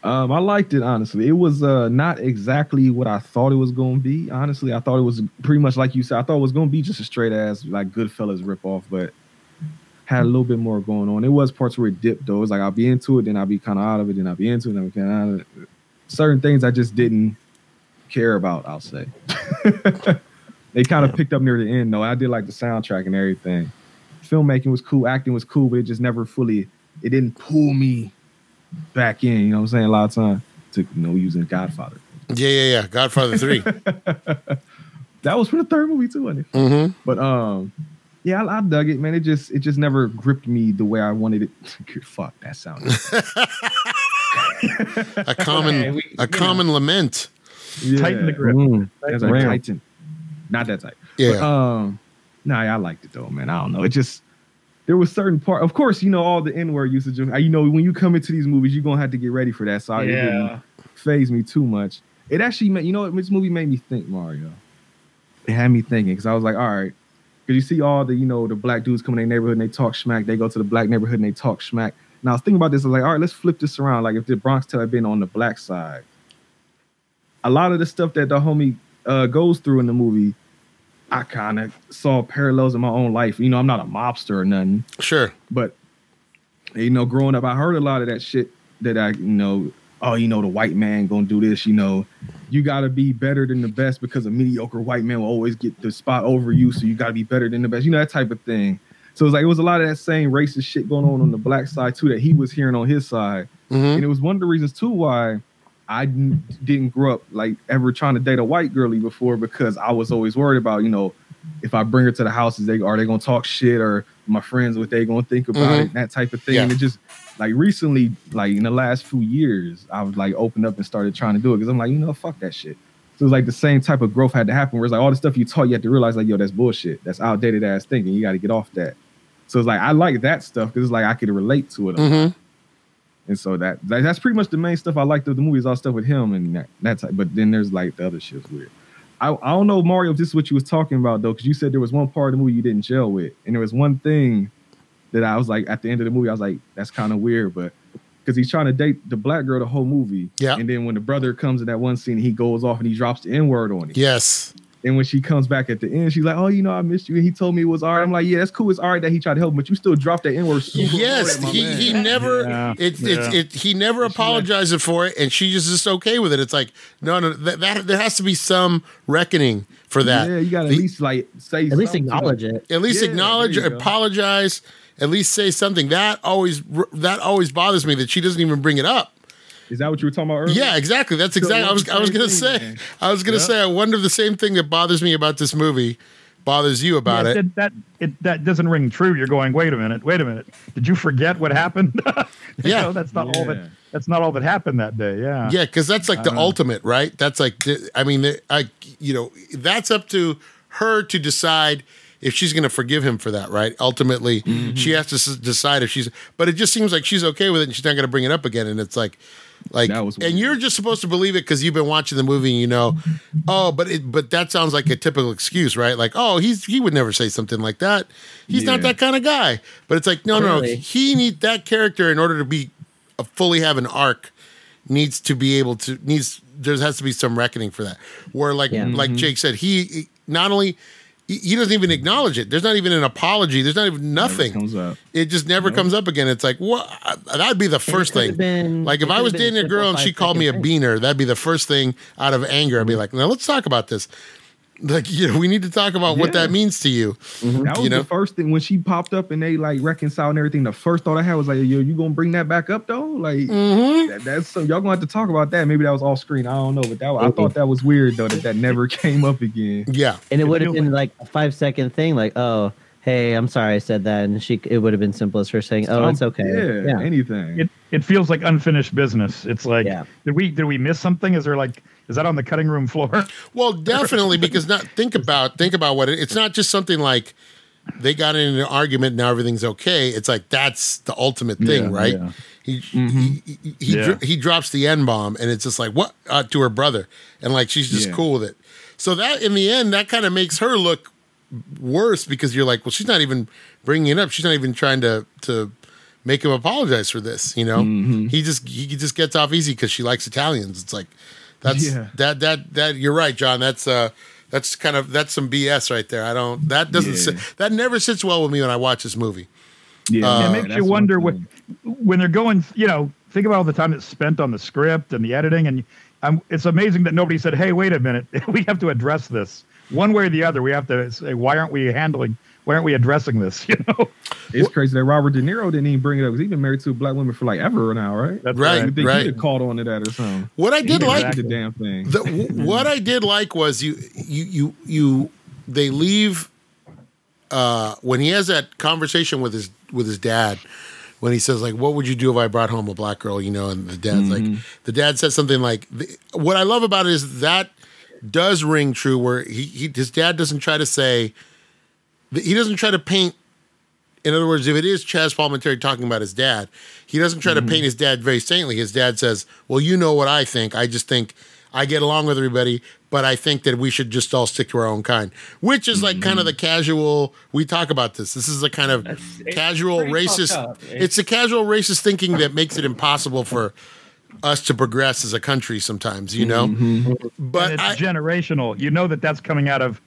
[SPEAKER 6] Um, I liked it honestly. It was uh, not exactly what I thought it was going to be. Honestly, I thought it was pretty much like you said. I thought it was going to be just a straight ass like Goodfellas ripoff, but had a little bit more going on. It was parts where it dipped though. It was like I'll be into it, then I'll be kind of out of it, then I'll be into it, then I'll be kind of out of it. Certain things I just didn't care about. I'll say they kind of picked up near the end though. I did like the soundtrack and everything. Filmmaking was cool, acting was cool, but it just never fully. It didn't pull me back in. You know what I'm saying? A lot of time took no using Godfather.
[SPEAKER 1] Yeah, yeah, yeah. Godfather three.
[SPEAKER 6] That was for the third movie too, wasn't it?
[SPEAKER 1] mm-hmm.
[SPEAKER 6] But um, yeah, I, I dug it, man. It just it just never gripped me the way I wanted it. Good, Fuck that sound.
[SPEAKER 1] A common,
[SPEAKER 8] Okay, we-
[SPEAKER 1] a
[SPEAKER 8] you
[SPEAKER 1] common lament.
[SPEAKER 6] yeah.
[SPEAKER 2] Tighten the grip.
[SPEAKER 3] Mm.
[SPEAKER 6] That's
[SPEAKER 3] Wow.
[SPEAKER 6] like Titan. Not that tight.
[SPEAKER 1] Yeah.
[SPEAKER 2] uh,
[SPEAKER 6] But, um, nah, I liked it though, man. I don't know. It just there was certain part. Of course, you know all the N word usage. Of, you know when you come into these movies, you're gonna have to get ready for that. So I- it didn't
[SPEAKER 8] Yeah.
[SPEAKER 6] phase me too much. It actually made you know what this movie made me think Mario. It had me thinking because I was like, all right, because you see all the you know the black dudes come in their neighborhood and they talk smack. They go to the black neighborhood and they talk smack. And I was thinking about this. I was like, all right, let's flip this around. Like if the Bronx Tale had been on the black side, a lot of the stuff that the homie uh, goes through in the movie, I kind of saw parallels in my own life. You know, I'm not a mobster or nothing,
[SPEAKER 1] sure.
[SPEAKER 6] but you know, growing up, I heard a lot of that shit that I, you know, oh, you know, the white man gonna do this. You know, you gotta be better than the best because a mediocre white man will always get the spot over you. So you gotta be better than the best. You know that type of thing. So it's like it was a lot of that same racist shit going on on the black side too that he was hearing on his side,
[SPEAKER 1] hmm
[SPEAKER 6] and it was one of the reasons too why. I n- didn't grow up like ever trying to date a white girlie before because I was always worried about, you know, if I bring her to the house, is they are they gonna talk shit or my friends what they gonna think about
[SPEAKER 1] Mhm.
[SPEAKER 6] it, that type of thing.
[SPEAKER 1] Yeah.
[SPEAKER 6] And it just like recently, like in the last few years, I was like opened up and started trying to do it because I'm like, you know, fuck that shit. So it's like the same type of growth had to happen where it's like all the stuff you taught, you had to realize like, yo, that's bullshit. That's outdated ass thinking. You gotta get off that. So it's like I like that stuff because it's like I could relate to it. a lot.
[SPEAKER 1] hmm
[SPEAKER 6] And so that, that- that's pretty much the main stuff I liked of the movies, all stuff with him and that, that type. But then there's like the other shit's weird. I, I don't know, Mario, if this is what you was talking about though, because you said there was one part of the movie you didn't gel with. And there was one thing that I was like at the end of the movie, I was like, that's kind of weird, but because he's trying to date the black girl the whole movie.
[SPEAKER 1] Yeah.
[SPEAKER 6] And then when the brother comes in that one scene, he goes off and he drops the N-word on him.
[SPEAKER 1] Yes.
[SPEAKER 6] And when she comes back at the end, she's like, "Oh, you know, I missed you." And he told me it was all right. I'm like, "Yeah, that's cool. It's all right that he tried to help, but you still dropped that N word."
[SPEAKER 1] Yes,
[SPEAKER 6] my
[SPEAKER 1] he,
[SPEAKER 6] man.
[SPEAKER 1] he never
[SPEAKER 2] Yeah,
[SPEAKER 1] it,
[SPEAKER 2] yeah.
[SPEAKER 1] it it he never apologizes for it, and she just is okay with it. It's like no, no, that, that there has to be some reckoning for that.
[SPEAKER 6] Yeah, you got to at
[SPEAKER 1] The-
[SPEAKER 6] least like say.
[SPEAKER 3] At least acknowledge it.
[SPEAKER 1] at least
[SPEAKER 6] Yeah,
[SPEAKER 1] acknowledge,
[SPEAKER 6] there you go.
[SPEAKER 1] apologize, at least say something. That always that always bothers me that she doesn't even bring it up.
[SPEAKER 6] Is that what you were talking about earlier?
[SPEAKER 1] Yeah, exactly. That's exactly. I was I was gonna say. I was gonna say. I wonder if the same thing that bothers me about this movie bothers you about
[SPEAKER 2] Yeah,
[SPEAKER 1] it.
[SPEAKER 2] That, that it that doesn't ring true. You're going, wait a minute, wait a minute. Did you forget what happened? You
[SPEAKER 1] Yeah.
[SPEAKER 2] know, that's not all
[SPEAKER 6] Yeah.
[SPEAKER 2] that. That's not all that happened that day. Yeah.
[SPEAKER 1] Yeah, because that's like the ultimate, right? That's like, the- I mean, the- I, you know, that's up to her to decide if she's going to forgive him for that, right? Ultimately,
[SPEAKER 6] Mm-hmm.
[SPEAKER 1] she has to s- decide if she's. But it just seems like she's okay with it, and she's not going to bring it up again. And it's like, like,
[SPEAKER 6] That was weird.
[SPEAKER 1] and you're just supposed to believe it because you've been watching the movie, and you know, oh, but it, but that sounds like a typical excuse, right? Like, oh, he's he would never say something like that. He's not
[SPEAKER 6] Yeah.
[SPEAKER 1] that kind of guy. But it's like, no, no, no,
[SPEAKER 3] Clearly.
[SPEAKER 1] he need that character in order to be a, fully have an arc needs to be able to needs there has to be some reckoning for that where like
[SPEAKER 3] Yeah. Mm-hmm.
[SPEAKER 1] like jake said he he- not only he- he doesn't even acknowledge it there's not even an apology there's not even
[SPEAKER 6] Never
[SPEAKER 1] nothing
[SPEAKER 6] comes up.
[SPEAKER 1] it just never comes up again it's like what that'd be the first thing
[SPEAKER 3] could've been-
[SPEAKER 1] like if
[SPEAKER 3] it
[SPEAKER 1] i
[SPEAKER 3] could've
[SPEAKER 1] was
[SPEAKER 3] been a
[SPEAKER 1] dating a
[SPEAKER 3] simple
[SPEAKER 1] girl and she called me a
[SPEAKER 3] five-second
[SPEAKER 1] beaner that'd be the first thing out of anger
[SPEAKER 3] Mm-hmm.
[SPEAKER 1] i'd be like now let's talk about this like you know we need to talk about what
[SPEAKER 6] Yeah.
[SPEAKER 1] that means to you
[SPEAKER 6] That was
[SPEAKER 1] You know?
[SPEAKER 6] the first thing when she popped up and they like reconciled and everything. The first thought I had was like, "Yo, you gonna bring that back up though?" Like
[SPEAKER 1] Mm-hmm.
[SPEAKER 6] that, that's so y'all gonna have to talk about that. Maybe that was off screen. I don't know, but that was, I
[SPEAKER 1] Mm-hmm.
[SPEAKER 3] Mhm.
[SPEAKER 6] thought that was weird though that that never came up again.
[SPEAKER 1] yeah
[SPEAKER 3] And it would have
[SPEAKER 2] do
[SPEAKER 3] been like a five second thing, like, oh, hey, I'm sorry I said that. And she, it would have been simple as her saying, oh,
[SPEAKER 6] Um,
[SPEAKER 3] it's okay.
[SPEAKER 6] Yeah,
[SPEAKER 3] Yeah.
[SPEAKER 6] anything.
[SPEAKER 2] It it feels like unfinished business. It's like,
[SPEAKER 3] Yeah.
[SPEAKER 2] did we did we miss something? Is there like is that on the cutting room floor?
[SPEAKER 1] Well, definitely because not think about think about what it, it's not just something like they got in an argument now everything's okay. It's like that's the ultimate thing,
[SPEAKER 2] Yeah,
[SPEAKER 1] right?
[SPEAKER 2] yeah.
[SPEAKER 1] He he he, he,
[SPEAKER 2] Yeah.
[SPEAKER 1] dro- he drops the n bomb and it's just like what uh, to her brother and like she's just
[SPEAKER 6] Yeah.
[SPEAKER 1] cool with it. So that in the end that kind of makes her look worse because you're like, well, she's not even bringing it up. She's not even trying to to make him apologize for this. You know,
[SPEAKER 2] Mm-hmm.
[SPEAKER 1] he just he just gets off easy because she likes Italians. It's like that's
[SPEAKER 6] Yeah.
[SPEAKER 1] that that that you're right, John. That's uh that's kind of that's some BS right there. I don't that doesn't
[SPEAKER 6] Yeah.
[SPEAKER 1] sit, that never sits well with me when I watch this movie. Uh,
[SPEAKER 6] Yeah,
[SPEAKER 2] it
[SPEAKER 1] Yeah,
[SPEAKER 2] makes
[SPEAKER 6] that's
[SPEAKER 2] you
[SPEAKER 6] what I'm
[SPEAKER 2] wonder what
[SPEAKER 6] saying.
[SPEAKER 2] when they're going. You know, think about all the time that's spent on the script and the editing, and I'm, it's amazing that nobody said, "Hey, wait a minute, we have to address this one way or the other. We have to say, why aren't we handling? Why aren't we addressing this? You know,
[SPEAKER 6] It's crazy that Robert De Niro didn't even bring it up because he's been married to a black woman for like ever now, right?
[SPEAKER 2] That's
[SPEAKER 1] Right.
[SPEAKER 6] You
[SPEAKER 2] right.
[SPEAKER 6] think he'd have caught on to that or something?
[SPEAKER 1] What I did
[SPEAKER 2] Yeah,
[SPEAKER 1] like
[SPEAKER 2] exactly.
[SPEAKER 6] the damn thing.
[SPEAKER 1] the, w- what I did like was you you you you they leave uh when he has that conversation with his with his dad when he says like what would you do if I brought home a black girl you know and the dad's
[SPEAKER 6] Mm-hmm.
[SPEAKER 1] like the dad says something like th- what I love about it is that does ring true where he, he his dad doesn't try to say he doesn't try to paint in other words, if it is Chaz Palminteri talking about his dad, he doesn't try
[SPEAKER 8] Mm-hmm.
[SPEAKER 1] to paint his dad very saintly. His dad says, "Well, you know what I think. I just think I get along with everybody, but I think that we should just all stick to our own kind." Which is like kind of the casual. We talk about this. This is the kind of
[SPEAKER 8] Mm-hmm. it's
[SPEAKER 1] casual
[SPEAKER 8] pretty fucked
[SPEAKER 1] racist.
[SPEAKER 8] up.
[SPEAKER 1] It's, the casual racist thinking that makes it impossible for us to progress as a country. Sometimes, you know,
[SPEAKER 8] Mm-hmm.
[SPEAKER 2] And
[SPEAKER 1] but
[SPEAKER 2] it's
[SPEAKER 1] I,
[SPEAKER 2] generational. You know that that's coming out of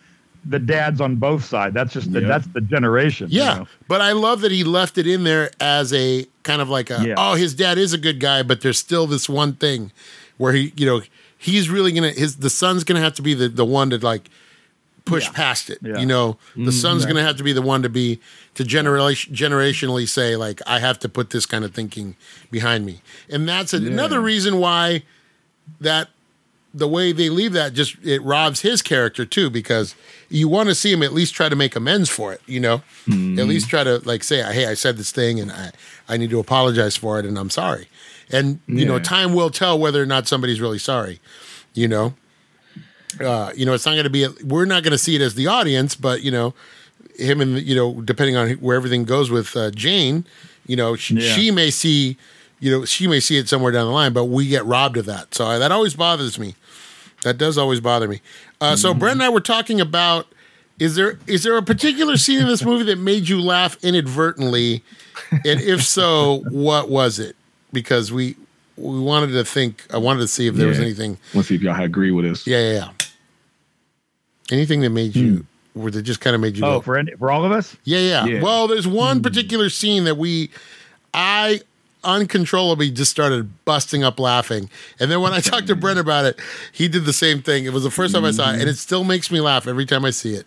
[SPEAKER 2] the dads on both sides. That's just the,
[SPEAKER 6] Yeah.
[SPEAKER 2] that's the generation. you
[SPEAKER 1] Yeah,
[SPEAKER 2] know?
[SPEAKER 1] but I love that he left it in there as a kind of like a
[SPEAKER 2] Yeah.
[SPEAKER 1] oh his dad is a good guy, but there's still this one thing where he you know he's really gonna his the son's gonna have to be the the one to like push past it.
[SPEAKER 2] Yeah. Mm-hmm.
[SPEAKER 1] You know, the son's gonna have to be the one to be to generation generationally say like I have to put this kind of thinking behind me, and that's another reason why that the way they leave that just it robs his character too because you want to see him at least try to make amends for it. You know, at least try to like say, hey, I said this thing and I I need to apologize for it and I'm sorry. And you know,
[SPEAKER 6] Yeah.
[SPEAKER 1] time will tell whether or not somebody's really sorry. You know, uh, you know, it's not going to be. We're not going to see it as the audience, but you know, him and you know, depending on where everything goes with uh, Jane, you know, she,
[SPEAKER 6] Yeah.
[SPEAKER 1] she may see, you know, she may see it somewhere down the line, but we get robbed of that. So I, that always bothers me. That does always bother me. Uh, So
[SPEAKER 6] Mm-hmm.
[SPEAKER 1] Brett and I were talking about is there is there a particular scene in this movie that made you laugh inadvertently, and if so, what was it? Because we we wanted to think. I wanted to see if there was
[SPEAKER 6] Yeah.
[SPEAKER 1] anything.
[SPEAKER 6] Let's see if y'all agree with us.
[SPEAKER 1] Yeah, yeah, yeah. Anything that made you, where that just kind of made you.
[SPEAKER 2] Hmm. Oh, Hmm.
[SPEAKER 1] go,
[SPEAKER 2] for any, for all of us?
[SPEAKER 1] yeah, yeah,
[SPEAKER 6] Yeah.
[SPEAKER 1] Well, there's one particular scene that we, I uncontrollably just started busting up laughing. And then when I talked to
[SPEAKER 2] Hmm.
[SPEAKER 1] Brent about it, he did the same thing. It was the first time I saw it, and it still makes me laugh every time I see it.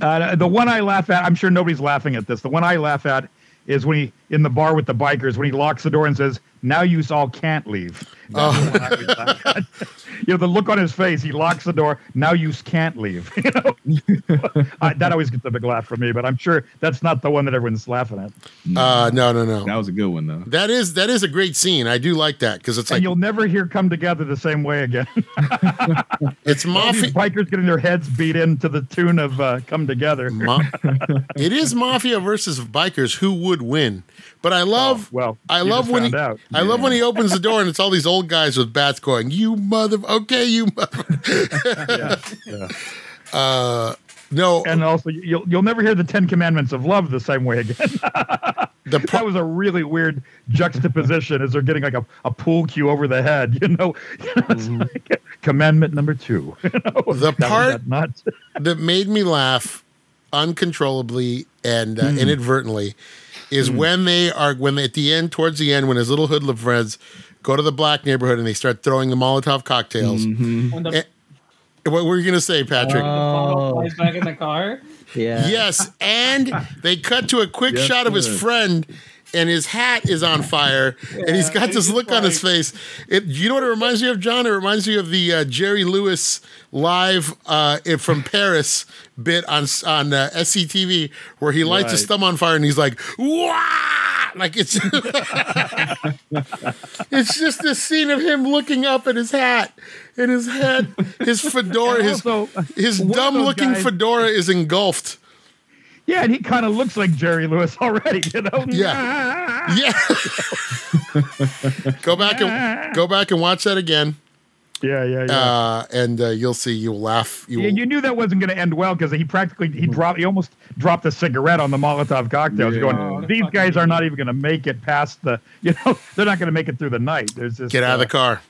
[SPEAKER 2] Uh, the one I laugh at, I'm sure nobody's laughing at this. The one I laugh at is when he in the bar with the bikers when he locks the door and says, "Now you all can't leave."
[SPEAKER 1] Oh.
[SPEAKER 2] That's the one I always laugh at. you know the look on his face. He locks the door. Now you can't leave. You know? I, that always gets a big laugh from me. But I'm sure that's not the one that everyone's laughing at.
[SPEAKER 1] Uh, no, no, no.
[SPEAKER 6] That was a good one though.
[SPEAKER 1] That is that is a great scene. I do like that because it's
[SPEAKER 2] and
[SPEAKER 1] like
[SPEAKER 2] you'll never hear "Come Together" the same way again.
[SPEAKER 1] it's
[SPEAKER 2] These
[SPEAKER 1] mafia.
[SPEAKER 2] bikers getting their heads beat in to the tune of uh, "Come Together."
[SPEAKER 1] Ma- it is mafia versus bikers. Who would win? But I love.
[SPEAKER 2] well,
[SPEAKER 1] I
[SPEAKER 2] you
[SPEAKER 1] love
[SPEAKER 2] just
[SPEAKER 1] when he,
[SPEAKER 2] found out.
[SPEAKER 1] I love when he opens the door and it's all these old guys with bats going. You mother. Okay, you mother. Uh,
[SPEAKER 2] Yeah, yeah.
[SPEAKER 1] No,
[SPEAKER 2] And also, you'll you'll never hear the Ten Commandments of Love the same way again.
[SPEAKER 1] the pro-
[SPEAKER 2] that was a really weird juxtaposition as they're getting like a, a pool cue over the head, you know. It's like, commandment number two. You know?
[SPEAKER 1] Mm-hmm. The
[SPEAKER 2] That was
[SPEAKER 1] part-
[SPEAKER 2] that not
[SPEAKER 1] that made me laugh uncontrollably and
[SPEAKER 2] Hmm.
[SPEAKER 1] uh, inadvertently is when they are when they, at the end towards the end when his little hoodlum friends go to the black neighborhood and they start throwing the Molotov cocktails.
[SPEAKER 2] Hmm.
[SPEAKER 8] When the,
[SPEAKER 1] Eh, What were you gonna say, Patrick?
[SPEAKER 2] Uh,
[SPEAKER 8] the bottle
[SPEAKER 3] Oh.
[SPEAKER 8] flies back in the car.
[SPEAKER 3] Yeah.
[SPEAKER 1] Yes, and they cut to a quick
[SPEAKER 6] Yes,
[SPEAKER 1] shot of his
[SPEAKER 6] sir.
[SPEAKER 1] friend, and his hat is on fire, and he's got
[SPEAKER 8] Yeah,
[SPEAKER 1] this
[SPEAKER 8] he's
[SPEAKER 1] look on his face. It, you know what it reminds me of, John? It reminds me of the uh, Jerry Lewis live uh, it, from Paris bit on s- on uh, SCTV, where he lights his
[SPEAKER 6] Right.
[SPEAKER 1] thumb on fire and he's like, "Wah!" Like it's it's just this scene of him looking up at his hat, and his head, his fedora, his
[SPEAKER 2] also,
[SPEAKER 1] his
[SPEAKER 2] one of those
[SPEAKER 1] dumb looking
[SPEAKER 2] guys-
[SPEAKER 1] fedora is engulfed.
[SPEAKER 2] Yeah, and he kind of looks like Jerry Lewis already, you know.
[SPEAKER 1] Yeah. Yeah. go back and go back and watch that again,
[SPEAKER 2] Yeah, yeah, yeah.
[SPEAKER 1] uh, and uh, you'll see. You'll laugh. You
[SPEAKER 2] yeah,
[SPEAKER 1] will. Mm-hmm.
[SPEAKER 2] you knew that wasn't going to end well because he practically he dropped he almost dropped a cigarette on the Molotov cocktails,
[SPEAKER 6] Yeah.
[SPEAKER 2] going, "These guys are not even going to make it past the, you know, they're not going to make it through the night." There's uh, this
[SPEAKER 1] get out of the car.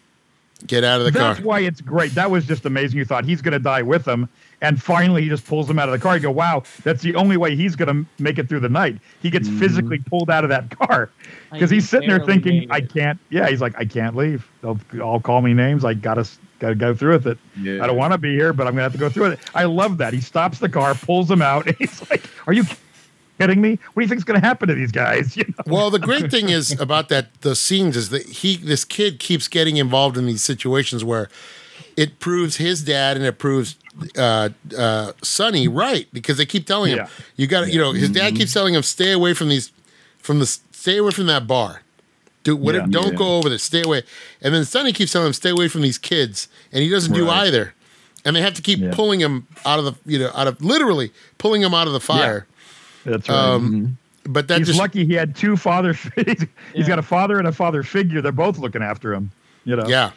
[SPEAKER 1] Get out of the car.
[SPEAKER 2] That's why it's great. That was just amazing. You thought he's going to die with them, and finally he just pulls him out of the car. You go, wow, that's the only way he's going to make it through the night. He gets
[SPEAKER 1] Mm-hmm.
[SPEAKER 2] physically pulled out of that car because
[SPEAKER 8] I
[SPEAKER 2] he's sitting there
[SPEAKER 8] barely
[SPEAKER 2] thinking,
[SPEAKER 8] made
[SPEAKER 2] I
[SPEAKER 8] it.
[SPEAKER 2] can't. Yeah, he's like, I can't leave. They'll all call me names. I gotta gotta go through with it.
[SPEAKER 6] Yeah.
[SPEAKER 2] I don't want to be here, but I'm gonna have to go through with it. I love that. He stops the car, pulls him out, and he's like, Are you kidding me? What do you think's going to happen to these guys? You know?
[SPEAKER 1] well, the great thing is about that the scenes is that he this kid keeps getting involved in these situations where it proves his dad and it proves uh, uh, Sonny right because they keep telling him
[SPEAKER 2] Yeah.
[SPEAKER 1] you got to you know his
[SPEAKER 6] Mm-hmm.
[SPEAKER 1] dad keeps telling him stay away from these from the stay away from that bar. Do what
[SPEAKER 6] Yeah.
[SPEAKER 1] don't
[SPEAKER 6] Yeah.
[SPEAKER 1] go over there. Stay away. And then Sonny keeps telling him stay away from these kids, and he doesn't do
[SPEAKER 6] Right.
[SPEAKER 1] either. And they have to keep
[SPEAKER 6] Yeah.
[SPEAKER 1] pulling him out of the you know out of literally pulling him out of the fire.
[SPEAKER 2] That's right.
[SPEAKER 1] Um,
[SPEAKER 6] Mm-hmm.
[SPEAKER 1] But that
[SPEAKER 2] he's
[SPEAKER 1] just
[SPEAKER 2] lucky he had two father. he's
[SPEAKER 8] Yeah.
[SPEAKER 2] got a father and a father figure. They're both looking after him. You know.
[SPEAKER 1] Yeah,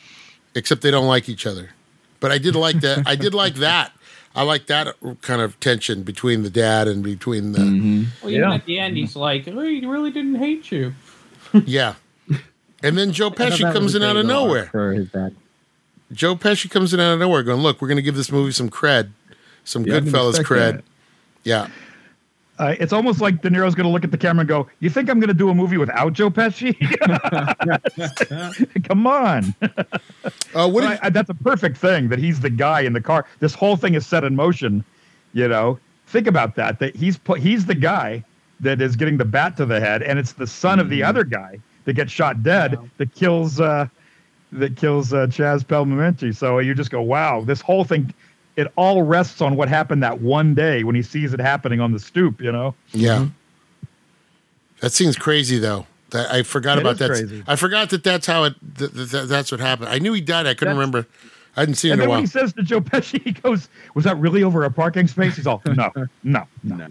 [SPEAKER 1] except they don't like each other. But I did like that. I did like that. I like that kind of tension between the dad and between the
[SPEAKER 8] Well, even
[SPEAKER 2] Yeah.
[SPEAKER 8] at the end, he's like, "Oh, he really didn't hate you."
[SPEAKER 1] yeah. And then Joe
[SPEAKER 3] I thought
[SPEAKER 1] Pesci
[SPEAKER 3] that
[SPEAKER 1] comes
[SPEAKER 3] was a
[SPEAKER 1] in out
[SPEAKER 3] great
[SPEAKER 1] of
[SPEAKER 3] little arc
[SPEAKER 1] nowhere.
[SPEAKER 3] For his dad.
[SPEAKER 1] Joe Pesci comes in out of nowhere, going, "Look, we're going to give this movie some cred, some
[SPEAKER 6] Yeah, I didn't
[SPEAKER 1] Goodfellas
[SPEAKER 6] expect
[SPEAKER 1] cred."
[SPEAKER 6] that.
[SPEAKER 1] Yeah,
[SPEAKER 2] Uh, it's almost like De Niro's going to look at the camera and go, "You think I'm going to do a movie without Joe Pesci? Come on!"
[SPEAKER 1] uh, what
[SPEAKER 2] But
[SPEAKER 1] did,
[SPEAKER 2] I, I, that's a perfect thing that he's the guy in the car. This whole thing is set in motion. You know, think about that. That he's pu- he's the guy that is getting the
[SPEAKER 1] Mm-hmm.
[SPEAKER 2] bat to the head, and it's the son of the other guy that gets shot dead that kills. Uh, that kills uh, Chaz Palminteri. So you just go, wow, this whole thing, it all rests on what happened that one day when he sees it happening on the stoop, you know?
[SPEAKER 1] Yeah. That seems crazy though. That I forgot
[SPEAKER 2] It
[SPEAKER 1] about
[SPEAKER 2] is
[SPEAKER 1] that.
[SPEAKER 2] crazy.
[SPEAKER 1] I forgot that that's how it. Th- th- th- that's what happened. I knew he died. I couldn't
[SPEAKER 2] That's-
[SPEAKER 1] remember. I didn't see it
[SPEAKER 2] and
[SPEAKER 1] in a
[SPEAKER 2] then when
[SPEAKER 1] while.
[SPEAKER 2] he says to Joe Pesci, he goes, was that really over a parking space? He's all, no, no, no.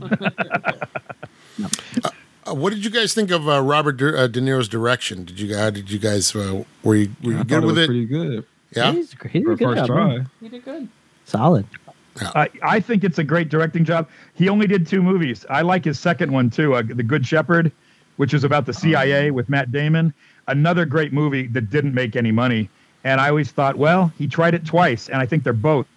[SPEAKER 1] Uh, what did you guys think of uh, Robert De-, uh, De Niro's direction? Did you how did you guys uh, were you were you
[SPEAKER 6] I
[SPEAKER 1] good
[SPEAKER 6] thought
[SPEAKER 1] with
[SPEAKER 6] was
[SPEAKER 1] it?
[SPEAKER 6] Pretty good.
[SPEAKER 1] yeah.
[SPEAKER 3] He's, he's
[SPEAKER 6] for
[SPEAKER 3] a
[SPEAKER 6] a
[SPEAKER 3] good
[SPEAKER 6] first
[SPEAKER 3] job.
[SPEAKER 6] try.
[SPEAKER 3] man.
[SPEAKER 8] You did good.
[SPEAKER 3] Solid.
[SPEAKER 2] I, I think it's a great directing job. He only did two movies. I like his second one too, uh, The Good Shepherd, which is about the CIA with Matt Damon. Another great movie that didn't make any money. And I always thought, well, he tried it twice, and I think they're both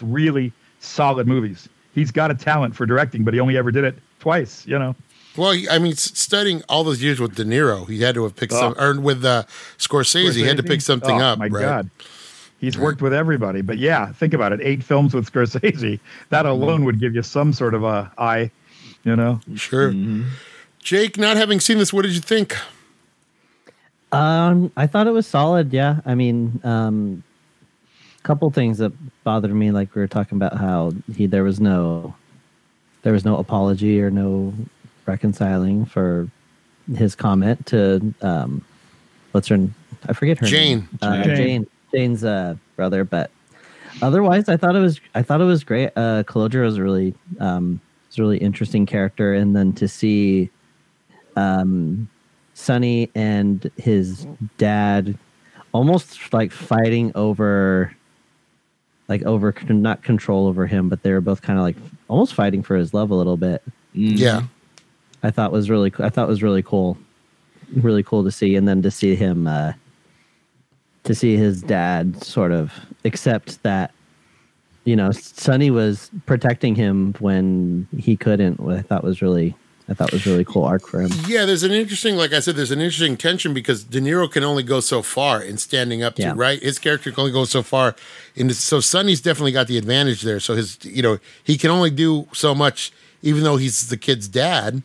[SPEAKER 2] really solid movies. He's got a talent for directing, but he only ever did it twice. You know,
[SPEAKER 1] Well, he- I mean, s- studying all those years with De Niro, he had to have picked some, or with uh, Scorsese, he had to pick something
[SPEAKER 2] oh,
[SPEAKER 1] up.
[SPEAKER 2] My
[SPEAKER 1] right?
[SPEAKER 2] God, he's worked with everybody. But yeah, think about it: eight films with Scorsese. That alone
[SPEAKER 1] Mm.
[SPEAKER 2] would give you some sort of a eye. You know,
[SPEAKER 1] Sure. Jake, not having seen this, what did you think?
[SPEAKER 3] Um, I thought it was solid. Yeah, I mean, um, couple things that bothered me, like we were talking about how he there was no, there was no apology or no reconciling for his comment to um, what's her? I forget her
[SPEAKER 1] Jane.
[SPEAKER 3] name. Uh,
[SPEAKER 2] Jane.
[SPEAKER 3] Jane. Jane's uh, brother, but otherwise, I thought it was I thought it was great. Uh, Calodra was really um, was a really interesting character, and then to see um, Sonny and his dad almost like fighting over like over not control over him but they were both kind of like almost fighting for his love a little bit
[SPEAKER 6] Mm-hmm.
[SPEAKER 1] Yeah.
[SPEAKER 3] i thought was really co- i thought was really cool really cool to see and then to see him uh to see his dad sort of accept that you know sonny was protecting him when he couldn't what i thought was really i thought was really cool arc for him
[SPEAKER 1] Yeah, there's an interesting, like I said, there's an interesting tension because De Niro can only go so far in standing up
[SPEAKER 3] Yeah.
[SPEAKER 1] to right. His character can only go so far, and it's- so Sonny's definitely got the advantage there. So his, you know, he can only do so much, even though he's the kid's dad.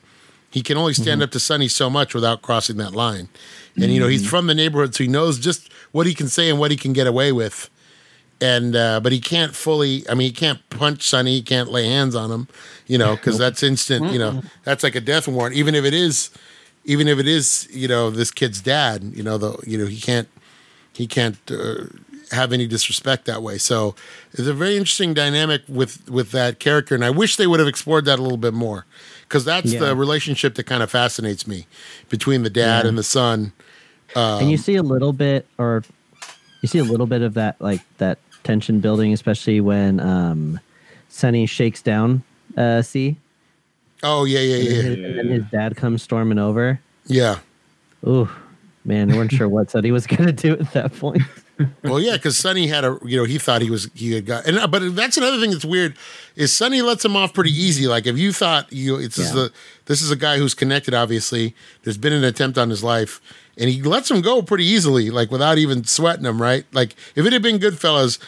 [SPEAKER 1] He can only stand up to Sonny so much without crossing that line. And you know, he's from the neighborhood, so he knows just what he can say and what he can get away with. And uh, but he can't fully. I mean, he can't punch Sonny. He can't lay hands on him. You know, because that's instant. You know, that's like a death warrant. Even if it is, even if it is, you know, this kid's dad. You know, the you know he can't he can't uh, have any disrespect that way. So it's a very interesting dynamic with with that character, and I wish they would have explored that a little bit more because that's
[SPEAKER 3] Yeah.
[SPEAKER 1] the relationship that kind of fascinates me between the dad and the son.
[SPEAKER 3] and you see a little bit or you see a little bit of that like that tension building especially when um sunny shakes down uh c
[SPEAKER 1] Oh yeah, yeah,
[SPEAKER 3] and,
[SPEAKER 1] yeah,
[SPEAKER 3] then
[SPEAKER 1] yeah.
[SPEAKER 3] his, and then his dad comes storming over
[SPEAKER 1] yeah.
[SPEAKER 3] ooh man we weren't sure what Sonny was gonna do at that point
[SPEAKER 1] Well, yeah, because Sonny had a you know he thought he was he had got and uh, but that's another thing that's weird is Sonny lets him off pretty easy. Like if you thought you it's this is
[SPEAKER 3] Yeah.
[SPEAKER 1] the this is a guy who's connected, obviously there's been an attempt on his life, and he lets him go pretty easily, like without even sweating him. Right? Like if it had been Goodfellas,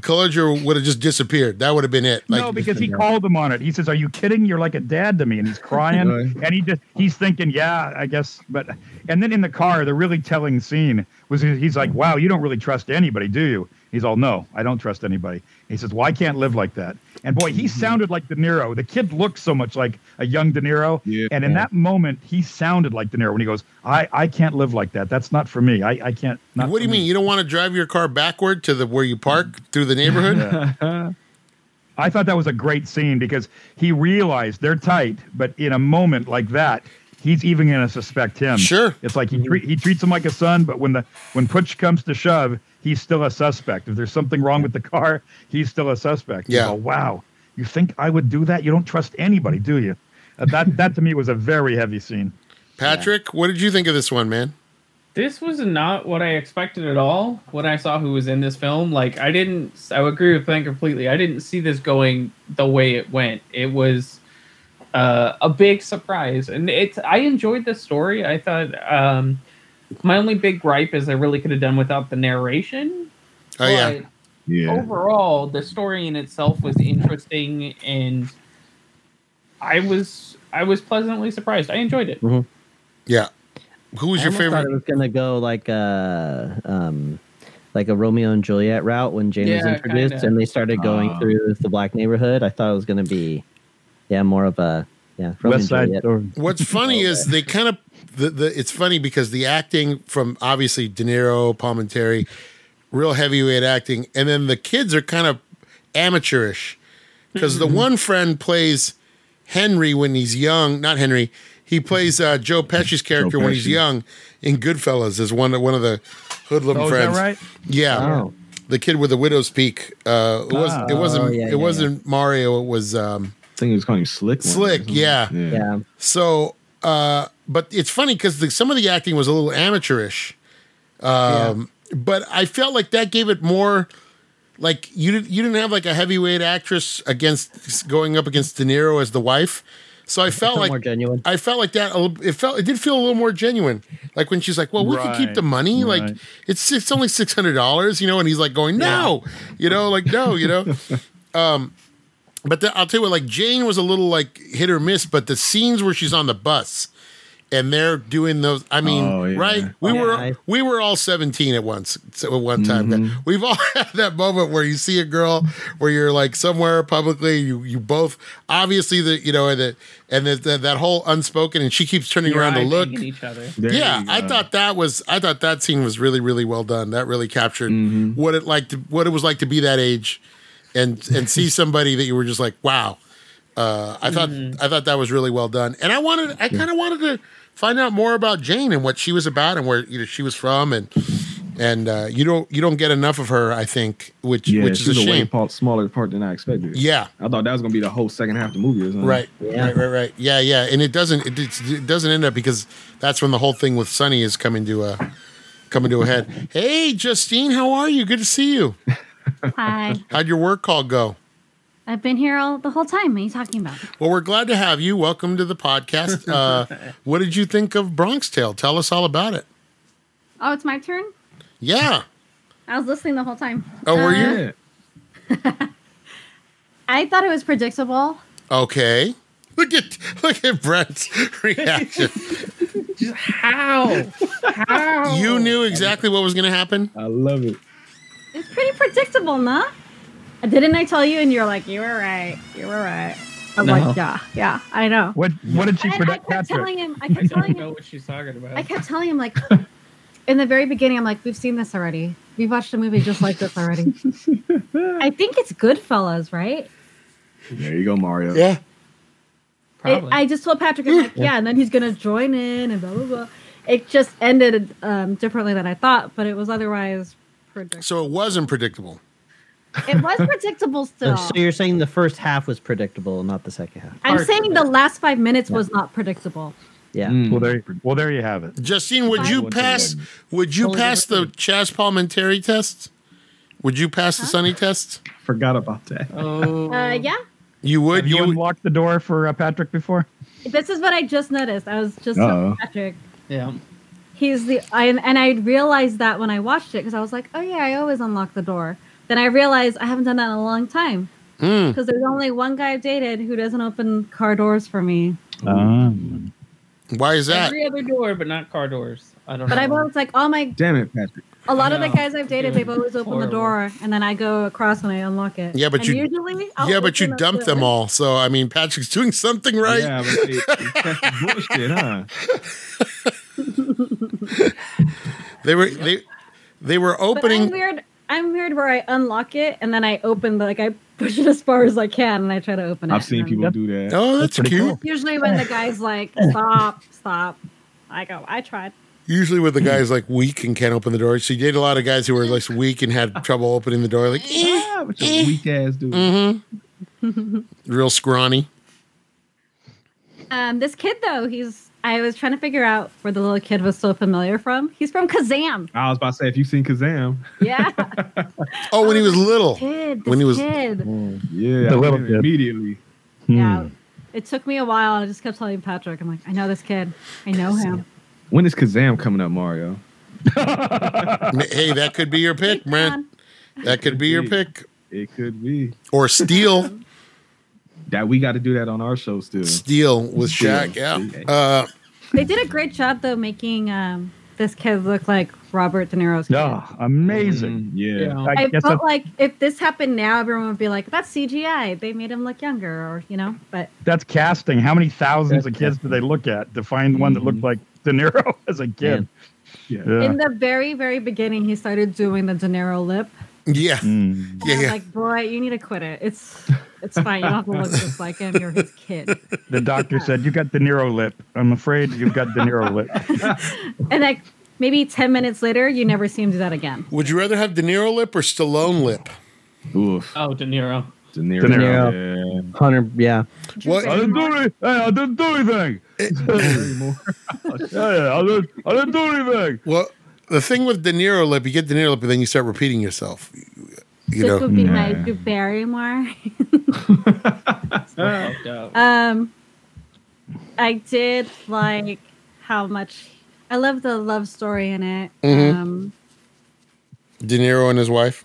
[SPEAKER 1] Colliger would have just disappeared. That would have been it. Like,
[SPEAKER 2] no, because he called him on it. He says, "Are you kidding? You're like a dad to me." And he's crying,
[SPEAKER 6] Right.
[SPEAKER 2] and he just he's thinking, "Yeah, I guess." But and then in the car, the really telling scene was he- he's like, "Wow, you don't really trust anybody, do you?" He's all, "No, I don't trust anybody." He says, "Well, I can't live like that." And boy, he
[SPEAKER 1] Mm-hmm.
[SPEAKER 2] sounded like De Niro. The kid looked so much like a young De Niro,
[SPEAKER 6] Yeah.
[SPEAKER 2] and in that moment, he sounded like De Niro when he goes, "I I can't live like that. That's not for me. I I can't." Not
[SPEAKER 1] what do
[SPEAKER 2] for
[SPEAKER 1] you
[SPEAKER 2] me."
[SPEAKER 1] mean you don't want to drive your car backward to the where you park through the neighborhood?
[SPEAKER 2] I thought that was a great scene because he realized they're tight, but in a moment like that, he's even going to suspect him.
[SPEAKER 1] Sure.
[SPEAKER 2] it's like he treat, he treats him like a son, but when the when push comes to shove, he's still a suspect. If there's something wrong with the car, he's still a suspect. You
[SPEAKER 1] Yeah.
[SPEAKER 2] go, wow, you think I would do that? You don't trust anybody, do you? Uh, that that to me was a very heavy scene.
[SPEAKER 1] Patrick, what did you think of this one, man?
[SPEAKER 8] This was not what I expected at all when I saw who was in this film. Like, I didn't, I would agree with Ben completely. I didn't see this going the way it went. It was uh, a big surprise. And it's, I enjoyed the story. I thought, um, my only big gripe is I really could have done without the narration.
[SPEAKER 1] Oh yeah,
[SPEAKER 8] but
[SPEAKER 6] Yeah.
[SPEAKER 8] overall, the story in itself was interesting and I was, I was pleasantly surprised. I enjoyed it.
[SPEAKER 1] yeah. Who was your
[SPEAKER 3] I almost
[SPEAKER 1] favorite?
[SPEAKER 3] Thought it was gonna go like a um, like a Romeo and Juliet route when Jane was
[SPEAKER 8] Yeah,
[SPEAKER 3] introduced,
[SPEAKER 8] kinda.
[SPEAKER 3] and they started going
[SPEAKER 6] Ah.
[SPEAKER 3] through the black neighborhood. I thought it was gonna be, yeah, more of a yeah Romeo
[SPEAKER 2] West Side
[SPEAKER 3] and Juliet.
[SPEAKER 2] or
[SPEAKER 1] What's funny is they kind of the, the it's funny because the acting from obviously De Niro, Palminteri, real heavyweight acting, and then the kids are kind of amateurish because the one friend plays Henry when he's young, not Henry. He plays uh, Joe Pesci's character when he's
[SPEAKER 6] Pesci.
[SPEAKER 1] young in Goodfellas as one of one of the hoodlum
[SPEAKER 2] Oh, is
[SPEAKER 1] friends.
[SPEAKER 2] that right?
[SPEAKER 1] Yeah,
[SPEAKER 3] Oh,
[SPEAKER 1] the kid with the widow's peak. Uh, it wasn't. It
[SPEAKER 3] Oh,
[SPEAKER 1] wasn't.
[SPEAKER 3] yeah,
[SPEAKER 1] it
[SPEAKER 3] yeah,
[SPEAKER 1] wasn't Mario. It was um,
[SPEAKER 6] think he was calling him Slick. one
[SPEAKER 1] Slick,
[SPEAKER 6] or something.
[SPEAKER 1] yeah.
[SPEAKER 3] yeah.
[SPEAKER 1] so, uh, but it's funny because some of the acting was a little amateurish, um, but I felt like that gave it more. Like you didn't you didn't have like a heavyweight actress against going up against De Niro as the wife, so I felt
[SPEAKER 3] Felt
[SPEAKER 1] like
[SPEAKER 3] more genuine.
[SPEAKER 1] I felt like that. a little- It felt it did feel a little more genuine. Like when she's like, "Well, we can keep
[SPEAKER 2] Right,
[SPEAKER 1] the money. Like
[SPEAKER 2] right.
[SPEAKER 1] it's it's only six hundred dollars, you know." And he's like going, "No, you know, like no, you know." um, but the, I'll tell you what, like Jane was a little like hit or miss, but the scenes where she's on the bus and they're doing those. I mean,
[SPEAKER 6] Oh, yeah.
[SPEAKER 1] right? We
[SPEAKER 3] Yeah,
[SPEAKER 1] were
[SPEAKER 3] I-
[SPEAKER 1] we were all seventeen at once so at one time. We've all had that moment where you see a girl where you're like somewhere publicly. You you both obviously the you know and the, and the, the, that whole unspoken and she keeps turning
[SPEAKER 8] Your
[SPEAKER 1] around to
[SPEAKER 8] eyes
[SPEAKER 1] look.
[SPEAKER 8] being at each other.
[SPEAKER 6] There
[SPEAKER 1] yeah,
[SPEAKER 6] you
[SPEAKER 1] I
[SPEAKER 6] go.
[SPEAKER 1] thought that was I thought that scene was really really well done. That really captured
[SPEAKER 6] Mm-hmm.
[SPEAKER 1] what it like to what it was like to be that age, and and see somebody that you were just like wow. Uh, I thought
[SPEAKER 6] Mm-hmm.
[SPEAKER 1] I thought that was really well done, and I wanted I kind of wanted to find out more about Jane and what she was about and where you know she was from and and uh, you don't you don't get enough of her I think which
[SPEAKER 6] Yeah,
[SPEAKER 1] which is a
[SPEAKER 6] she was way
[SPEAKER 1] shame.
[SPEAKER 6] part, smaller part than I expected.
[SPEAKER 1] Yeah,
[SPEAKER 6] I thought that was gonna be the whole second half of the movie. Or
[SPEAKER 8] Mm.
[SPEAKER 6] something.
[SPEAKER 1] Right.
[SPEAKER 3] Yeah.
[SPEAKER 1] Right. Right. Right. Yeah. Yeah. And it doesn't. It, it's- it doesn't end up because that's when the whole thing with Sonny is coming to a coming to a head. Hey, Justine, how are you? Good to see you.
[SPEAKER 4] Hi.
[SPEAKER 1] How'd your work call go?
[SPEAKER 4] I've been here all the whole time. What are you talking about?
[SPEAKER 1] Well, we're glad to have you. Welcome to the podcast. Uh, what did you think of Bronx Tale? Tell us all about it.
[SPEAKER 4] Oh, it's my turn?
[SPEAKER 1] Yeah.
[SPEAKER 4] I was listening the whole time. Uh,
[SPEAKER 1] Oh, were you?
[SPEAKER 6] Yeah.
[SPEAKER 4] I thought it was predictable.
[SPEAKER 1] Okay. Look at look at Brent's reaction.
[SPEAKER 8] Just how? How?
[SPEAKER 1] You knew exactly what was going to happen.
[SPEAKER 6] I love it.
[SPEAKER 4] It's pretty predictable, nah? Didn't I tell you? And you're like, you were right. You were right. I'm
[SPEAKER 8] No.
[SPEAKER 4] like, yeah, yeah, I know.
[SPEAKER 2] What What did she
[SPEAKER 4] And I
[SPEAKER 2] predict,
[SPEAKER 4] kept
[SPEAKER 2] Patrick?
[SPEAKER 4] telling him, I
[SPEAKER 8] I
[SPEAKER 4] kept
[SPEAKER 8] don't
[SPEAKER 4] telling
[SPEAKER 8] know
[SPEAKER 4] him,
[SPEAKER 8] what she's talking about.
[SPEAKER 4] I kept telling him, like, in the very beginning, I'm like, we've seen this already. We've watched a movie just like this already. I think it's Goodfellas, right?
[SPEAKER 6] There you go, Mario.
[SPEAKER 1] Yeah.
[SPEAKER 4] It,
[SPEAKER 8] Probably.
[SPEAKER 4] I just told Patrick, I'm like, yeah, and then he's gonna join in and blah blah blah. It just ended um, differently than I thought, but it was otherwise predictable.
[SPEAKER 1] So it wasn't predictable.
[SPEAKER 4] It was predictable
[SPEAKER 3] So,
[SPEAKER 4] still.
[SPEAKER 3] you're saying the first half was predictable, not the second half?
[SPEAKER 4] I'm
[SPEAKER 8] Hard
[SPEAKER 4] saying the
[SPEAKER 8] predict-
[SPEAKER 4] last five minutes was not predictable.
[SPEAKER 3] Yeah.
[SPEAKER 6] Mm.
[SPEAKER 2] Well, there. Well, there you have it.
[SPEAKER 1] Justine, would you
[SPEAKER 6] Fine.
[SPEAKER 1] pass? Would you pass the Chaz Palminteri test? Would you pass the Sunny test?
[SPEAKER 6] Forgot about that.
[SPEAKER 8] oh.
[SPEAKER 4] Uh, yeah,
[SPEAKER 1] You would.
[SPEAKER 2] Have you
[SPEAKER 1] You, would-
[SPEAKER 2] unlocked the door for uh, Patrick before?
[SPEAKER 4] this is what I just noticed. I was just telling
[SPEAKER 6] Uh-oh.
[SPEAKER 4] Patrick.
[SPEAKER 8] Yeah.
[SPEAKER 4] He's the I, and I realized that when I watched it because I was like, oh yeah, I always unlock the door. Then I realized I haven't done that in a long time
[SPEAKER 1] Hmm.
[SPEAKER 4] because there's only one guy I've dated who doesn't open car doors for me.
[SPEAKER 2] Um,
[SPEAKER 1] Hmm, Why is that?
[SPEAKER 8] Every other door, but not car doors. I don't
[SPEAKER 4] But
[SPEAKER 8] know.
[SPEAKER 4] I've always like all my
[SPEAKER 6] Damn it, Patrick.
[SPEAKER 4] A lot of the
[SPEAKER 8] No.
[SPEAKER 4] guys I've dated, they've always opened
[SPEAKER 8] Horrible.
[SPEAKER 4] the door, and then I go across and I unlock it.
[SPEAKER 1] Yeah, but
[SPEAKER 4] And
[SPEAKER 1] you-
[SPEAKER 4] usually,
[SPEAKER 1] yeah, but you dumped them all. So I mean, Patrick's doing something right.
[SPEAKER 6] Yeah, but they- that's bullshit, huh?
[SPEAKER 1] They were they they were
[SPEAKER 4] Opening. I'm
[SPEAKER 1] opening.
[SPEAKER 4] weird. I'm weird where I unlock it and then I open the like I push it as far as I can and I try to open it.
[SPEAKER 6] I've seen
[SPEAKER 4] and
[SPEAKER 6] people do that.
[SPEAKER 1] Oh, that's,
[SPEAKER 2] That's pretty
[SPEAKER 1] cute.
[SPEAKER 2] cool.
[SPEAKER 4] Usually, when the guy's like, "Stop, stop," I go, "I tried."
[SPEAKER 1] Usually, with
[SPEAKER 2] Hmm.
[SPEAKER 1] the guys like weak and can't open the door. So you did a lot of guys who were less weak and had trouble opening the door, like eh,
[SPEAKER 6] Ah, but
[SPEAKER 2] Mm-hmm.
[SPEAKER 6] your weak ass dude.
[SPEAKER 1] real scrawny.
[SPEAKER 4] Um, this kid though, he's. I was trying to figure out where the little kid was so familiar from. He's from Kazam.
[SPEAKER 6] I was about to say, if you seen Kazam,
[SPEAKER 4] Yeah,
[SPEAKER 1] Oh, when he was little.
[SPEAKER 4] kid. This
[SPEAKER 1] When he was-
[SPEAKER 4] kid.
[SPEAKER 6] Hmm. yeah,
[SPEAKER 2] The
[SPEAKER 6] I
[SPEAKER 2] little
[SPEAKER 6] did it
[SPEAKER 2] kid.
[SPEAKER 6] immediately.
[SPEAKER 4] Yeah. It took me a while. I just kept telling Patrick, I'm like, I know this kid. I know him.
[SPEAKER 6] When is Kazam coming up, Mario?
[SPEAKER 1] Hey, that could be your pick, Brent.
[SPEAKER 4] um,
[SPEAKER 1] That could be your pick.
[SPEAKER 6] It could be
[SPEAKER 1] Or steal.
[SPEAKER 6] that we got to do that on our show still.
[SPEAKER 1] Steel with Shaq. Yeah.
[SPEAKER 6] Okay.
[SPEAKER 1] Uh,
[SPEAKER 4] They did a great job though making um, this kid look like Robert De Niro's kid.
[SPEAKER 2] Yeah, amazing.
[SPEAKER 6] Mm, yeah.
[SPEAKER 1] Mm-hmm.
[SPEAKER 8] Yeah.
[SPEAKER 2] I
[SPEAKER 4] I,
[SPEAKER 2] guess that's-
[SPEAKER 4] felt like if this happened now, everyone would be like, "That's CGI. They made him look younger," or you know. But
[SPEAKER 2] That's casting. How many thousands
[SPEAKER 6] That's
[SPEAKER 2] of kids did they look at to find one that
[SPEAKER 1] Mm-hmm.
[SPEAKER 2] looked like De Niro as a kid?
[SPEAKER 6] Yeah.
[SPEAKER 2] Yeah.
[SPEAKER 4] in the very, very beginning, he started doing the De Niro lip.
[SPEAKER 1] Yeah.
[SPEAKER 2] Mm.
[SPEAKER 4] And
[SPEAKER 1] Yeah,
[SPEAKER 4] I was
[SPEAKER 1] yeah.
[SPEAKER 4] like, "Boy, you need to quit it. It's it's fine. You don't have to look just like him. You're his kid."
[SPEAKER 2] The doctor said, "You got De Niro lip." I'm afraid you've got De Niro lip.
[SPEAKER 4] And like maybe ten minutes later, you never see him do that again.
[SPEAKER 1] Would you rather have De Niro lip or Stallone lip?
[SPEAKER 6] Oof.
[SPEAKER 8] Oh, De Niro.
[SPEAKER 6] De Niro.
[SPEAKER 2] De
[SPEAKER 6] Yeah.
[SPEAKER 3] Hunter, yeah.
[SPEAKER 1] What-
[SPEAKER 2] I didn't do any, hey, I didn't do anything. Hey, I didn't, I didn't do anything.
[SPEAKER 1] Well, the thing with De Niro lip, you get De Niro lip, and then you start repeating yourself. You
[SPEAKER 4] this
[SPEAKER 1] know,
[SPEAKER 4] would be my
[SPEAKER 6] Nah.
[SPEAKER 4] Drew Barrymore.
[SPEAKER 8] Oh, no.
[SPEAKER 4] Um, I did like how much I love the love story in it.
[SPEAKER 1] Mhm.
[SPEAKER 4] Um,
[SPEAKER 1] De Niro and his wife.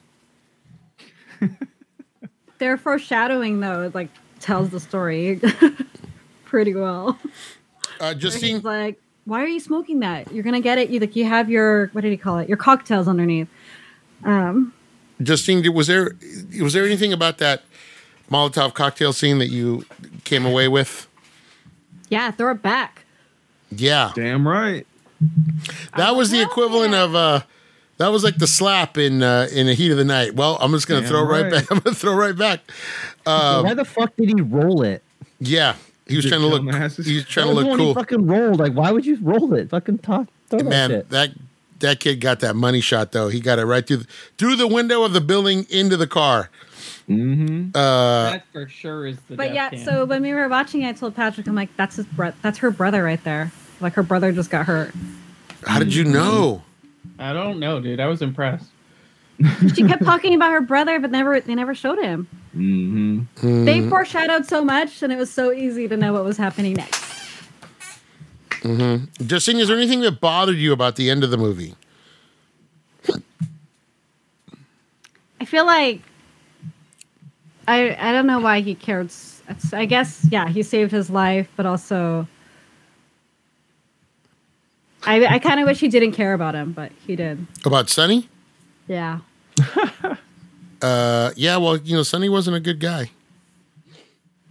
[SPEAKER 4] their foreshadowing though like tells the story pretty well.
[SPEAKER 1] Uh, just
[SPEAKER 4] He's
[SPEAKER 1] seeing,
[SPEAKER 4] like, why are you smoking that? You're gonna get it. You like you have your what did he call it? Your cocktails underneath. Um,
[SPEAKER 1] just seeing. Was there was there anything about that Molotov cocktail scene that you came away with?
[SPEAKER 4] yeah, throw it back.
[SPEAKER 1] Yeah,
[SPEAKER 6] Damn right.
[SPEAKER 1] that was the
[SPEAKER 4] Hell
[SPEAKER 1] equivalent
[SPEAKER 4] yeah.
[SPEAKER 1] of. Uh, that was like the slap in uh, in the heat of the night. Well, I'm just gonna
[SPEAKER 6] Damn
[SPEAKER 1] throw right.
[SPEAKER 6] right.
[SPEAKER 1] back. I'm gonna throw right back. Um,
[SPEAKER 3] Why the fuck did he roll it?
[SPEAKER 1] Yeah, he was
[SPEAKER 6] Did
[SPEAKER 1] trying to look.
[SPEAKER 6] dumbasses.
[SPEAKER 1] He was trying to
[SPEAKER 3] That was the
[SPEAKER 1] look
[SPEAKER 3] one he
[SPEAKER 1] cool.
[SPEAKER 3] Fucking rolled. Like, why would you roll it? Fucking talk. Throw that
[SPEAKER 1] Man,
[SPEAKER 3] shit.
[SPEAKER 1] that that kid got that money shot though. He got it right through the, through the window of the building into the car.
[SPEAKER 6] Mm-hmm.
[SPEAKER 1] Uh,
[SPEAKER 8] that for sure is the.
[SPEAKER 4] But yeah,
[SPEAKER 8] death cam.
[SPEAKER 4] so when we were watching, it, I told Patrick, I'm like, that's his bro- that's her brother right there. Like her brother just got hurt.
[SPEAKER 1] how did you know?
[SPEAKER 8] I don't know, dude. I was impressed.
[SPEAKER 4] She kept talking about her brother, but never they never showed him.
[SPEAKER 6] Mm-hmm.
[SPEAKER 4] They foreshadowed so much, and it was so easy to know what was happening next.
[SPEAKER 1] Justine, is there anything that bothered you about the end of the movie?
[SPEAKER 4] I feel like I I don't know why he cared. s- it's- I guess yeah, he saved his life, but also I I kind of wish he didn't care about him, but he did.
[SPEAKER 1] About Sonny?
[SPEAKER 4] Yeah,
[SPEAKER 1] Uh, yeah, well, you know, Sonny wasn't a good guy.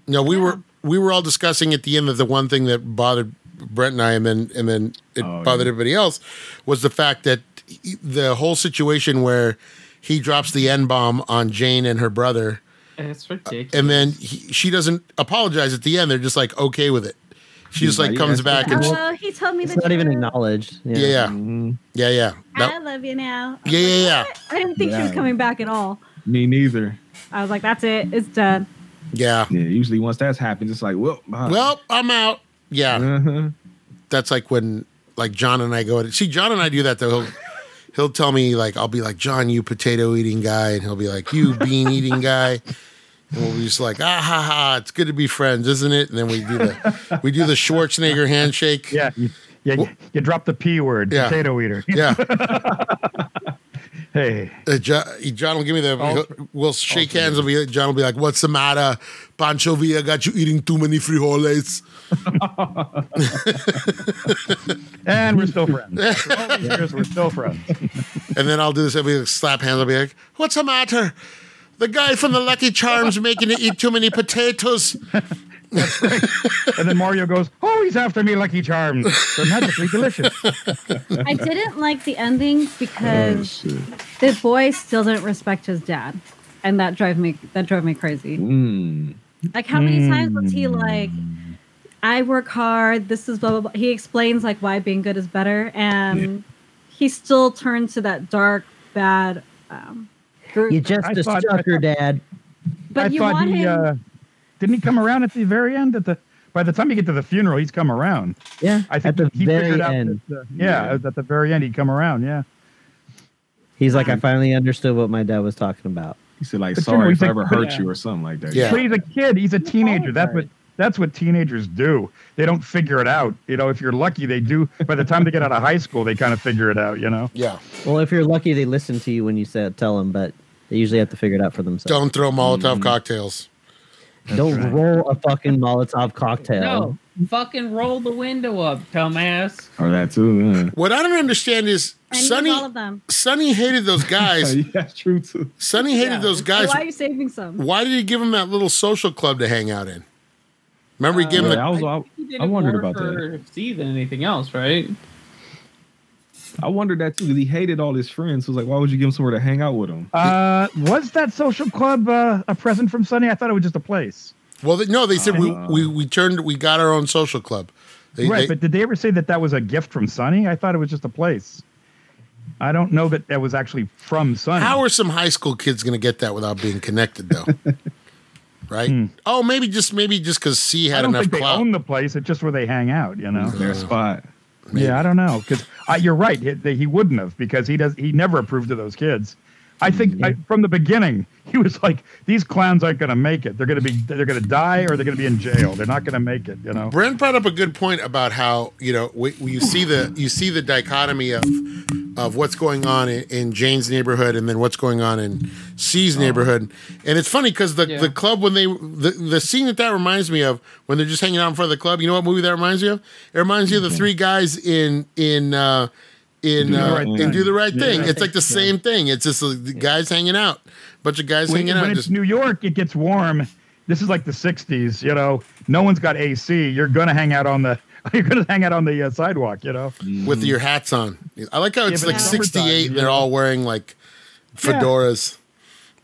[SPEAKER 1] No, we were we were all discussing at the end that the one thing that bothered Brent and I, and then and then it
[SPEAKER 6] Oh,
[SPEAKER 1] bothered
[SPEAKER 6] yeah.
[SPEAKER 1] everybody else, was the fact that he- the whole situation where he drops the n bomb on Jane and her brother,
[SPEAKER 8] It's ridiculous.
[SPEAKER 1] and then he, she doesn't apologize at the end. They're just like okay with it. She just like
[SPEAKER 6] Yeah,
[SPEAKER 1] comes
[SPEAKER 6] yeah.
[SPEAKER 1] back and
[SPEAKER 4] oh, he told me
[SPEAKER 3] it's
[SPEAKER 4] the
[SPEAKER 3] not even
[SPEAKER 4] truth.
[SPEAKER 3] acknowledged. Yeah.
[SPEAKER 1] yeah, yeah,
[SPEAKER 6] Mhm.
[SPEAKER 1] yeah, yeah. That-
[SPEAKER 4] I love you now.
[SPEAKER 1] yeah, yeah, yeah.
[SPEAKER 4] I didn't think she was
[SPEAKER 6] Yeah.
[SPEAKER 4] coming back at all.
[SPEAKER 6] Me neither.
[SPEAKER 4] I was like, that's it. It's done.
[SPEAKER 1] Yeah.
[SPEAKER 6] Yeah. Usually once that's happened, it's like, well, bye.
[SPEAKER 1] Well, I'm out. Yeah.
[SPEAKER 6] Uh-huh.
[SPEAKER 1] That's like when like John and I go see John and I do that though. He'll he'll tell me like I'll be like, John, you potato eating guy, and he'll be like, You bean eating guy. And we'll be just like, ah ha ha, it's good to be friends, isn't it? And then we do the we do the Schwarzenegger handshake.
[SPEAKER 2] Yeah, you, yeah, you, you dropped the p word,
[SPEAKER 1] Yeah.
[SPEAKER 2] potato eater.
[SPEAKER 1] Yeah.
[SPEAKER 2] Hey,
[SPEAKER 1] Uh, Jo- John will give me the. he'll- We'll shake hands. Will be John will be like, "What's the matter, Pancho Villa? Got you eating too many frijoles?"
[SPEAKER 2] and we're still friends. For all these years, we're still friends.
[SPEAKER 1] And then I'll do this. I'll be like, slap hands. I'll be like, "What's the matter? The guy from the Lucky Charms making you eat too many potatoes."
[SPEAKER 2] And then Mario goes, "Oh, he's after me, Lucky Charms. They're magically delicious."
[SPEAKER 4] I didn't like the ending
[SPEAKER 6] Oh,
[SPEAKER 4] because
[SPEAKER 6] shit.
[SPEAKER 4] the boy still didn't respect his dad, and that drove me that drove me crazy.
[SPEAKER 6] Mm.
[SPEAKER 4] Like how many times was he like, "I work hard. This is blah blah." blah. He explains like why being good is better, and he still turned to that dark bad um, group.
[SPEAKER 3] You just
[SPEAKER 2] I
[SPEAKER 3] a
[SPEAKER 2] thought- I
[SPEAKER 3] sucker,
[SPEAKER 2] thought-
[SPEAKER 3] Dad.
[SPEAKER 4] but you want him.
[SPEAKER 2] uh, didn't he come around at the very end? At the by the time you get to the funeral, he's come around.
[SPEAKER 3] Yeah.
[SPEAKER 2] I think
[SPEAKER 3] at the
[SPEAKER 2] he
[SPEAKER 3] very
[SPEAKER 2] figured out
[SPEAKER 3] end,
[SPEAKER 2] That, uh, yeah,
[SPEAKER 6] Yeah.
[SPEAKER 2] it was at the very end, he'd come around. Yeah,
[SPEAKER 3] he's like, I finally understood what my dad was talking about.
[SPEAKER 6] He said like,
[SPEAKER 2] But you know,
[SPEAKER 6] sorry
[SPEAKER 2] he's
[SPEAKER 6] if I
[SPEAKER 2] like-
[SPEAKER 6] ever hurt
[SPEAKER 8] Yeah.
[SPEAKER 6] you or something like that.
[SPEAKER 1] Yeah.
[SPEAKER 2] but he's a kid. He's a teenager. That's what
[SPEAKER 8] right.
[SPEAKER 2] that's what teenagers do. They don't figure it out. You know, if you're lucky, they do. By the time they get out of high school, they kind of figure it out. You know.
[SPEAKER 1] Yeah,
[SPEAKER 3] Well, if you're lucky, they listen to you when you say tell them, but they usually have to figure it out for themselves.
[SPEAKER 1] don't throw Molotov cocktails.
[SPEAKER 3] Don't
[SPEAKER 1] right.
[SPEAKER 3] roll a fucking Molotov cocktail.
[SPEAKER 8] No, fucking roll the window up, dumbass.
[SPEAKER 6] Or that too. Yeah.
[SPEAKER 1] What I don't understand is
[SPEAKER 4] And he was all
[SPEAKER 1] Sonny.
[SPEAKER 4] of them.
[SPEAKER 1] Sonny hated those guys.
[SPEAKER 6] yeah, that's true too.
[SPEAKER 1] Sonny hated
[SPEAKER 8] Yeah.
[SPEAKER 1] those guys.
[SPEAKER 4] why are you saving some?
[SPEAKER 1] Why did he give him that little social club to hang out in? Remember, he
[SPEAKER 8] Uh,
[SPEAKER 1] gave him.
[SPEAKER 6] Yeah,
[SPEAKER 1] A,
[SPEAKER 6] I was
[SPEAKER 8] I
[SPEAKER 6] I,
[SPEAKER 8] He did
[SPEAKER 6] I
[SPEAKER 8] it
[SPEAKER 6] wondered
[SPEAKER 8] more
[SPEAKER 6] about that.
[SPEAKER 8] for Steve than anything else, right?
[SPEAKER 6] I wondered that too because he hated all his friends. So it was like, why would you give him somewhere to hang out with him?
[SPEAKER 2] Uh, was that social club uh, a present from Sonny? I thought it was just a place.
[SPEAKER 1] well, they, no, they said we,
[SPEAKER 6] Uh.
[SPEAKER 1] we we turned we got our own social club. They,
[SPEAKER 2] right,
[SPEAKER 1] they-
[SPEAKER 2] but did they ever say that that was a gift from Sonny? I thought it was just a place. I don't know that that was actually from Sonny.
[SPEAKER 1] how are some high school kids going to get that without being connected though? right? Oh, maybe just maybe just because C
[SPEAKER 2] Hmm. I
[SPEAKER 1] had
[SPEAKER 2] don't
[SPEAKER 1] enough
[SPEAKER 2] think they
[SPEAKER 1] clout.
[SPEAKER 2] own the place. It's just where they hang out, you know.
[SPEAKER 6] Their spot.
[SPEAKER 2] Yeah, I don't know because you're right. He, they- he wouldn't have because he does. He never approved of those kids. I
[SPEAKER 1] Mm,
[SPEAKER 2] think I, from the beginning he was like, "These clowns aren't going to make it. They're going to be. They're going to die or they're going to be in jail. They're not going to make it." You know.
[SPEAKER 1] Brent brought up a good point about how you know we, we- you see the you see the dichotomy of of what's going on in, in Jane's neighborhood and then what's going on in C's neighborhood, and it's funny because the,
[SPEAKER 8] Yeah.
[SPEAKER 1] the club when they the, the scene that that reminds me of when they're just hanging out in front of the club. You know what movie that reminds you of? It reminds you of the three guys in in. uh in
[SPEAKER 6] Do the
[SPEAKER 1] uh,
[SPEAKER 6] Right
[SPEAKER 1] in
[SPEAKER 6] Thing.
[SPEAKER 1] do the right thing.
[SPEAKER 8] Right
[SPEAKER 1] It's like the
[SPEAKER 8] Thing, yeah.
[SPEAKER 1] same thing. It's just uh, the guys hanging out, bunch of guys
[SPEAKER 2] When,
[SPEAKER 1] hanging
[SPEAKER 2] when
[SPEAKER 1] out.
[SPEAKER 2] it's
[SPEAKER 1] Just,
[SPEAKER 2] New York, it gets warm. This is like the '60s. You know, no one's got AC. You're going to hang out on the. You're going to hang out on the uh, sidewalk. You know.
[SPEAKER 1] with
[SPEAKER 6] Mm-hmm.
[SPEAKER 1] your hats on. I like how it's
[SPEAKER 2] but
[SPEAKER 1] like
[SPEAKER 4] it's
[SPEAKER 1] 68 and they're all wearing like fedoras.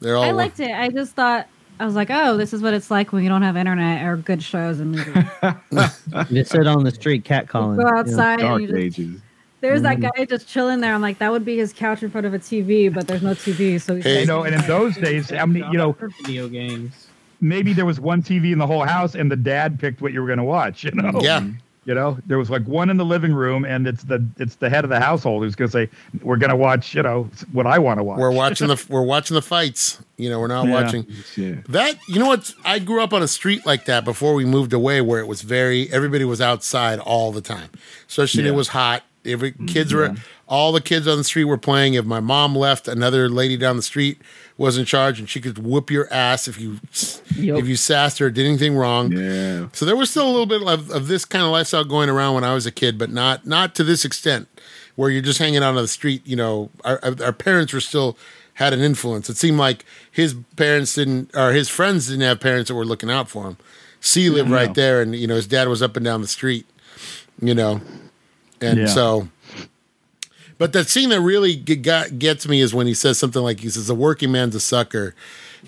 [SPEAKER 1] They're all
[SPEAKER 4] I liked it. I just thought I was like, oh, this is what it's like when you don't have internet or good shows and movies. You
[SPEAKER 3] You sit on the street catcalling.
[SPEAKER 4] go outside and
[SPEAKER 6] Dark
[SPEAKER 4] you just
[SPEAKER 6] ages.
[SPEAKER 4] There's that guy just chilling there. I'm like, that would be his couch in front of a TV, but there's no TV, so he's
[SPEAKER 1] Hey.
[SPEAKER 2] You know, and in those days, how many? You know,
[SPEAKER 8] video games.
[SPEAKER 2] maybe there was one TV in the whole house, and the dad picked what you were going to watch. You know.
[SPEAKER 1] Yeah.
[SPEAKER 4] Mm-hmm.
[SPEAKER 2] You know, there was like one in the living room, and it's the it's the head of the household who's going to say, "We're going to watch," you know, what I want to watch.
[SPEAKER 1] We're watching the we're watching the fights. You know, we're not
[SPEAKER 2] Yeah.
[SPEAKER 1] watching
[SPEAKER 6] Yeah.
[SPEAKER 1] that. You know what? I grew up on a street like that before we moved away, where it was very everybody was outside all the time, especially when it
[SPEAKER 6] Yeah. Mm-hmm.
[SPEAKER 1] was hot. Every kids were all the kids on the street were playing. If my mom left, another lady down the street was in charge, and she could whoop your ass if you if you sassed her, or did anything wrong.
[SPEAKER 6] Yeah.
[SPEAKER 1] So there was still a little bit of, of this kind of lifestyle going around when I was a kid, but not not to this extent where you're just hanging out on the street. You know, our, our our parents were still had an influence. It seemed like his parents didn't, or his friends didn't have parents that were looking out for him. C lived right there, and you know his dad was up and down the street. You know, and
[SPEAKER 2] Yeah.
[SPEAKER 1] so. But that scene that really g- got, gets me is when he says something like, "He says a working man's a sucker,"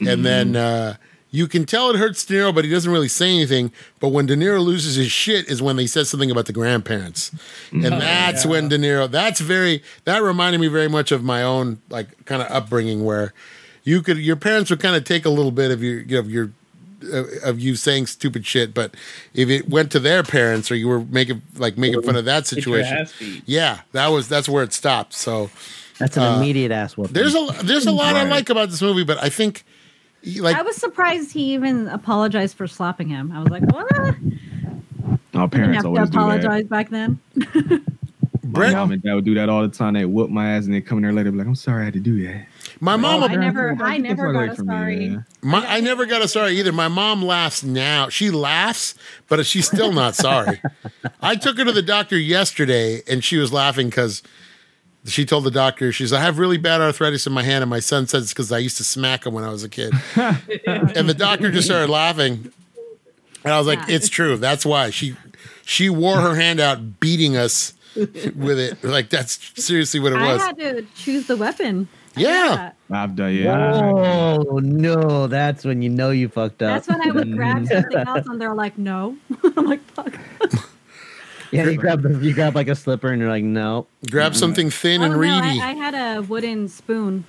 [SPEAKER 1] and then uh, you can tell it hurts De Niro, but he doesn't really say anything. But when De Niro loses his shit is when they said something about the grandparents, and that's when De Niro. That's very that reminded me very much of my own like kind of upbringing where you could your parents would kind of take a little bit of your you know, of your uh, of you saying stupid shit, but if it went to their parents or you were making like making fun of that
[SPEAKER 8] Get your
[SPEAKER 1] situation,
[SPEAKER 8] ass beat.
[SPEAKER 1] yeah, that was that's where it stopped. So
[SPEAKER 3] That's an immediate ass whooping.
[SPEAKER 1] Uh, there's a there's a lot I like about this movie, but I think like
[SPEAKER 4] I was surprised he even apologized for slapping him. I was like, what? Didn't
[SPEAKER 6] Our
[SPEAKER 4] have
[SPEAKER 6] parents
[SPEAKER 4] to
[SPEAKER 6] always do that.
[SPEAKER 4] apologize back then.
[SPEAKER 6] My
[SPEAKER 1] Brent,
[SPEAKER 6] mom and dad would do that all the time. They whoop my ass and they come in there later, be like, "I'm sorry I had to do that."
[SPEAKER 1] my mom,
[SPEAKER 4] I never, I
[SPEAKER 6] Get the
[SPEAKER 4] never
[SPEAKER 6] fuck away
[SPEAKER 4] got a
[SPEAKER 6] from me,
[SPEAKER 4] sorry.
[SPEAKER 6] yeah.
[SPEAKER 1] my, I never got a sorry either. My mom laughs now. She laughs, but she's still not sorry. I took her to the doctor yesterday, and she was laughing because she told the doctor she's I have really bad arthritis in my hand, and my son says it's because I used to smack him when I was a kid. and the doctor just started laughing, and I was like,
[SPEAKER 4] Yeah.
[SPEAKER 1] "It's true. That's why she she wore her hand out, beating us." with it like that's seriously what it
[SPEAKER 4] I
[SPEAKER 1] was
[SPEAKER 4] had to choose the weapon. I did
[SPEAKER 1] Yeah.
[SPEAKER 4] that.
[SPEAKER 6] I've done yeah.
[SPEAKER 3] Oh no, that's when you know you fucked up.
[SPEAKER 4] That's when I
[SPEAKER 3] Mm.
[SPEAKER 4] would grab something else, and they're like, "No." I'm like, "Fuck."
[SPEAKER 3] yeah, you grab the, you grab like a slipper and you're like, no.
[SPEAKER 1] grab something thin
[SPEAKER 4] Oh,
[SPEAKER 1] and
[SPEAKER 4] no,
[SPEAKER 1] reedy
[SPEAKER 4] I, I had a wooden spoon.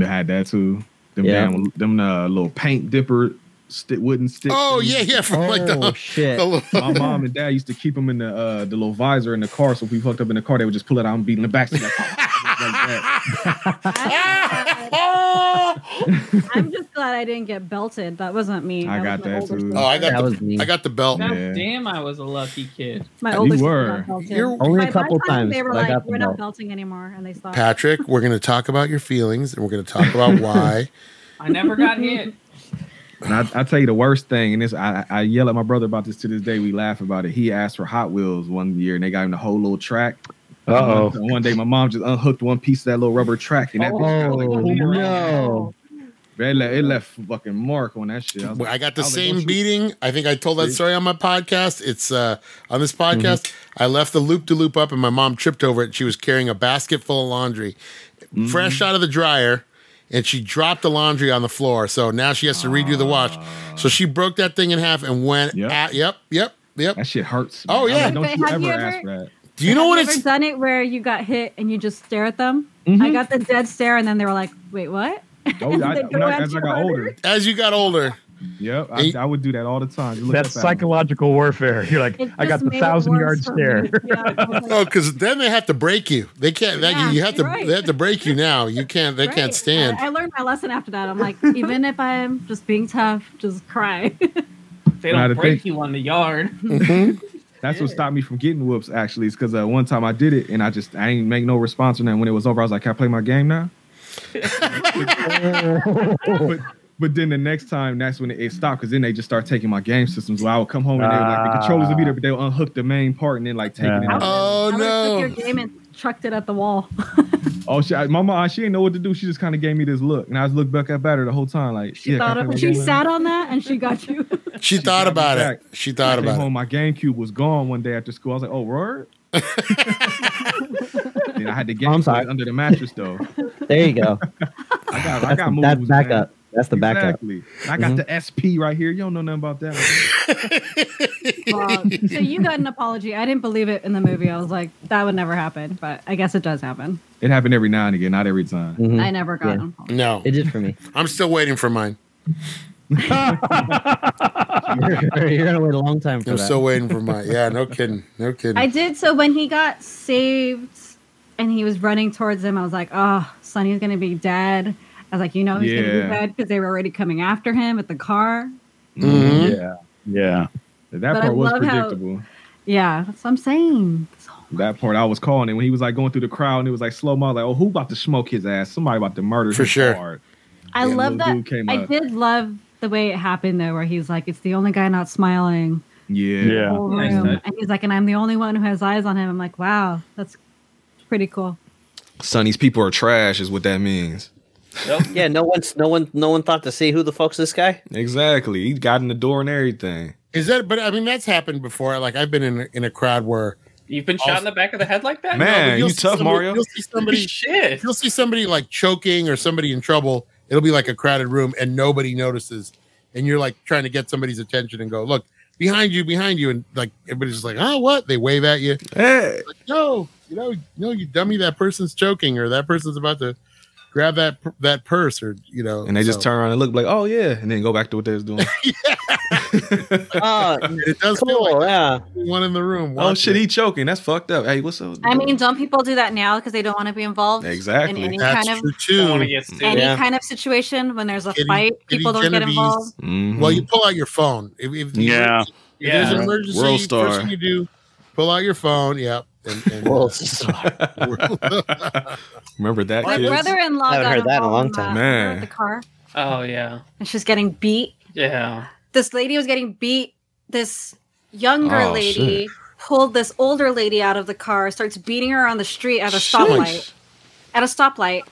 [SPEAKER 6] I had that too. Them
[SPEAKER 3] Yeah.
[SPEAKER 6] damn, them uh, little paint dipper stick wooden stick.
[SPEAKER 1] oh yeah yeah from
[SPEAKER 3] Oh
[SPEAKER 1] like the,
[SPEAKER 3] shit!
[SPEAKER 1] the little-
[SPEAKER 6] My mom and dad used to keep them in the uh, the little visor in the car. So if we fucked up in the car, they would just pull it out and beat in the back. seat like, like that.
[SPEAKER 4] I'm just glad I didn't get belted. That wasn't me.
[SPEAKER 6] I got that
[SPEAKER 4] was my older
[SPEAKER 6] too.
[SPEAKER 4] sister.
[SPEAKER 1] Oh, I got
[SPEAKER 3] That was
[SPEAKER 1] the
[SPEAKER 3] me.
[SPEAKER 1] I got the belt.
[SPEAKER 8] God
[SPEAKER 6] Yeah.
[SPEAKER 8] damn, I was a lucky kid.
[SPEAKER 4] My
[SPEAKER 6] You
[SPEAKER 4] older sister
[SPEAKER 6] were.
[SPEAKER 4] got belted.
[SPEAKER 1] You're-
[SPEAKER 3] Only
[SPEAKER 4] By
[SPEAKER 3] a
[SPEAKER 4] that
[SPEAKER 3] couple
[SPEAKER 4] time,
[SPEAKER 3] times.
[SPEAKER 4] They were
[SPEAKER 3] but I
[SPEAKER 4] like,
[SPEAKER 3] got the
[SPEAKER 4] "We're not
[SPEAKER 3] belt.
[SPEAKER 4] belting anymore," and they stopped.
[SPEAKER 1] Patrick, we're going to talk about your feelings and we're going to talk about why.
[SPEAKER 8] I never got hit.
[SPEAKER 6] And I, I tell you the worst thing, and this I, I yell at my brother about this to this day. We laugh about it. He asked for Hot Wheels one year, and they got him the whole little track.
[SPEAKER 2] Uh
[SPEAKER 1] uh-huh.
[SPEAKER 6] And One day, my mom just unhooked one piece of that little rubber track, and that bitch got like,
[SPEAKER 8] Oh,
[SPEAKER 3] no.
[SPEAKER 6] it, left, it left fucking mark on that shit. I was like,
[SPEAKER 1] I got the
[SPEAKER 6] I was like,
[SPEAKER 1] same
[SPEAKER 6] don't you-
[SPEAKER 1] beating. I think I told that story on my podcast. It's uh, on this podcast.
[SPEAKER 6] Mm-hmm.
[SPEAKER 1] I left the loop to loop up, and my mom tripped over it. And she was carrying a basket full of laundry,
[SPEAKER 6] Mm-hmm.
[SPEAKER 1] fresh out of the dryer, and she dropped the laundry on the floor. So now she has to redo the wash. So she broke that thing in half and went.
[SPEAKER 6] Yep.
[SPEAKER 1] At, yep, yep, yep.
[SPEAKER 6] that shit hurts.
[SPEAKER 1] Oh,
[SPEAKER 6] man. I was
[SPEAKER 1] yeah.
[SPEAKER 6] like,
[SPEAKER 4] But
[SPEAKER 6] don't you
[SPEAKER 4] have
[SPEAKER 6] ever,
[SPEAKER 4] you
[SPEAKER 6] ask
[SPEAKER 4] ever-
[SPEAKER 6] for that.
[SPEAKER 1] Do you know what
[SPEAKER 4] I've never
[SPEAKER 1] it's?
[SPEAKER 4] done it where you got hit and you just stare at them.
[SPEAKER 3] Mm-hmm.
[SPEAKER 4] I got the dead stare, and then they were like, "Wait, what?"
[SPEAKER 6] Oh, yeah, I,
[SPEAKER 4] They
[SPEAKER 6] when
[SPEAKER 4] go
[SPEAKER 6] I-
[SPEAKER 4] at
[SPEAKER 6] as I
[SPEAKER 4] you
[SPEAKER 6] got
[SPEAKER 4] harder.
[SPEAKER 6] older,
[SPEAKER 1] As you got older,
[SPEAKER 6] yep, I,
[SPEAKER 1] Eight-
[SPEAKER 6] I would do that all the time. You
[SPEAKER 2] oh.
[SPEAKER 6] look
[SPEAKER 2] That's
[SPEAKER 6] up at 'em.
[SPEAKER 2] psychological warfare. You're like,
[SPEAKER 4] It
[SPEAKER 2] I got
[SPEAKER 4] just
[SPEAKER 2] the
[SPEAKER 4] made it
[SPEAKER 2] thousand yard
[SPEAKER 4] worse for me.
[SPEAKER 2] stare.
[SPEAKER 4] Yeah, I was like,
[SPEAKER 1] oh, because then they have to break you. They can't. That,
[SPEAKER 4] Yeah,
[SPEAKER 1] you have to.
[SPEAKER 4] you're right.
[SPEAKER 1] They have to break you now. You can't. They
[SPEAKER 4] Right.
[SPEAKER 1] can't stand.
[SPEAKER 4] I, I learned my lesson after that. I'm like, even if I'm just being tough, just cry.
[SPEAKER 1] Oh,
[SPEAKER 8] They
[SPEAKER 6] Not
[SPEAKER 8] don't
[SPEAKER 6] a
[SPEAKER 8] break
[SPEAKER 6] thing.
[SPEAKER 8] you on the yard.
[SPEAKER 1] Mm-hmm.
[SPEAKER 4] Mm-hmm.
[SPEAKER 6] That's what stopped me from getting whoops. Actually, is because uh, one time I did it and I just I ain't make no response or nothing. When it was over, I was like, "Can I play my game now?" but, but then the next time, that's when it stopped because then they just start taking my game systems. Where I would come home and they would like the controllers would be there, but they would unhook the main part and then like take it. out.
[SPEAKER 1] oh
[SPEAKER 4] I
[SPEAKER 1] no.
[SPEAKER 4] would've took your game and chucked it at the wall.
[SPEAKER 6] Oh shit! I- My mom, she didn't know what to do. She just kind of gave me this look, and I just looked back up at her the whole time, like
[SPEAKER 4] She
[SPEAKER 6] yeah, can I
[SPEAKER 4] thought
[SPEAKER 6] play my
[SPEAKER 4] of, she
[SPEAKER 6] game now?"
[SPEAKER 4] sat on that and she got you.
[SPEAKER 1] She thought
[SPEAKER 6] got me
[SPEAKER 1] about
[SPEAKER 6] back.
[SPEAKER 1] it. She thought
[SPEAKER 6] I came
[SPEAKER 1] about
[SPEAKER 6] home,
[SPEAKER 1] it.
[SPEAKER 6] my GameCube was gone one day after school. I was like, "Oh, word." then I had the
[SPEAKER 3] I'm
[SPEAKER 6] GameCube
[SPEAKER 3] sorry.
[SPEAKER 6] under the mattress though.
[SPEAKER 3] There you go.
[SPEAKER 6] I got, I
[SPEAKER 3] That's,
[SPEAKER 6] got
[SPEAKER 3] the,
[SPEAKER 6] moves.
[SPEAKER 3] that's
[SPEAKER 6] man.
[SPEAKER 3] backup. That's the backup. Mm-hmm.
[SPEAKER 6] Exactly. And I got the SP right here. You don't know nothing about that.
[SPEAKER 4] Well, so you got an apology. I didn't believe it in the movie. I was like, that would never happen, but I guess it does happen.
[SPEAKER 6] It happened every now and again, not every time.
[SPEAKER 1] Hmm.
[SPEAKER 3] Mhm.
[SPEAKER 4] I never got
[SPEAKER 3] Yeah.
[SPEAKER 4] an apology.
[SPEAKER 1] No,
[SPEAKER 3] It did for me.
[SPEAKER 1] I'm still waiting for mine.
[SPEAKER 3] you're, you're gonna wait a long time for
[SPEAKER 1] I'm
[SPEAKER 3] that.
[SPEAKER 1] still waiting for mine. Yeah, no kidding, no kidding.
[SPEAKER 4] I did. So when he got saved and he was running towards him, I was like, oh, Sonny's going to be dead. I was like, you know, he's going to
[SPEAKER 6] Yeah.
[SPEAKER 4] be dead because they were already coming after him at the car.
[SPEAKER 1] Mhm.
[SPEAKER 6] Mm-hmm.
[SPEAKER 2] Yeah. Yeah.
[SPEAKER 6] That
[SPEAKER 4] But I
[SPEAKER 6] part was
[SPEAKER 4] love how-
[SPEAKER 6] predictable.
[SPEAKER 4] Yeah, that's what I'm saying. So
[SPEAKER 6] That part I was calling it when he was like going through the crowd and it was like slow mo. I was Like, oh, who about to smoke his ass? Somebody about to murder
[SPEAKER 1] For
[SPEAKER 6] him
[SPEAKER 1] sure.
[SPEAKER 6] hard.
[SPEAKER 4] I
[SPEAKER 6] Yeah,
[SPEAKER 4] love
[SPEAKER 6] little
[SPEAKER 4] that.
[SPEAKER 6] dude came
[SPEAKER 4] I
[SPEAKER 6] up.
[SPEAKER 4] did love the way it happened though, where he's like, "It's the only guy not smiling."
[SPEAKER 6] Yeah.
[SPEAKER 2] Yeah.
[SPEAKER 4] whole
[SPEAKER 8] Nice
[SPEAKER 4] room.
[SPEAKER 8] touch.
[SPEAKER 4] and he's like, "And I'm the only one who has eyes on him." I'm like, "Wow, that's pretty cool."
[SPEAKER 6] Son, these people are trash, is what that means.
[SPEAKER 8] Nope.
[SPEAKER 9] Yeah, no one's no one no one thought to see who the fuck's this guy.
[SPEAKER 6] Exactly. He got in the door and everything.
[SPEAKER 1] Is that? But I mean, that's happened before. Like I've been in in a crowd where Oh,
[SPEAKER 8] You've been shot in the back of the head like that?
[SPEAKER 6] Man,
[SPEAKER 1] You'll
[SPEAKER 6] you
[SPEAKER 1] see
[SPEAKER 6] tough,
[SPEAKER 1] somebody-
[SPEAKER 6] Mario.
[SPEAKER 1] You'll see somebody.
[SPEAKER 8] Shit.
[SPEAKER 1] You'll see somebody like choking or somebody in trouble. It'll be like a crowded room and nobody notices, and you're like trying to get somebody's attention and go look behind you, behind you, and like everybody's just like, oh, what? They wave at you.
[SPEAKER 6] Hey.
[SPEAKER 1] Like, no, you know, no, you dummy. That person's choking, or that person's about to grab that that purse, or you know.
[SPEAKER 6] And they just
[SPEAKER 1] so-
[SPEAKER 6] turn around and look like, oh yeah, and then go back to what they was doing.
[SPEAKER 9] Oh,
[SPEAKER 1] It does feel like
[SPEAKER 9] cool. Yeah.
[SPEAKER 1] one in the room.
[SPEAKER 6] oh
[SPEAKER 1] watching
[SPEAKER 6] shit,
[SPEAKER 1] it.
[SPEAKER 6] he choking. That's fucked up. Hey, what's up?
[SPEAKER 4] I mean, don't people do that now because they don't want to be involved
[SPEAKER 6] Exactly.
[SPEAKER 4] in any
[SPEAKER 1] That's
[SPEAKER 4] kind of
[SPEAKER 1] true
[SPEAKER 8] Don't want to
[SPEAKER 1] too.
[SPEAKER 8] get sued.
[SPEAKER 4] any
[SPEAKER 9] Yeah.
[SPEAKER 4] kind of situation when there's a
[SPEAKER 1] Kitty-
[SPEAKER 4] fight?
[SPEAKER 1] Kitty
[SPEAKER 4] people don't get
[SPEAKER 1] Genovese.
[SPEAKER 4] involved.
[SPEAKER 6] Mhm.
[SPEAKER 1] Well, you pull out your phone. If, if,
[SPEAKER 2] Yeah.
[SPEAKER 1] if there's an
[SPEAKER 8] Yeah.
[SPEAKER 1] emergency,
[SPEAKER 6] World
[SPEAKER 1] first
[SPEAKER 6] Star.
[SPEAKER 1] thing you do, pull out your phone. Yep. And, and,
[SPEAKER 9] Well, sorry.
[SPEAKER 6] Remember that
[SPEAKER 4] My
[SPEAKER 6] kid?
[SPEAKER 4] brother-in-law
[SPEAKER 9] I haven't
[SPEAKER 4] got
[SPEAKER 9] heard that in a
[SPEAKER 4] involved
[SPEAKER 9] long
[SPEAKER 4] that.
[SPEAKER 9] time.
[SPEAKER 6] Man.
[SPEAKER 4] Remember The car,
[SPEAKER 8] Oh, yeah.
[SPEAKER 4] and she's getting beat.
[SPEAKER 8] Yeah.
[SPEAKER 4] this lady was getting beat. This younger
[SPEAKER 6] Oh,
[SPEAKER 4] lady pulled this older lady out of the car, starts beating her on the street at a stoplight. At a stoplight.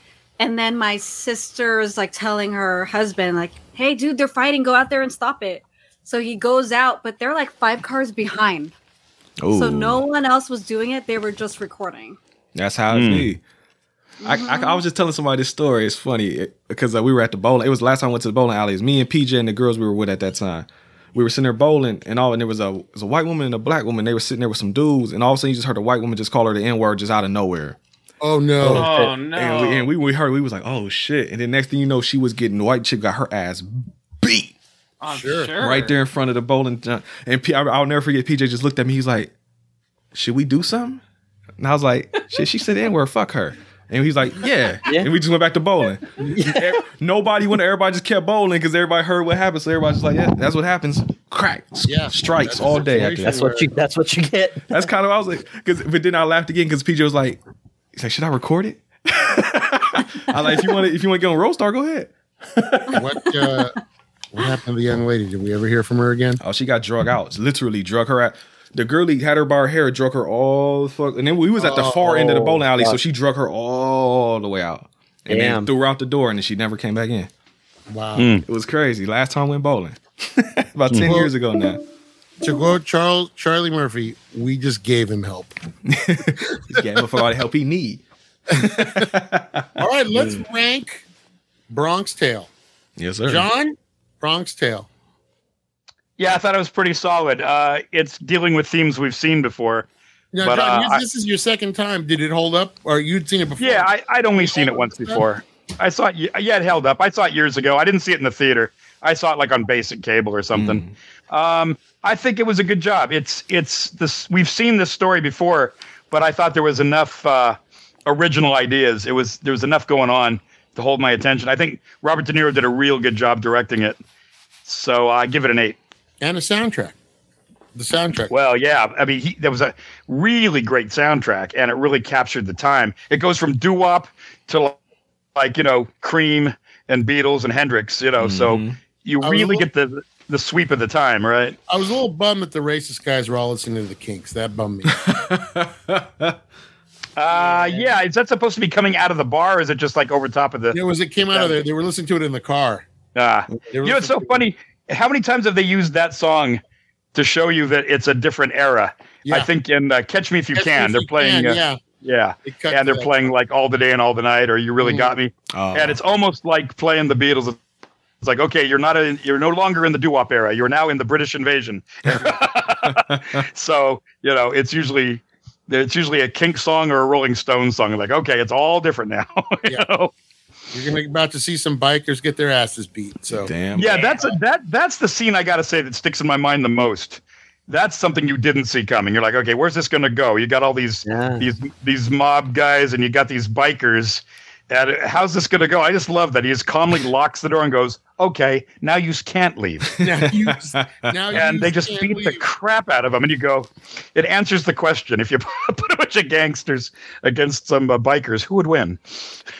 [SPEAKER 4] And then my sister is like telling her husband, like, hey, dude, they're fighting. Go out there and stop it. So he goes out, but they're like five cars behind. So
[SPEAKER 6] Ooh.
[SPEAKER 4] no one else was doing it. They were just recording.
[SPEAKER 6] That's how it
[SPEAKER 2] Mm.
[SPEAKER 6] be. I, I, I was just telling somebody this story. It's funny because uh, we were at the bowling. It was the last time I went to the bowling alleys. Me and PJ and the girls we were with at that time. We were sitting there bowling and all, and there was a, it was a white woman and a black woman. They were sitting there with some dudes, and all of a sudden you just heard a white woman just call her the N word just out of nowhere.
[SPEAKER 1] oh no!
[SPEAKER 8] Oh, no.
[SPEAKER 6] And, we, and we, we heard, we was like, oh shit. And then next thing you know, she was getting, the white chick got her ass beat
[SPEAKER 8] I'm
[SPEAKER 1] Sure.
[SPEAKER 8] sure.
[SPEAKER 6] right there in front of the bowling. jo- And P, I, I'll never forget. PJ just looked at me. He's like, "Should we do something?" And I was like, "Shit." She said, "N word, fuck her." And he's like, "Yeah."
[SPEAKER 9] Yeah.
[SPEAKER 6] And we just went back to bowling. Ev- Nobody went. Everybody just kept bowling because everybody heard what happened. So everybody's just like, "Yeah, that's what happens." Crack. s-
[SPEAKER 1] Yeah.
[SPEAKER 6] Strikes
[SPEAKER 1] That's
[SPEAKER 6] all
[SPEAKER 1] the
[SPEAKER 6] day. After
[SPEAKER 1] situation.
[SPEAKER 6] that.
[SPEAKER 9] That's what you that's what you get.
[SPEAKER 6] That's kind of. I was like, because but then I laughed again because PJ was like, "He's like, should I record it?" I was like, "If you want to, if you want to get on Rollstar, go ahead."
[SPEAKER 1] What uh, What happened to the young lady? Did we ever hear from her again?
[SPEAKER 6] Oh, she got drug out. Literally drug her out. The girlie had her by her hair, drug her all the fuck. And then we was at the far end of the bowling alley, so she drug her all the way out. And
[SPEAKER 9] Damn.
[SPEAKER 6] then threw her out the door, and then she never came back in.
[SPEAKER 1] Wow.
[SPEAKER 2] Hmm.
[SPEAKER 6] It was crazy. Last time we went bowling. About 10 years ago now.
[SPEAKER 1] To quote Charles Charlie Murphy, we just gave him help.
[SPEAKER 6] Just gave him for all the help he need.
[SPEAKER 1] All right, let's
[SPEAKER 2] Hmm.
[SPEAKER 1] rank Bronx Tale.
[SPEAKER 6] Yes, sir.
[SPEAKER 1] John, Bronx Tale.
[SPEAKER 2] Yeah, I thought it was pretty solid. Uh, it's dealing with themes we've seen before.
[SPEAKER 1] Now,
[SPEAKER 2] But,
[SPEAKER 1] John,
[SPEAKER 2] uh,
[SPEAKER 1] this-
[SPEAKER 2] I-
[SPEAKER 1] this is your second time. Did it hold up? Or you'd seen it before?
[SPEAKER 2] Yeah, I, I'd only seen it once before. I saw it. ye- Yeah, it held up. I saw it years ago. I didn't see it in the theater. I saw it like on basic cable or something. Um, I think it was a good job. It's it's this. We've seen this story before, but I thought there was enough uh, original ideas. It was there was enough going on to hold my attention. I think Robert De Niro did a real good job directing it. So I give it an eight.
[SPEAKER 1] and a soundtrack. The soundtrack.
[SPEAKER 2] Well, yeah. I mean, he, there was a really great soundtrack, and it really captured the time. It goes from doo wop to like you know Cream and Beatles and Hendrix. You know, so you
[SPEAKER 1] I was
[SPEAKER 2] really
[SPEAKER 1] a
[SPEAKER 2] get the the sweep of the time, right?
[SPEAKER 1] I was a little bummed that the racist guys were all listening to the Kinks. That bummed me.
[SPEAKER 2] Uh, yeah. Is that supposed to be coming out of the bar? Or is it just like over top of the?
[SPEAKER 1] it was. It came out of there. They were listening to it in the car.
[SPEAKER 2] Ah.
[SPEAKER 1] They were
[SPEAKER 2] you know, it's so
[SPEAKER 1] listening to it.
[SPEAKER 2] funny. How many times have they used that song to show you that it's a different era? I
[SPEAKER 1] Yeah.
[SPEAKER 2] think in uh, Catch Me If You
[SPEAKER 1] Catch Me
[SPEAKER 2] Can,
[SPEAKER 1] If
[SPEAKER 2] they're
[SPEAKER 1] You
[SPEAKER 2] playing.
[SPEAKER 1] Can,
[SPEAKER 2] uh,
[SPEAKER 1] yeah,
[SPEAKER 2] yeah.
[SPEAKER 1] It cut to
[SPEAKER 2] and they're
[SPEAKER 1] that. Mm-hmm.
[SPEAKER 2] playing like all the day and all the night, or you really got me.
[SPEAKER 6] Oh.
[SPEAKER 2] And it's almost like playing the Beatles. It's like, okay, you're not in, you're no longer in the doo wop era. You're now in the British invasion. so you know, it's usually it's usually a Kink song or a Rolling Stones song. Like, okay, it's all different now. you
[SPEAKER 1] Yeah.
[SPEAKER 2] know?
[SPEAKER 1] You're gonna about to see some bikers get their asses beat. So
[SPEAKER 6] Damn.
[SPEAKER 2] yeah, that's a, that that's the scene I got to say that sticks in my mind the most. That's something you didn't see coming. You're like, okay, where's this going to go? You got all these
[SPEAKER 9] Yeah.
[SPEAKER 2] these these mob guys and you got these bikers. And how's this going to go? I just love that he just calmly locks the door and goes, "Okay, now you can't leave."
[SPEAKER 1] now you,
[SPEAKER 10] Oh,
[SPEAKER 1] now
[SPEAKER 2] And
[SPEAKER 1] you
[SPEAKER 2] they just
[SPEAKER 1] can't
[SPEAKER 2] beat the
[SPEAKER 1] leave.
[SPEAKER 2] crap out of him. And you go, it answers the question: if you put a bunch of gangsters against some uh, bikers, who would win?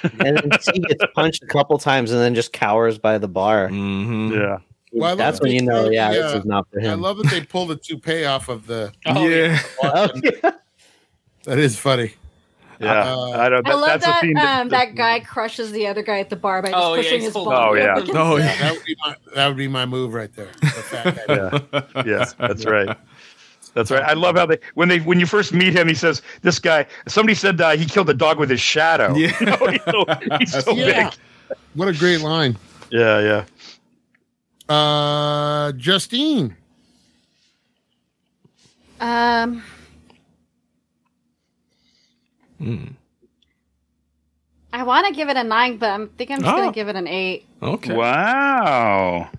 [SPEAKER 9] And then she gets punched a couple times and then just cowers by the bar.
[SPEAKER 6] Mm-hmm.
[SPEAKER 2] Yeah,
[SPEAKER 1] Well, I love
[SPEAKER 9] That's
[SPEAKER 1] that
[SPEAKER 9] when you
[SPEAKER 1] they
[SPEAKER 9] know,
[SPEAKER 1] throw
[SPEAKER 9] yeah,
[SPEAKER 1] the,
[SPEAKER 9] this
[SPEAKER 1] uh,
[SPEAKER 9] is not for
[SPEAKER 1] I
[SPEAKER 9] him.
[SPEAKER 1] love that they pull the toupee off of the.
[SPEAKER 8] Oh,
[SPEAKER 6] yeah.
[SPEAKER 9] Oh, yeah.
[SPEAKER 1] That is funny.
[SPEAKER 2] yeah.
[SPEAKER 1] Uh,
[SPEAKER 2] I don't.
[SPEAKER 10] I love
[SPEAKER 2] that's a
[SPEAKER 10] that
[SPEAKER 2] scene
[SPEAKER 10] um, that guy crushes the other guy at the bar by just
[SPEAKER 8] Oh, yeah,
[SPEAKER 10] pushing
[SPEAKER 8] he's
[SPEAKER 10] his
[SPEAKER 8] full-
[SPEAKER 10] ball.
[SPEAKER 2] Oh, yeah.
[SPEAKER 6] Oh, yeah.
[SPEAKER 1] That would be my that would be my move right there. The fat guy.
[SPEAKER 2] Yeah. yes, that's right. That's right. I love how they when they when you first meet him, he says, "This guy." Somebody said uh, he killed a dog with his shadow.
[SPEAKER 6] Yeah.
[SPEAKER 2] You know, he's so, he's so
[SPEAKER 1] Yeah.
[SPEAKER 2] big.
[SPEAKER 1] What a great line.
[SPEAKER 2] Yeah, yeah.
[SPEAKER 1] Uh, Justine.
[SPEAKER 10] Um,
[SPEAKER 6] Mm.
[SPEAKER 10] I want to give it a nine, but I'm think I'm just
[SPEAKER 6] Oh.
[SPEAKER 10] gonna give it an eight.
[SPEAKER 6] Okay.
[SPEAKER 2] Wow.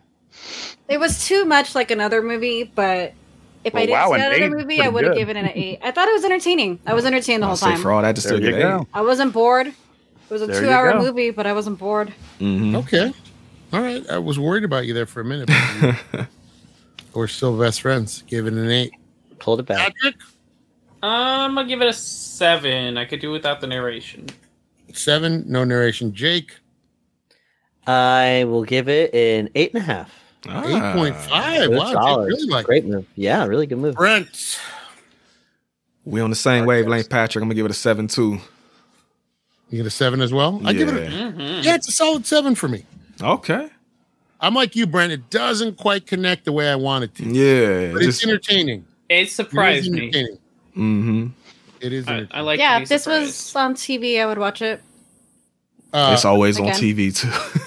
[SPEAKER 10] It was too much like another movie, but if I
[SPEAKER 2] Well,
[SPEAKER 10] didn't
[SPEAKER 2] Oh, wow,
[SPEAKER 10] see
[SPEAKER 2] an
[SPEAKER 10] that
[SPEAKER 2] eight's
[SPEAKER 10] other movie, I
[SPEAKER 2] pretty
[SPEAKER 10] would have
[SPEAKER 2] good.
[SPEAKER 10] given it an eight. I thought it was entertaining. I was entertained the
[SPEAKER 6] I'll
[SPEAKER 10] whole
[SPEAKER 6] say
[SPEAKER 10] time.
[SPEAKER 6] for all that to still
[SPEAKER 2] There
[SPEAKER 6] get
[SPEAKER 2] you go.
[SPEAKER 6] eight.
[SPEAKER 10] I wasn't bored. It was a
[SPEAKER 2] There you
[SPEAKER 10] two-hour
[SPEAKER 2] go.
[SPEAKER 10] movie, but I wasn't bored.
[SPEAKER 6] Mm-hmm.
[SPEAKER 1] Okay. All right. I was worried about you there for a minute. but you- We're still best friends. Give it an eight.
[SPEAKER 9] Pulled it back.
[SPEAKER 1] Patrick,
[SPEAKER 8] Um, I'm gonna give it a seven. I could do without the narration.
[SPEAKER 1] seven. No narration. Jake,
[SPEAKER 9] I will give it an eight and a half.
[SPEAKER 6] Ah.
[SPEAKER 1] eight point five.
[SPEAKER 9] Good
[SPEAKER 1] Wow, Jake
[SPEAKER 9] solid.
[SPEAKER 1] really like
[SPEAKER 9] Great move. Yeah, really good move.
[SPEAKER 1] Brent.
[SPEAKER 6] We on the same wavelength, Patrick. I'm gonna give it a seven two.
[SPEAKER 1] You get a seven as well. I give it. A,
[SPEAKER 8] Mm-hmm.
[SPEAKER 1] yeah, it's a solid seven for me.
[SPEAKER 6] Okay.
[SPEAKER 1] I'm like you, Brent. It doesn't quite connect the way I want it to,
[SPEAKER 6] Yeah.
[SPEAKER 1] but it's entertaining.
[SPEAKER 8] It
[SPEAKER 1] It is
[SPEAKER 8] surprised me.
[SPEAKER 1] entertaining.
[SPEAKER 6] mm-hmm.
[SPEAKER 1] It is.
[SPEAKER 8] I,
[SPEAKER 1] Entertaining.
[SPEAKER 8] I like. to
[SPEAKER 10] yeah,
[SPEAKER 8] be
[SPEAKER 10] if this was
[SPEAKER 8] surprised.
[SPEAKER 10] on TV, I would watch it.
[SPEAKER 1] Uh,
[SPEAKER 6] it's always on
[SPEAKER 10] again.
[SPEAKER 6] TV too.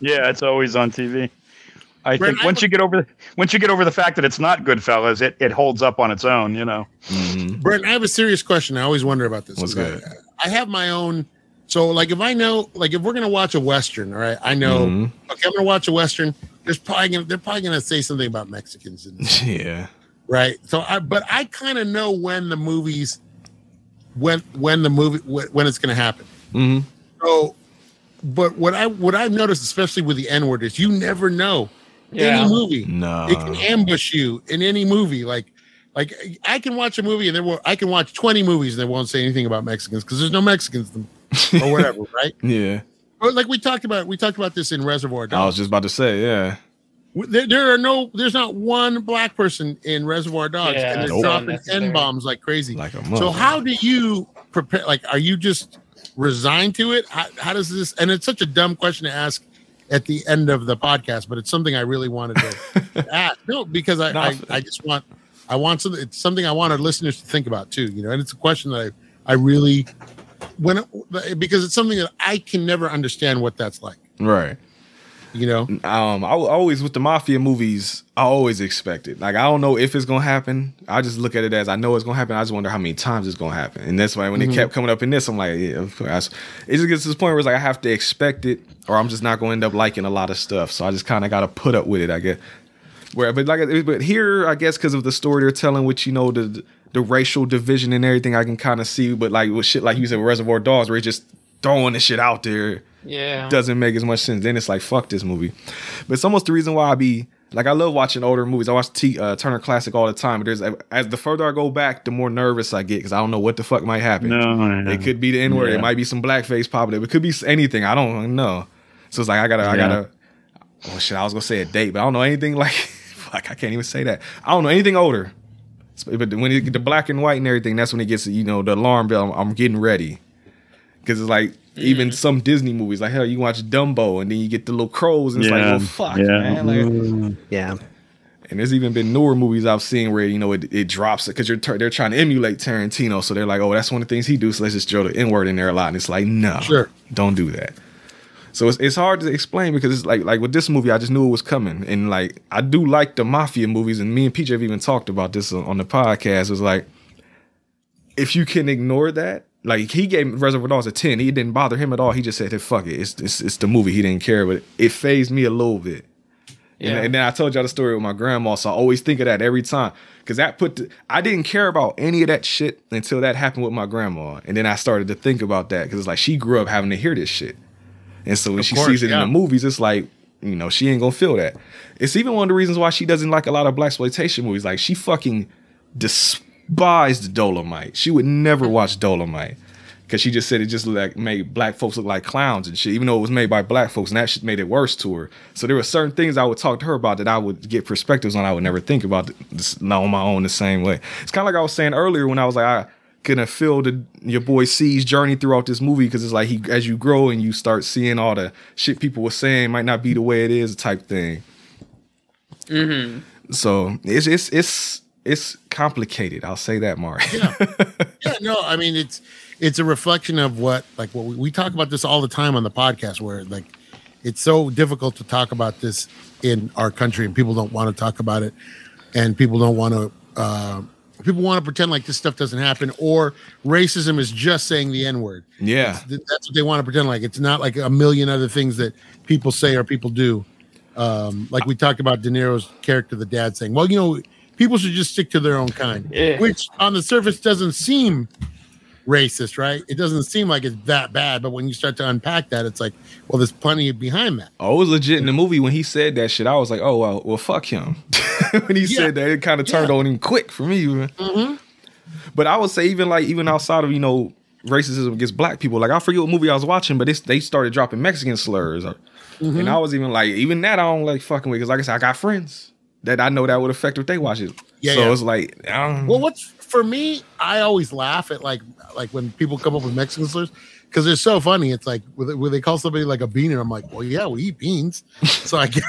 [SPEAKER 6] Mm-hmm.
[SPEAKER 2] Yeah, it's always on TV. I
[SPEAKER 1] Brent,
[SPEAKER 2] think
[SPEAKER 1] I
[SPEAKER 2] once
[SPEAKER 1] would-
[SPEAKER 2] you get over once you get over the fact that it's not Goodfellas, it it holds up on its own. You know.
[SPEAKER 6] Mhm.
[SPEAKER 1] Brent, I have a serious question. I always wonder about this.
[SPEAKER 6] What's
[SPEAKER 1] 'cause I-
[SPEAKER 6] good?
[SPEAKER 1] I, have my own. So, like, if I know, like, if we're gonna watch a western, all right, I know.
[SPEAKER 6] Mhm.
[SPEAKER 1] Okay, I'm gonna watch a western. There's probably gonna, they're probably gonna say something about Mexicans, in this,
[SPEAKER 6] Yeah.
[SPEAKER 1] right? So, I but I kind of know when the movies, when when the movie when, when it's gonna happen.
[SPEAKER 6] hmm
[SPEAKER 1] So, but what I what I've noticed, especially with the N word, is you never know
[SPEAKER 8] Yeah.
[SPEAKER 1] any movie.
[SPEAKER 6] No.
[SPEAKER 1] it can ambush you in any movie. Like, like I can watch a movie and there will I can watch twenty movies and they won't say anything about Mexicans because there's no Mexicans in them or whatever, right?
[SPEAKER 6] yeah.
[SPEAKER 1] But like we talked about, we talked about this in Reservoir
[SPEAKER 6] I
[SPEAKER 1] Dogs.
[SPEAKER 6] was just about to say. Yeah.
[SPEAKER 1] There, there are no. There's not one black person in Reservoir Dogs,
[SPEAKER 11] Yeah,
[SPEAKER 1] and they're
[SPEAKER 11] Nope.
[SPEAKER 1] dropping
[SPEAKER 11] unnecessary.
[SPEAKER 1] n bombs like crazy.
[SPEAKER 11] Like a
[SPEAKER 1] so
[SPEAKER 11] mother.
[SPEAKER 1] how do you prepare? Like, are you just resigned to it? How, how does this? And it's such a dumb question to ask at the end of the podcast, but it's something I really wanted to ask. No, because I,
[SPEAKER 11] No,
[SPEAKER 1] I, I just want I want something. It's something I want our listeners to think about too. You know, and it's a question that I I really when it, because it's something that I can never understand what that's like.
[SPEAKER 11] Right.
[SPEAKER 1] You know.
[SPEAKER 6] Um, I w- always with the mafia movies, I always expect it. Like I don't know if it's gonna happen. I just look at it as I know it's gonna happen. I just wonder how many times it's gonna happen. And that's why when
[SPEAKER 1] Mhm.
[SPEAKER 6] it kept coming up in this, I'm like, yeah, of course. It just gets to this point where it's like I have to expect it, or I'm just not gonna end up liking a lot of stuff. So I just kind of gotta put up with it, I guess. Where, but like, I- but here, I guess because of the story they're telling, which you know the the racial division and everything, I can kind of see. But like with shit like you said, with Reservoir Dogs, where it's just throwing the shit out there
[SPEAKER 8] Yeah.
[SPEAKER 6] doesn't make as much sense. Then it's like fuck this movie. But it's almost the reason why I be like I love watching older movies. I watch T, uh, Turner Classic all the time. But there's as the further I go back, the more nervous I get because I don't know what the fuck might happen.
[SPEAKER 2] No,
[SPEAKER 6] It could be the N word.
[SPEAKER 2] Yeah.
[SPEAKER 6] It might be some blackface popping up. It could be s- anything. I don't know. So it's like I gotta, I
[SPEAKER 2] Yeah.
[SPEAKER 6] gotta. Oh shit! I was gonna say a date, but I don't know anything like. Fuck! I can't even say that. I don't know anything older. It's- But when it, the black and white and everything, that's when it gets you know the alarm bell. I'm, I'm getting ready because it's like even some Disney movies, like hell, you watch Dumbo and then you get the little crows and it's like,
[SPEAKER 2] Yeah.
[SPEAKER 6] well, fuck,
[SPEAKER 2] Yeah.
[SPEAKER 6] man. Like,
[SPEAKER 9] Yeah.
[SPEAKER 6] and there's even been newer movies I've seen where you know it, it drops because you're tur- they're trying to emulate Tarantino, so they're like, oh, that's one of the things he do. So let's just throw the N word in there a lot, and it's like, no,
[SPEAKER 1] Sure.
[SPEAKER 6] don't do that. So it's, it's hard to explain because it's like like with this movie, I just knew it was coming, and like I do like the mafia movies, and me and PJ have even talked about this on, on the podcast. It was like if you can ignore that, like he gave Reservoir Dogs a ten, he didn't bother him at all. He just said, hey, fuck it, it's, it's it's the movie. He didn't care, but it phased me a little bit. And,
[SPEAKER 8] Yeah.
[SPEAKER 6] and then I told y'all the story with my grandma, so I always think of that every time because that put the, I didn't care about any of that shit until that happened with my grandma, and then I started to think about that because it's like she grew up having to hear this shit, and so when
[SPEAKER 1] Of
[SPEAKER 6] she
[SPEAKER 1] course,
[SPEAKER 6] sees it
[SPEAKER 1] yeah.
[SPEAKER 6] in the movies, it's like you know she ain't gonna feel that. It's even one of the reasons why she doesn't like a lot of black exploitation movies. Like she fucking despised Dolomite. She would never watch Dolomite. Cause she just said it just like made black folks look like clowns and shit, even though it was made by black folks, and that shit made it worse to her. So there were certain things I would talk to her about that I would get perspectives on I would never think about th- this, not on my own the same way. It's kind of like I was saying earlier when I was like I couldn't feel the your boy C's journey throughout this movie because it's like he as you grow and you start seeing all the shit people were saying might not be the way it is type thing. So it's it's it's it's complicated. I'll say that, Mark.
[SPEAKER 1] yeah, no, I mean it's it's a reflection of what like what we, we talk about this all the time on the podcast where like it's so difficult to talk about this in our country and people don't want to talk about it and people don't want to uh, people want to pretend like this stuff doesn't happen or racism is just saying the n word
[SPEAKER 6] yeah.
[SPEAKER 1] Th- that's what they want to pretend like it's not like a million other things that people say or people do um, like we talked about De Niro's character, the dad saying, "Well, you know, people should just stick to their own kind,"
[SPEAKER 8] Yeah.
[SPEAKER 1] which on the surface doesn't seem racist, right? It doesn't seem like it's that bad, but when you start to unpack that, it's like, well, there's plenty behind that.
[SPEAKER 6] I was legit in the movie when he said that shit. I was like, oh well, well fuck him. when he said that, it kind of turned on him quick for me. man.
[SPEAKER 1] Mm-hmm.
[SPEAKER 6] But I would say even like even outside of you know racism against black people, like I forget what movie I was watching, but it's, they started dropping Mexican slurs, or-
[SPEAKER 1] Mm-hmm.
[SPEAKER 6] and I was even like, even that I don't like fucking with because like I said, I got friends that I know that would affect if they watch it.
[SPEAKER 1] Yeah,
[SPEAKER 6] so
[SPEAKER 1] yeah.
[SPEAKER 6] it's like, I don't-
[SPEAKER 1] Well, what's for me, I always laugh at like like when people come up with Mexican slurs because they're so funny. It's like when they- when they call somebody like a bean, and I'm like, well, yeah, we eat beans, so I guess.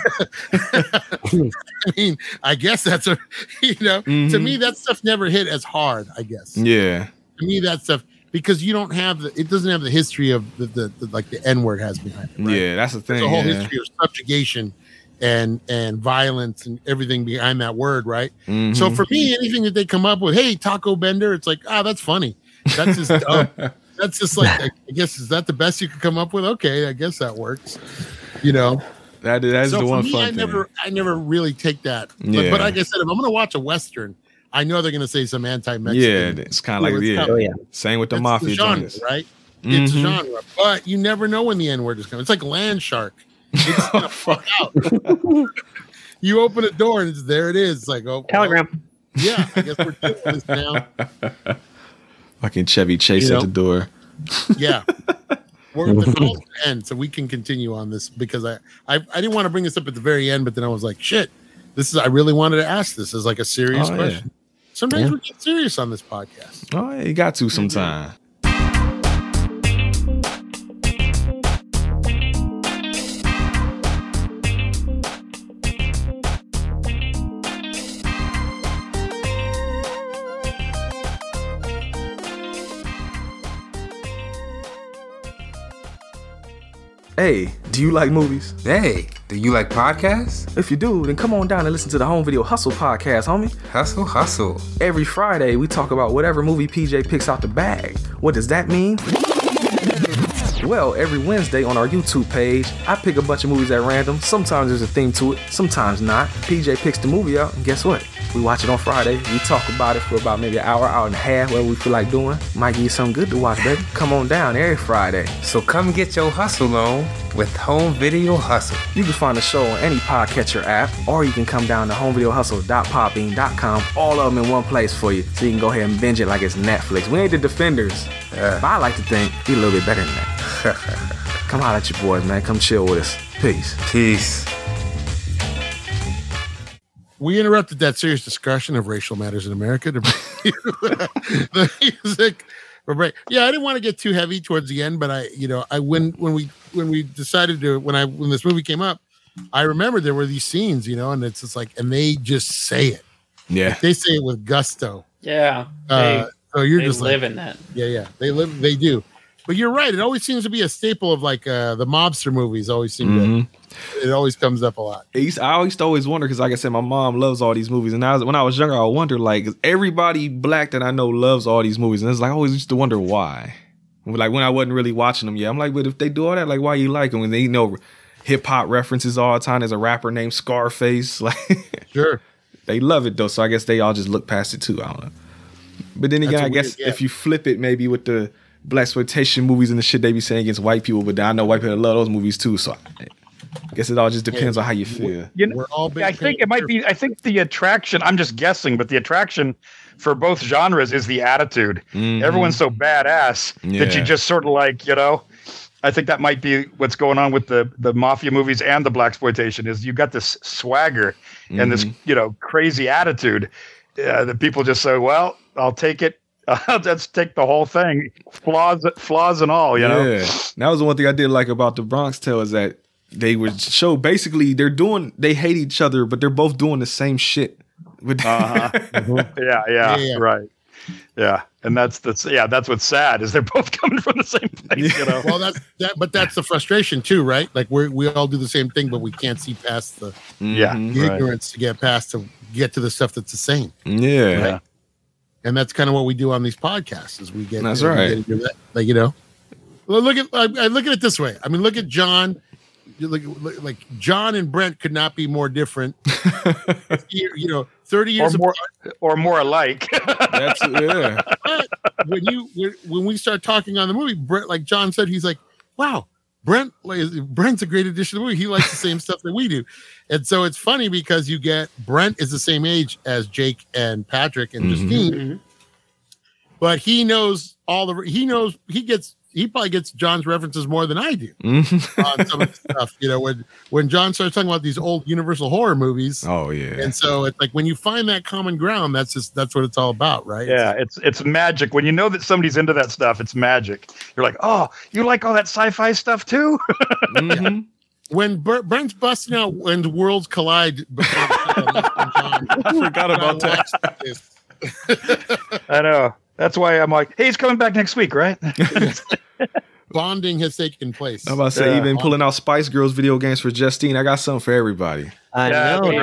[SPEAKER 1] I mean, I guess that's a you know to
[SPEAKER 6] Mhm.
[SPEAKER 1] me that stuff never hit as hard. I guess
[SPEAKER 6] yeah,
[SPEAKER 1] to me that stuff because you don't have the it doesn't have the history of the, the, the like the N word has behind it. Right?
[SPEAKER 6] yeah, that's the thing.
[SPEAKER 1] There's a whole
[SPEAKER 6] yeah.
[SPEAKER 1] history of subjugation and and violence and everything behind that word, right?
[SPEAKER 6] Mhm.
[SPEAKER 1] So for me, anything that they come up with, hey, taco bender, it's like, ah, that's funny. That's just dumb. That's just like, I guess is that the best you could come up with? Okay, I guess that works. You know,
[SPEAKER 6] that that's
[SPEAKER 1] so
[SPEAKER 6] the
[SPEAKER 1] for
[SPEAKER 6] one
[SPEAKER 1] me,
[SPEAKER 6] fun
[SPEAKER 1] I
[SPEAKER 6] thing.
[SPEAKER 1] never, I never really take that. But,
[SPEAKER 6] Yeah.
[SPEAKER 1] but like I said, if I'm going to watch a western, I know they're going to say some
[SPEAKER 6] yeah,
[SPEAKER 1] anti-Mexican.
[SPEAKER 6] it's kind of like
[SPEAKER 1] It's
[SPEAKER 6] yeah,
[SPEAKER 1] kinda-
[SPEAKER 3] Oh, yeah.
[SPEAKER 6] same with the
[SPEAKER 1] That's
[SPEAKER 6] mafia
[SPEAKER 1] genre,
[SPEAKER 6] joints.
[SPEAKER 1] right? It's
[SPEAKER 6] Mhm.
[SPEAKER 1] genre, but you never know when the N word is coming. It's like Land Shark. It's gonna fuck out. you open a door and it's, there it is. It's like oh, well,
[SPEAKER 9] Telegram.
[SPEAKER 1] yeah, I guess we're doing this now.
[SPEAKER 6] Fucking Chevy Chase
[SPEAKER 1] You
[SPEAKER 6] at
[SPEAKER 1] know?
[SPEAKER 6] the door.
[SPEAKER 1] Yeah, we're at the golden end, so we can continue on this because I, I I didn't want to bring this up at the very end, but then I was like, shit, this is I really wanted to ask this as like a serious
[SPEAKER 6] Oh, yeah.
[SPEAKER 1] question. Sometimes
[SPEAKER 9] Yeah.
[SPEAKER 1] we get serious on this podcast.
[SPEAKER 6] Oh, yeah, you got to sometime. Hey, do you like movies?
[SPEAKER 11] Hey, do you like podcasts?
[SPEAKER 6] If you do, then come on down and listen to the Home Video Hustle podcast, homie.
[SPEAKER 11] Hustle, hustle.
[SPEAKER 6] Every Friday, we talk about whatever movie PJ picks out the bag. What does that mean? Well, every Wednesday on our YouTube page, I pick a bunch of movies at random. Sometimes there's a theme to it, sometimes not. PJ picks the movie out, and guess what? We watch it on Friday. We talk about it for about maybe an hour, hour and a half, whatever we feel like doing. Might give you something good to watch, baby. Come on down every Friday.
[SPEAKER 11] So come get your hustle on with Home Video Hustle.
[SPEAKER 6] You can find the show on any podcatcher app, or you can come down to homevideohustle.podbean.com. All of them in one place for you, so you can go ahead and binge it like it's Netflix. We ain't the defenders, but I like to think we a little bit better than that. come holler at your boys, man. Come chill with us. Peace.
[SPEAKER 11] Peace.
[SPEAKER 1] We interrupted that serious discussion of racial matters in America to bring you the music. for break. Yeah, I didn't want to get too heavy towards the end, but I, you know, I when when we when we decided to when I when this movie came up, I remember there were these scenes, you know, and it's just like, and they just say it.
[SPEAKER 6] Yeah.
[SPEAKER 1] They say it with gusto.
[SPEAKER 8] Yeah.
[SPEAKER 1] Uh, so
[SPEAKER 8] they
[SPEAKER 1] you're
[SPEAKER 8] they
[SPEAKER 1] just like,
[SPEAKER 8] live in that.
[SPEAKER 1] Yeah, yeah. They live they do. But you're right. It always seems to be a staple of like uh the mobster movies always seem to it always comes up a lot.
[SPEAKER 6] I used, I used to always wonder because, like I said, my mom loves all these movies, and I was, when I was younger, I wondered like 'cause everybody black that I know loves all these movies, and it's like I always used to wonder why. Like when I wasn't really watching them yet, I'm like, but if they do all that, like why you like them? And they know hip hop references all the time. There's a rapper named Scarface, like
[SPEAKER 1] Sure.
[SPEAKER 6] they love it though. So I guess they all just look past it too. I don't know. But then again,
[SPEAKER 1] a
[SPEAKER 6] I
[SPEAKER 1] weird
[SPEAKER 6] guess
[SPEAKER 1] gap.
[SPEAKER 6] if you flip it, maybe with the black exploitation movies and the shit they be saying against white people, but I know white people love those movies too. So I guess it all just depends on how you feel.
[SPEAKER 2] You know,
[SPEAKER 1] We're all big
[SPEAKER 2] I think it might be. I think the attraction. I'm just guessing, but the attraction for both genres is the attitude.
[SPEAKER 6] Mhm.
[SPEAKER 2] Everyone's so badass that
[SPEAKER 6] Yeah.
[SPEAKER 2] you just sort of like, you know. I think that might be what's going on with the the mafia movies and the black exploitation is you got this swagger and this
[SPEAKER 6] Mm-hmm.
[SPEAKER 2] you know crazy attitude uh, that people just say, well, I'll take it. let's take the whole thing, flaws flaws and all. You know.
[SPEAKER 6] Yeah. And that was the one thing I did like about the Bronx Tale is that they would show basically they're doing they hate each other, but they're both doing the same shit. But
[SPEAKER 2] Uh-huh. yeah, yeah,
[SPEAKER 1] Yeah.
[SPEAKER 2] right. Yeah, and that's that's yeah, that's what's sad is they're both coming from the same place, you know.
[SPEAKER 1] well that's that but that's the frustration too, right? Like we we all do the same thing, but we can't see past the,
[SPEAKER 2] yeah,
[SPEAKER 1] the
[SPEAKER 6] Mm-hmm.
[SPEAKER 2] right.
[SPEAKER 1] ignorance to get past to get to the stuff that's the same.
[SPEAKER 6] yeah.
[SPEAKER 2] Yeah.
[SPEAKER 1] and that's kind of what we do on these podcasts is we get
[SPEAKER 6] That's
[SPEAKER 1] we get
[SPEAKER 6] right.
[SPEAKER 1] into that, like you know well, look at I, I look at it this way i mean look at john You look, look- like john and brent could not be more different you, you know 30
[SPEAKER 2] Or
[SPEAKER 1] years
[SPEAKER 2] more or more alike.
[SPEAKER 6] That's yeah.
[SPEAKER 1] apart when you when- when we start talking on the movie brent like john said he's like wow brent like, brent's a great addition to the movie he likes the same stuff that we do and so it's funny because you get brent is the same age as jake and patrick and
[SPEAKER 6] Mhm.
[SPEAKER 1] justine
[SPEAKER 8] Mhm.
[SPEAKER 1] but he knows all the he knows he gets he probably gets John's references more than I do
[SPEAKER 2] Mm-hmm.
[SPEAKER 6] Mhm.
[SPEAKER 1] on some of the stuff. You know, when when John starts talking about these old Universal horror movies,
[SPEAKER 6] Oh yeah.
[SPEAKER 1] and so it's like when you find that common ground, that's just that's what it's all about, right?
[SPEAKER 2] yeah, it's it's magic. When you know that somebody's into that stuff, it's magic. You're like, oh, you like all that sci-fi stuff too?
[SPEAKER 6] Mhm.
[SPEAKER 1] When Ber- Brent's busting out when the worlds collide, before John,
[SPEAKER 6] I forgot
[SPEAKER 1] John
[SPEAKER 6] about that.
[SPEAKER 1] watched this.
[SPEAKER 2] I know. That's why I'm like, hey, he's coming back next week, right?
[SPEAKER 1] bonding has taken place.
[SPEAKER 6] I'm about to say
[SPEAKER 2] Yeah.
[SPEAKER 6] even pulling out Spice Girls video games for Justine. I got something for everybody.
[SPEAKER 9] I
[SPEAKER 2] That's
[SPEAKER 9] know. man.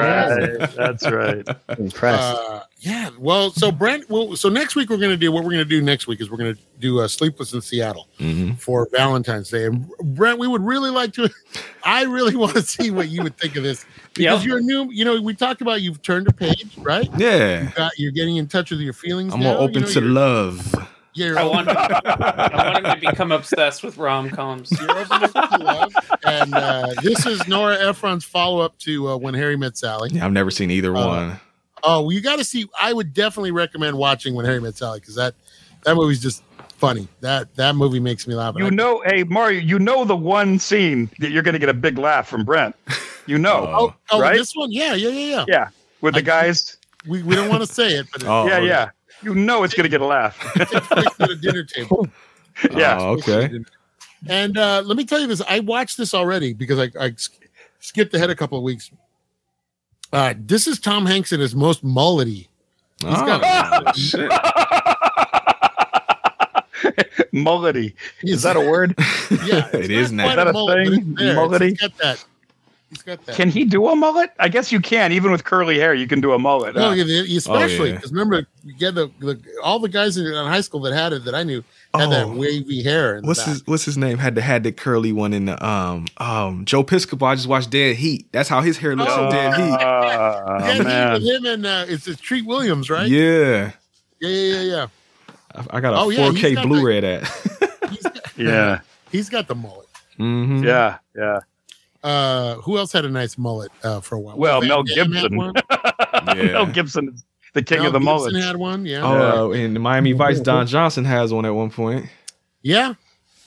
[SPEAKER 2] right. That's right.
[SPEAKER 9] Impressed.
[SPEAKER 1] Uh, yeah. Well, so Brent, well, so next week we're going to do what we're going to do next week is we're going to do uh, Sleepless in Seattle
[SPEAKER 6] Mm-hmm.
[SPEAKER 1] for Valentine's Day. And Brent, we would really like to. I really want to see what you would think of this because
[SPEAKER 8] Yep.
[SPEAKER 1] you're new. You know, we talked about you've turned a page, right?
[SPEAKER 6] Yeah.
[SPEAKER 1] Got, you're getting in touch with your feelings.
[SPEAKER 6] I'm more
[SPEAKER 1] now,
[SPEAKER 6] open
[SPEAKER 1] you know,
[SPEAKER 6] to
[SPEAKER 1] you're-
[SPEAKER 6] love.
[SPEAKER 1] yeah,
[SPEAKER 8] I
[SPEAKER 1] you're,
[SPEAKER 8] want, I want him to become obsessed with rom coms.
[SPEAKER 1] you're open to love. And uh, this is Nora Ephron's follow up to uh, When Harry Met Sally.
[SPEAKER 6] Yeah, I've never seen either
[SPEAKER 1] Uh,
[SPEAKER 6] one.
[SPEAKER 1] Oh, well, you got to see. I would definitely recommend watching When Harry Met Sally because that that movie's just funny. That that movie makes me laugh.
[SPEAKER 2] You know, hey Mario, you know the one scene that you're going to get a big laugh from Brent. You know,
[SPEAKER 1] Oh, oh,
[SPEAKER 2] right?
[SPEAKER 1] this one, yeah, yeah, yeah, yeah.
[SPEAKER 2] yeah, with the
[SPEAKER 1] I-
[SPEAKER 2] guys.
[SPEAKER 1] We, we don't want to say it, but
[SPEAKER 6] Oh.
[SPEAKER 1] it-
[SPEAKER 2] yeah, yeah. You know it's going to get a laugh.
[SPEAKER 1] it's at a dinner table.
[SPEAKER 2] yeah.
[SPEAKER 6] Oh, okay.
[SPEAKER 1] And uh, let me tell you this: I watched this already because I, I sk- skipped ahead a couple of weeks. Uh, this is Tom Hanks in his most mullety.
[SPEAKER 6] Oh, shit.
[SPEAKER 2] Mullety.
[SPEAKER 1] He's-
[SPEAKER 2] Is that a word?
[SPEAKER 1] Yeah,
[SPEAKER 6] It is now.
[SPEAKER 2] Is that a thing? Mullety?
[SPEAKER 1] He's got that. He's got that.
[SPEAKER 2] Can he do a mullet? I guess you can. Even with curly hair, you can do a mullet. Uh,
[SPEAKER 1] no,
[SPEAKER 2] huh?
[SPEAKER 1] yeah, the- especially
[SPEAKER 6] Oh, yeah.
[SPEAKER 1] because remember, yeah, the, the all the guys in, in high school that had it that I knew had that
[SPEAKER 6] Oh.
[SPEAKER 1] wavy hair. In the
[SPEAKER 6] What's
[SPEAKER 1] back.
[SPEAKER 6] his What's his name? Had the had the curly one in the um um Joe Piscopo. I just watched Dead Heat. That's how his hair looks
[SPEAKER 1] Oh.
[SPEAKER 6] in Dead Heat.
[SPEAKER 2] Ah,
[SPEAKER 1] yeah, he-
[SPEAKER 2] man.
[SPEAKER 1] with him and uh, it's, it's Treat Williams, right?
[SPEAKER 6] oh, Yeah,
[SPEAKER 1] yeah, yeah, yeah.
[SPEAKER 6] I, I got a
[SPEAKER 1] Oh, yeah, he's
[SPEAKER 6] 4K
[SPEAKER 1] got
[SPEAKER 6] Blu-ray of that.
[SPEAKER 1] yeah. He's got,
[SPEAKER 2] Yeah.
[SPEAKER 1] he's got the mullet.
[SPEAKER 6] Mhm.
[SPEAKER 2] Yeah. Yeah.
[SPEAKER 1] Uh, who else had a nice mullet uh, for a while?
[SPEAKER 2] Well, Mel
[SPEAKER 1] Dam had
[SPEAKER 2] Gibson.
[SPEAKER 1] one.
[SPEAKER 6] Yeah.
[SPEAKER 2] Mel Gibson is the king
[SPEAKER 1] Mel
[SPEAKER 2] of the
[SPEAKER 1] Gibson
[SPEAKER 2] mullets.
[SPEAKER 1] had one. Yeah.
[SPEAKER 6] Oh, uh, and the Miami Vice Don Johnson has one at one point.
[SPEAKER 1] yeah.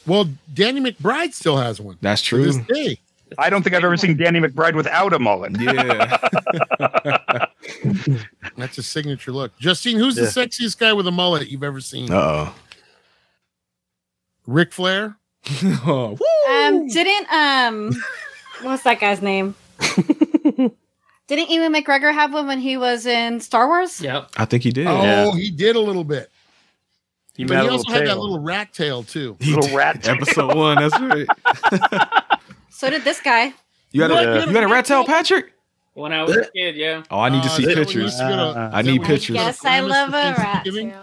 [SPEAKER 1] Well, Danny McBride still has one.
[SPEAKER 6] That's
[SPEAKER 1] To
[SPEAKER 6] true.
[SPEAKER 1] this day.
[SPEAKER 2] I don't think I've ever seen Danny McBride without a mullet.
[SPEAKER 6] Yeah.
[SPEAKER 1] That's his signature look. Justine, who's the
[SPEAKER 2] Yeah.
[SPEAKER 1] sexiest guy with a mullet you've ever seen?
[SPEAKER 6] Uh
[SPEAKER 1] Ric Flair?
[SPEAKER 6] oh.
[SPEAKER 10] Um, didn't um, what's that guy's name? didn't Ewan McGregor have one when he was in Star Wars?
[SPEAKER 8] Yep.
[SPEAKER 6] I think he did.
[SPEAKER 1] Oh, he did a little bit.
[SPEAKER 2] He
[SPEAKER 1] But
[SPEAKER 2] had
[SPEAKER 1] he
[SPEAKER 2] a
[SPEAKER 1] also had that
[SPEAKER 2] tail.
[SPEAKER 1] little rat tail too.
[SPEAKER 6] He
[SPEAKER 2] little
[SPEAKER 6] did.
[SPEAKER 2] rat tail.
[SPEAKER 6] Episode one. That's right.
[SPEAKER 10] So did this guy.
[SPEAKER 6] You had
[SPEAKER 1] Yeah.
[SPEAKER 6] a you had a rat tail, Patrick.
[SPEAKER 8] When I was a kid, yeah.
[SPEAKER 6] Oh, I need to
[SPEAKER 1] Uh,
[SPEAKER 6] see
[SPEAKER 1] is that when you
[SPEAKER 6] pictures.
[SPEAKER 1] used to go to-
[SPEAKER 2] Uh,
[SPEAKER 1] is
[SPEAKER 6] I
[SPEAKER 1] that
[SPEAKER 6] need
[SPEAKER 1] when you used to
[SPEAKER 6] pictures.
[SPEAKER 1] go to
[SPEAKER 10] Yes, I
[SPEAKER 1] Primus
[SPEAKER 10] love
[SPEAKER 1] for
[SPEAKER 10] a rat.
[SPEAKER 1] Thanksgiving?
[SPEAKER 10] too.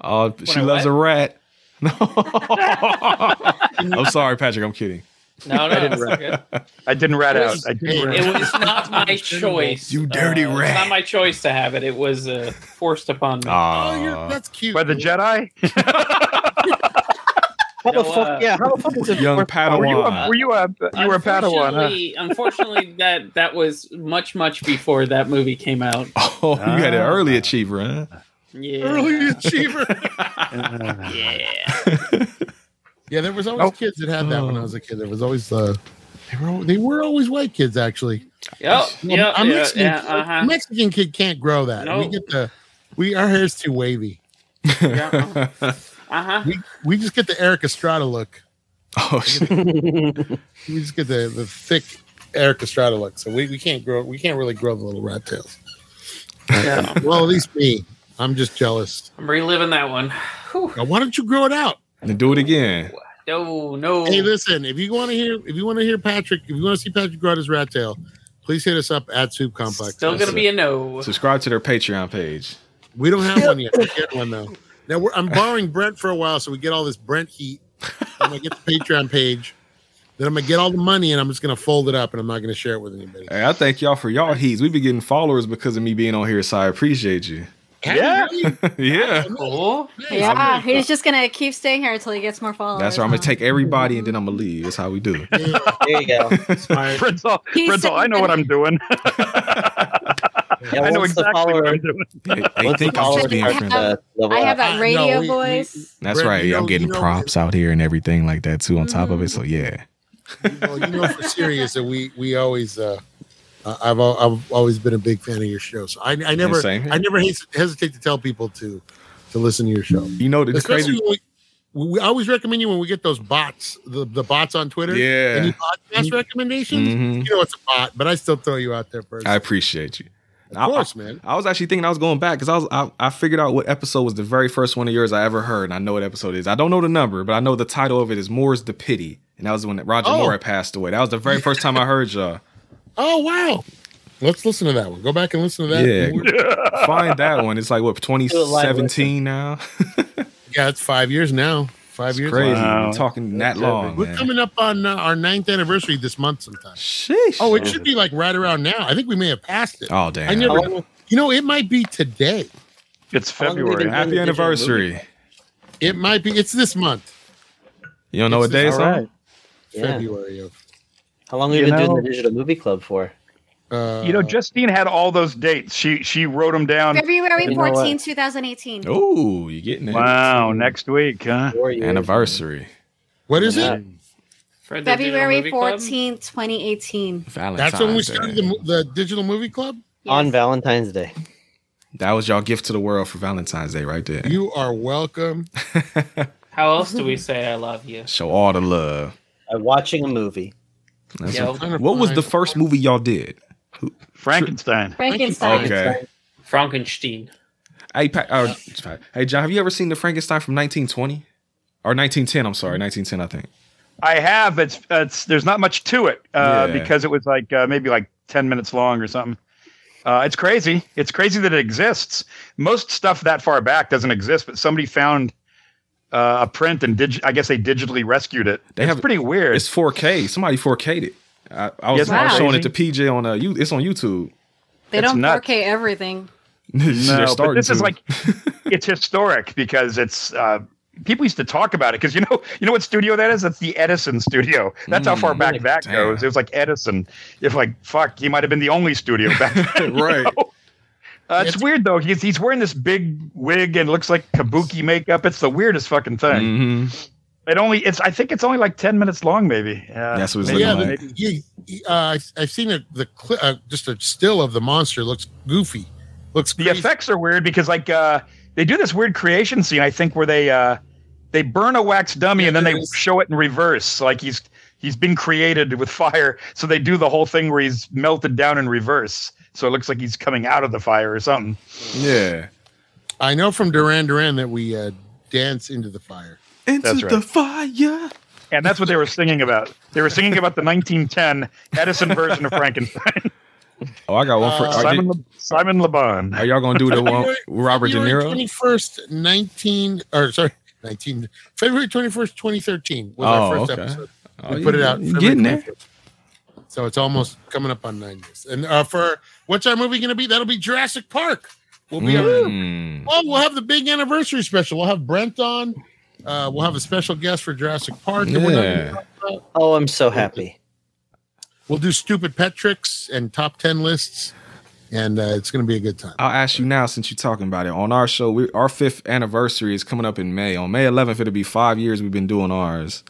[SPEAKER 6] Oh,
[SPEAKER 8] I
[SPEAKER 6] she loves
[SPEAKER 8] what?
[SPEAKER 6] a rat. No. I'm sorry, Patrick. I'm kidding.
[SPEAKER 8] No, no, it's
[SPEAKER 2] rat-
[SPEAKER 8] okay.
[SPEAKER 2] I didn't rat out. I
[SPEAKER 1] Hey,
[SPEAKER 2] didn't rat
[SPEAKER 8] it was not my choice.
[SPEAKER 6] You dirty
[SPEAKER 8] Uh, it's
[SPEAKER 6] rat. Ah.
[SPEAKER 8] not my choice to have it. It was uh, forced upon me.
[SPEAKER 1] Oh,
[SPEAKER 6] Aw.
[SPEAKER 1] you're, that's cute.
[SPEAKER 2] By the Jedi?
[SPEAKER 9] How
[SPEAKER 8] No,
[SPEAKER 9] the fuck?
[SPEAKER 8] uh,
[SPEAKER 9] yeah, how the fuck is it?
[SPEAKER 6] Young
[SPEAKER 2] Were you
[SPEAKER 6] Padawan.
[SPEAKER 2] Oh, a, were you a, you were a Padawan, huh?
[SPEAKER 8] Unfortunately- Unfortunately, that that was much much before that movie came out.
[SPEAKER 6] Oh, you had an early achiever, huh?
[SPEAKER 8] Yeah.
[SPEAKER 1] early achiever.
[SPEAKER 8] Yeah.
[SPEAKER 1] yeah, there was always
[SPEAKER 2] Oh.
[SPEAKER 1] kids that had that when I was a kid. There was always uh, they were al- they were always white kids actually.
[SPEAKER 8] Yep. Yep.
[SPEAKER 1] a
[SPEAKER 8] Oh, Yeah,
[SPEAKER 1] Mexican,
[SPEAKER 8] yeah,
[SPEAKER 1] kid-
[SPEAKER 8] uh-huh.
[SPEAKER 1] Mexican kid can't grow that. We
[SPEAKER 8] No.
[SPEAKER 1] get the we our hair's too wavy.
[SPEAKER 8] Yeah. Uh-huh.
[SPEAKER 1] We we just get the Eric Estrada look.
[SPEAKER 6] Oh, shit.
[SPEAKER 1] We just get the the thick Eric Estrada look. So we, we can't grow we can't really grow the little rat tails.
[SPEAKER 8] Yeah.
[SPEAKER 1] Well, at least me. I'm just jealous.
[SPEAKER 8] I'm reliving that one. Whew.
[SPEAKER 1] Now, why don't you grow it out?
[SPEAKER 6] and do it again.
[SPEAKER 8] No, no.
[SPEAKER 1] Hey, listen. If you want to hear, if you want to hear Patrick, if you want to see Patrick grow out his rat tail, please hit us up at Soup Complex.
[SPEAKER 8] Still gonna be a no.
[SPEAKER 6] Subscribe to their Patreon page.
[SPEAKER 1] We don't have one yet. We get one though. Now we're, I'm borrowing Brent for a while, so we get all this Brent heat. I'm gonna get the Patreon page. Then I'm gonna get all the money, and I'm just gonna fold it up, and I'm not gonna share it with anybody.
[SPEAKER 6] Hey, I thank y'all for y'all heats. We've been getting followers because of me being on here, so I appreciate you.
[SPEAKER 2] Yeah.
[SPEAKER 6] yeah.
[SPEAKER 8] Cool.
[SPEAKER 10] Yeah, Ah, he's just gonna keep staying here until he gets more followers. Oh.
[SPEAKER 6] That's right. I'm gonna
[SPEAKER 10] huh?
[SPEAKER 6] take everybody and then I'm gonna leave. That's how we do it.
[SPEAKER 9] There you go.
[SPEAKER 2] Prince, all,
[SPEAKER 10] He's
[SPEAKER 2] Prince, all, I know what I'm doing.
[SPEAKER 9] Yeah,
[SPEAKER 2] I know
[SPEAKER 9] once the
[SPEAKER 2] exactly what
[SPEAKER 9] follower,
[SPEAKER 2] I'm doing.
[SPEAKER 6] Hey, hey,
[SPEAKER 9] once the
[SPEAKER 6] think I'm
[SPEAKER 9] follower
[SPEAKER 6] just being
[SPEAKER 9] becomes
[SPEAKER 6] friendly.
[SPEAKER 9] uh, level
[SPEAKER 10] I have
[SPEAKER 9] up.
[SPEAKER 10] that
[SPEAKER 1] Uh,
[SPEAKER 10] radio
[SPEAKER 1] no, we- we-
[SPEAKER 10] voice.
[SPEAKER 6] That's
[SPEAKER 1] Brett,
[SPEAKER 6] right.
[SPEAKER 1] you
[SPEAKER 6] Yeah,
[SPEAKER 1] know-
[SPEAKER 6] I'm getting
[SPEAKER 1] you know- Mm-hmm.
[SPEAKER 6] props out here and everything like that too. On top of it, so yeah.
[SPEAKER 1] well, you know for serious that we we always uh, uh, I've al- I've always been a big fan of your show. So I I never
[SPEAKER 6] same here.
[SPEAKER 1] I never hes- hesitate to tell people to to listen to your show.
[SPEAKER 6] You know the
[SPEAKER 1] Especially
[SPEAKER 6] crazy.
[SPEAKER 1] when we, we I always recommend you when we get those bots, the, the bots on Twitter.
[SPEAKER 6] Yeah. Mm-hmm.
[SPEAKER 1] Any podcast recommendations?
[SPEAKER 6] Mhm.
[SPEAKER 1] You know it's a bot, but I still throw you out there first.
[SPEAKER 6] I appreciate you.
[SPEAKER 1] of
[SPEAKER 6] I-
[SPEAKER 1] course, man.
[SPEAKER 6] I was actually thinking I was going back because I was I, I figured out what episode was the very first one of yours I ever heard, and I know what episode it is. I don't know the number, but I know the title of it is Moore's the Pity, and that was when Roger
[SPEAKER 1] Oh.
[SPEAKER 6] Moore had passed away. That was the very first time I heard y'all.
[SPEAKER 1] Oh wow. Let's listen to that one. Go back and listen to that.
[SPEAKER 6] Yeah. Find that one. It's like what
[SPEAKER 9] live listen.
[SPEAKER 6] 2017 now.
[SPEAKER 1] yeah, it's five years now. Five
[SPEAKER 6] It's
[SPEAKER 1] years.
[SPEAKER 6] crazy. We've
[SPEAKER 2] Wow.
[SPEAKER 6] been talking that long.
[SPEAKER 1] We're
[SPEAKER 6] man.
[SPEAKER 1] coming up on uh, our ninth anniversary this month sometime.
[SPEAKER 6] Sheesh.
[SPEAKER 1] Oh, it should be like right around now. I think we may have passed it.
[SPEAKER 6] Oh, damn.
[SPEAKER 1] I never. You know, it might be today.
[SPEAKER 2] It's
[SPEAKER 9] How long have we been
[SPEAKER 2] February.
[SPEAKER 9] doing the
[SPEAKER 6] Happy
[SPEAKER 9] digital
[SPEAKER 6] anniversary.
[SPEAKER 1] It might be. It's this month,
[SPEAKER 6] You don't know what day
[SPEAKER 1] This
[SPEAKER 6] it's
[SPEAKER 1] is
[SPEAKER 9] All
[SPEAKER 6] on?
[SPEAKER 9] right. Yeah.
[SPEAKER 1] February of.
[SPEAKER 9] How long have you
[SPEAKER 2] You
[SPEAKER 9] been doing
[SPEAKER 2] know-
[SPEAKER 9] the digital movie club for?
[SPEAKER 1] Uh,
[SPEAKER 2] you know, Justine had all those dates. She she wrote them
[SPEAKER 1] um,
[SPEAKER 2] down.
[SPEAKER 4] February 14, 2018.
[SPEAKER 6] Oh, you're getting it.
[SPEAKER 2] Wow, next week, huh?
[SPEAKER 6] Anniversary.
[SPEAKER 1] What is it?
[SPEAKER 4] February 14, 2018.
[SPEAKER 6] Valentine's
[SPEAKER 1] That's when we
[SPEAKER 6] Day.
[SPEAKER 1] started the, the digital movie club.
[SPEAKER 3] On Valentine's Day.
[SPEAKER 6] That was y'all gift to the world for Valentine's Day right there.
[SPEAKER 1] You are welcome.
[SPEAKER 8] How else do we say I love you?
[SPEAKER 6] Show all the love.
[SPEAKER 3] By watching a movie.
[SPEAKER 6] That's
[SPEAKER 8] Yo.
[SPEAKER 6] a- what was the first movie y'all did? Who-
[SPEAKER 2] Frankenstein.
[SPEAKER 4] Frankenstein.
[SPEAKER 6] Okay.
[SPEAKER 8] Frankenstein.
[SPEAKER 6] Hey, Pat, uh, Pat- hey, John, have you ever seen the Frankenstein from 1920 or 1910? I'm sorry, 1910, I think.
[SPEAKER 2] I have. It's it's. There's not much to it uh,
[SPEAKER 6] Yeah.
[SPEAKER 2] because it was like uh, maybe like ten minutes long or something. Uh, it's crazy. It's crazy that it exists. Most stuff that far back doesn't exist, but somebody found uh, a print and dig- I guess they digitally rescued it.
[SPEAKER 6] They
[SPEAKER 2] it's
[SPEAKER 6] have-
[SPEAKER 2] pretty weird.
[SPEAKER 6] It's 4K. Somebody 4K'd it. I, I was,
[SPEAKER 2] Yes,
[SPEAKER 6] I was
[SPEAKER 4] wow.
[SPEAKER 6] showing it to PJ on uh, you. It's on YouTube.
[SPEAKER 4] They
[SPEAKER 2] It's
[SPEAKER 4] don't
[SPEAKER 2] nuts.
[SPEAKER 4] 4K everything.
[SPEAKER 6] They're
[SPEAKER 2] no, but
[SPEAKER 6] starting
[SPEAKER 2] this is
[SPEAKER 6] to.
[SPEAKER 2] like it's historic because it's uh, people used to talk about it because you know you know what studio that is. That's the Edison studio. That's how far back that
[SPEAKER 6] Mm, Damn.
[SPEAKER 2] goes. It was like Edison. If like fuck, he might have been the only studio back then. you
[SPEAKER 6] Right.
[SPEAKER 2] know? Uh, it's, weird though. He's he's wearing this big wig and looks like kabuki makeup. It's the weirdest fucking thing.
[SPEAKER 6] Mhm.
[SPEAKER 2] It only it's I think it's only like ten minutes long maybe. Uh,
[SPEAKER 6] That's what it's
[SPEAKER 2] maybe-
[SPEAKER 6] looking
[SPEAKER 1] yeah,
[SPEAKER 6] like.
[SPEAKER 1] the, you, you- uh, I've- I've seen it. The cli uh, just a still of the monster looks goofy. Looks
[SPEAKER 2] the
[SPEAKER 1] crazy.
[SPEAKER 2] effects are weird because like uh they do this weird creation scene i think where they uh they burn a wax dummy and then they show it in reverse like he's he's been created with fire so they do the whole thing where he's melted down in reverse so it looks like he's coming out of the fire or something
[SPEAKER 6] Yeah.
[SPEAKER 1] I know from Duran Duran that we uh, dance into the fire.
[SPEAKER 6] Into
[SPEAKER 2] That's right.
[SPEAKER 6] the fire.
[SPEAKER 2] and that's what they were singing about they were singing about the 1910 edison version of frankenstein
[SPEAKER 6] Oh, I got one
[SPEAKER 1] Uh,
[SPEAKER 6] for. are,
[SPEAKER 2] simon,
[SPEAKER 6] you,
[SPEAKER 2] Le- simon lebon
[SPEAKER 6] are y'all going to do the one with Robert De
[SPEAKER 1] February
[SPEAKER 6] Niro?
[SPEAKER 1] twenty first, nineteen or sorry, nineteen February twenty first, twenty thirteen was our
[SPEAKER 6] Oh,
[SPEAKER 1] first
[SPEAKER 6] okay.
[SPEAKER 1] episode.
[SPEAKER 6] Oh,
[SPEAKER 1] we put
[SPEAKER 6] you-
[SPEAKER 1] it out.
[SPEAKER 6] you
[SPEAKER 1] February
[SPEAKER 6] getting there.
[SPEAKER 1] 21st. So it's almost coming up on nine years. And uh, for what's our movie going to be? That'll be Jurassic Park. We'll be. on
[SPEAKER 6] Mm.
[SPEAKER 1] Oh, we'll have the big anniversary special. We'll have Brent on. Uh, we'll have a special guest for Jurassic Park. And we're not gonna
[SPEAKER 6] Yeah.
[SPEAKER 1] talk about-
[SPEAKER 3] Oh, I'm so happy.
[SPEAKER 1] we'll do stupid pet tricks and top ten lists, and uh, it's going to be a good time.
[SPEAKER 6] I'll ask you now since you're talking about it. On our show, we, our fifth anniversary is coming up in May. On May 11th, it'll be five years we've been doing ours.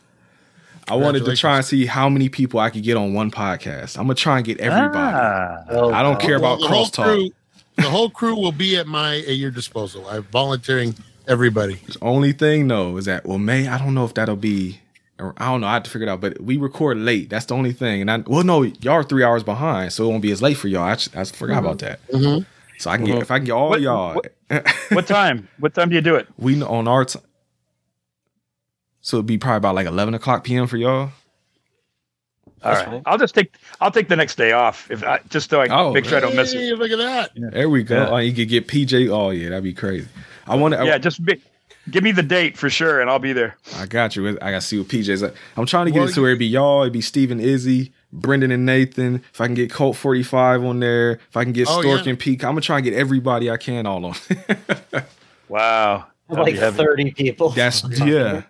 [SPEAKER 6] I wanted to try and see how many people I could get on one podcast. I'm gonna try and get everybody.
[SPEAKER 2] Ah.
[SPEAKER 3] Oh,
[SPEAKER 6] I don't care about
[SPEAKER 1] the whole
[SPEAKER 6] crosstalk.
[SPEAKER 1] crew- The whole crew will be at my at your disposal. I'm volunteering everybody.
[SPEAKER 6] The only thing though is that well, May. I don't know if that'll be. Or I don't know. I have to figure it out. But we record late. That's the only thing. And I well, no, y'all are three hours behind, so it won't be as late for y'all. I, just- I forgot about that.
[SPEAKER 1] Mhm.
[SPEAKER 6] So I can get if I can get all
[SPEAKER 2] Mm-hmm. What-
[SPEAKER 6] y'all.
[SPEAKER 2] what time what time do you do it
[SPEAKER 6] we know on our time. So it'd be probably about like eleven o'clock p.m. for y'all.
[SPEAKER 2] All right. i'll just take i'll take the next day off if I, just so i
[SPEAKER 6] Oh,
[SPEAKER 2] make sure i don't miss it
[SPEAKER 1] Hey, look at that!
[SPEAKER 6] There we go.
[SPEAKER 2] Yeah.
[SPEAKER 6] Oh, you could get PJ. Oh yeah, that'd be crazy. I want to.
[SPEAKER 2] yeah, just be, give me the date for sure, and I'll be there.
[SPEAKER 6] I got you. I got to see what PJ's. At. I'm trying to get
[SPEAKER 1] Well,
[SPEAKER 6] it to where it'd be y'all, it'd be Steven, Izzy, Brendan, and Nathan. If I can get Colt 45 on there, if I can get
[SPEAKER 1] Oh,
[SPEAKER 6] Stork
[SPEAKER 1] yeah.
[SPEAKER 6] and Peak, I'm gonna try and get everybody I can all on.
[SPEAKER 2] Wow, That'll be
[SPEAKER 3] Like
[SPEAKER 2] heavy.
[SPEAKER 3] 30 people.
[SPEAKER 6] That's yeah,